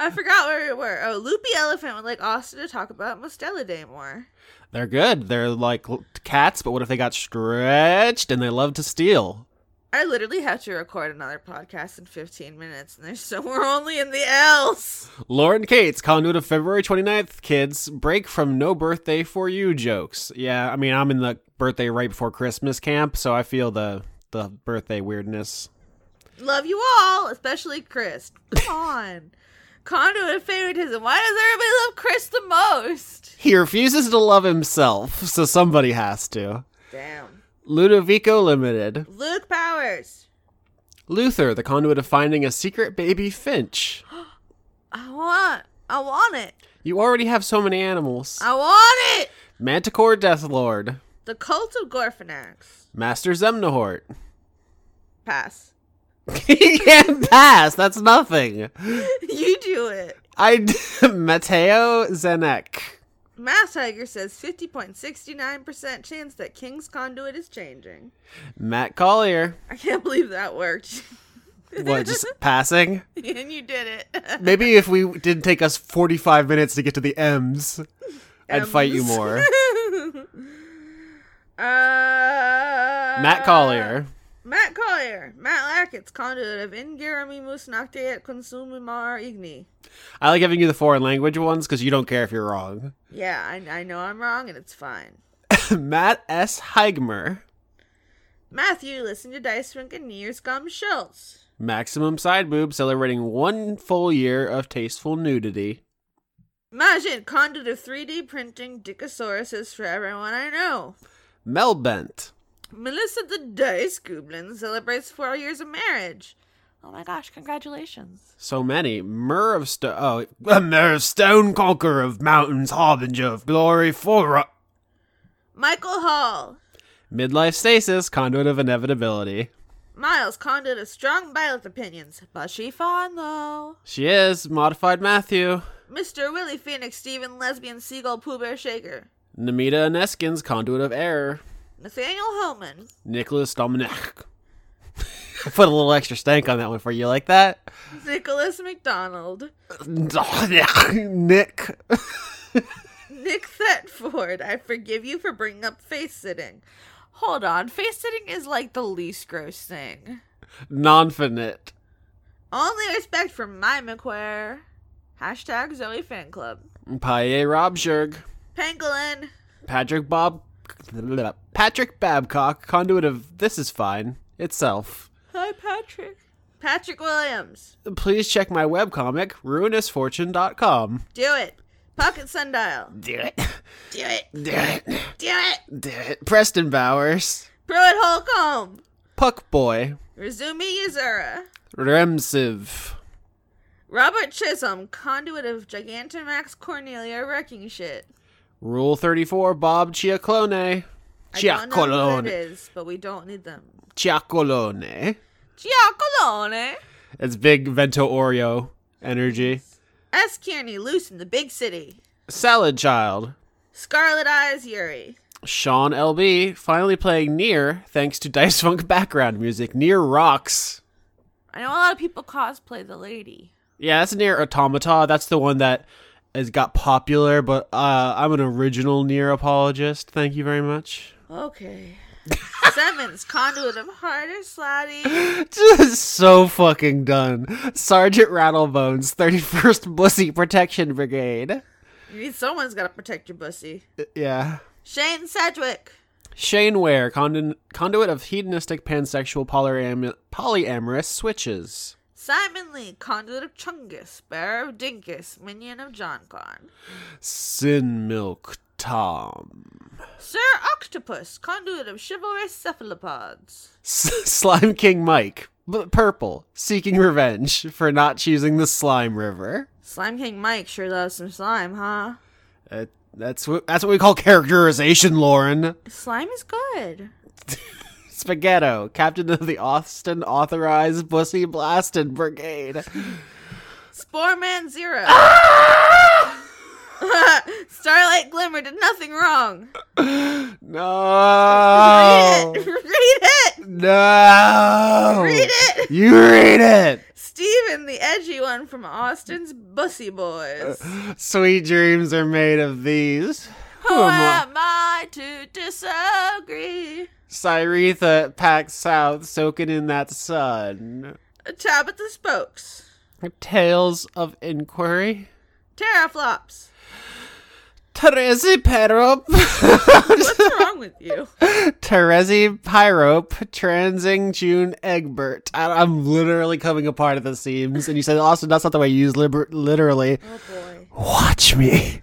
I forgot where we were. Oh, Loopy Elephant would like Austin to talk about Mostella Day more. They're good. They're like l- cats, but what if they got stretched and they love to steal? I literally have to record another podcast in 15 minutes, and there's so we're only in the L's. Lauren Cates, conduit of February 29th, kids, break from no birthday for you jokes. Yeah, I mean, I'm in the birthday right before Christmas camp, so I feel the the birthday weirdness. Love you all, especially Chris. Come on. Conduit of favoritism. Why does everybody love Chris the most? He refuses to love himself, so somebody has to. Damn. Ludovico Limited. Luke Powers. Luther, the conduit of finding a secret baby finch. I want. I want it. You already have so many animals. I want it. Manticore Deathlord. The cult of Gorfanax. Master Zemnahort. Pass. he can't pass. That's nothing. you do it. I d- Mateo Zenek. Mass Tiger says 50.69% chance that King's conduit is changing. Matt Collier. I can't believe that worked. What, just passing? and you did it. Uh, Maybe if we didn't take us 45 minutes to get to the M's, I'd fight you M's. more. uh, Matt Matt Collier. Matt Collier. player, Matt Lackett's conduit of Ingaramimus Nocte et Consumimar Igni. I like having you the foreign language ones because you don't care if you're wrong. Yeah, I, I know I'm wrong and it's fine. Matt S. Heigmer, Matthew, listen to Dice Rink and New Year's Gum Schultz. maximum side boob, celebrating one full year of tasteful nudity. Majid, conduit of 3D printing Dickosauruses for everyone I know. Mel Bent, Melissa the Dice Goblin celebrates four years of marriage. Oh my gosh, congratulations. so many. Myrrh of Stone, oh, uh, Myrrh of Stone, conqueror of mountains, harbinger of glory, for Michael Hall, midlife stasis, conduit of inevitability. Miles, conduit of strong pilot opinions, but she fine though. She is modified Matthew. Mr. Willie Phoenix, Steven, lesbian seagull, Pooh Bear Shaker. Namita Aneskins, conduit of error. Nathaniel Holman, Nicholas Dominic. Put a little extra stank on that one for you. Like that? Nicholas McDonald, Nick. Nick Thetford, I forgive you for bringing up face sitting. Hold on, face sitting is like the least gross thing. Nonfinite. Only respect from my McQuare. Hashtag Zoe Fan Club. Paye Robjerg. Pangolin, Patrick Bob. Patrick Babcock, conduit of This Is Fine itself. Hi, Patrick. Patrick Williams. Please check my webcomic, ruinousfortune.com. Do it. Pocket Sundial. Do it. Do it. Do it. Do it. Do it. Preston Bowers. Pruitt Holcomb. Puck Boy. Razumi Yuzura. Remsiv. Robert Chisholm, conduit of Gigantamax Cornelia wrecking shit. Rule 34, Bob Chiaclone. I don't know what it Chiacolone. is, but we don't need them. Chiacolone. Giacolone. It's big Vento Oreo energy. S. Kearney, loose in the big city. Salad Child. Scarlet Eyes Yuri. Sean LB finally playing Near thanks to Dice Funk background music. Near rocks. I know a lot of people cosplay the lady. Yeah, that's Near Automata. That's the one that has got popular, but uh, I'm an original Near apologist. Thank you very much. Okay. Sevens, conduit of Harder Slotty. Just so fucking done. Sergeant Rattlebones, 31st Bussy Protection Brigade. You need someone's gotta protect your bussy. Yeah. Shane Sedgwick. Shane Ware, condon- conduit of hedonistic pansexual polyam- polyamorous switches. Simon Lee, conduit of Chungus, bearer of Dinkus, minion of John Con. Sin Milk Tom. Sir Octopus, conduit of chivalrous cephalopods. S- slime King Mike, b- purple, seeking revenge for not choosing the slime river. Slime King Mike sure loves some slime, huh? Uh, that's what that's what we call characterization, Lauren. Slime is good. Spaghetto, captain of the Austin authorized pussy blasted brigade. Spore Man Zero. Ah! Starlight Glimmer did nothing wrong. Ah, No, Read it. Read it. no. Read it. You read it. Steven, the edgy one from Austin's Bussy Boys. Sweet dreams are made of these. Who am I? am I to disagree? Cyretha packed south, soaking in that sun. Tabitha Spokes. Tales of Inquiry. Teraflops. Terezi Perope. What's wrong with you? Terezi Pyrope transing June Egbert. I, I'm literally coming apart at the seams. And you said, Austin, that's not the way you use liber- literally. Oh boy. Watch me.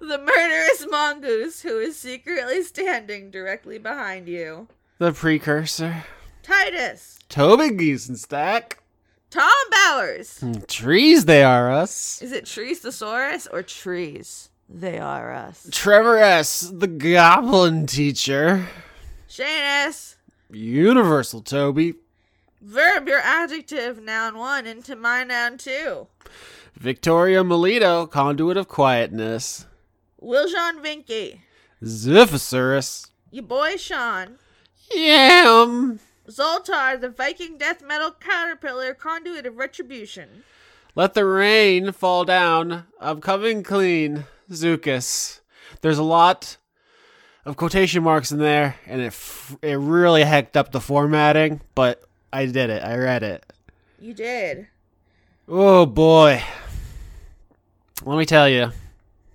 The murderous mongoose who is secretly standing directly behind you. The precursor. Titus. Toby Giesenstack. Tom Bowers. Hmm. Trees, they are us. Is it Trees Thesaurus or Trees? They are us. Trevor S., the goblin teacher. Shanus. Universal Toby. Verb your adjective, noun one, into my noun two. Victoria Melito, conduit of quietness. Wiljon Vinky. Ziphosaurus. Your boy Sean. Yam. Zoltar, the Viking death metal caterpillar conduit of retribution. Let the rain fall down. I'm coming clean. Zukas. There's a lot of quotation marks in there, and it f- it really hecked up the formatting. But I did it. I read it. You did. Oh boy, let me tell you,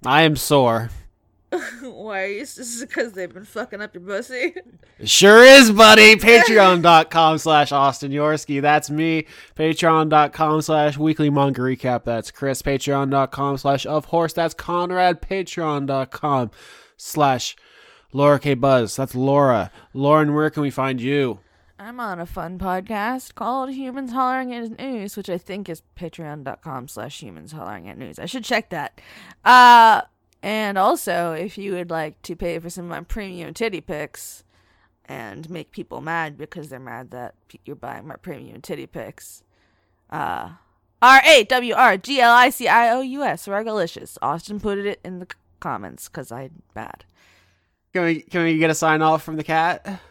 I am sore. Why are you? This is because they've been fucking up your pussy. It sure is, buddy. Patreon.com slash Austin Yorsky. That's me. Patreon.com slash weekly manga recap. That's Chris. Patreon.com slash of horse. That's Conrad. Patreon.com slash Laura K. Buzz. That's Laura. Lauren, where can we find you? I'm on a fun podcast called Humans Hollering at News, which I think is patreon.com slash humans hollering at news. I should check that. Uh, and also, if you would like to pay for some of my premium titty pics and make people mad because they're mad that p- you're buying my premium titty pics, uh, R A W R G L I C I O U S, Rugalicious. Austin put it in the c- comments because I'm bad. Can we, can we get a sign off from the cat?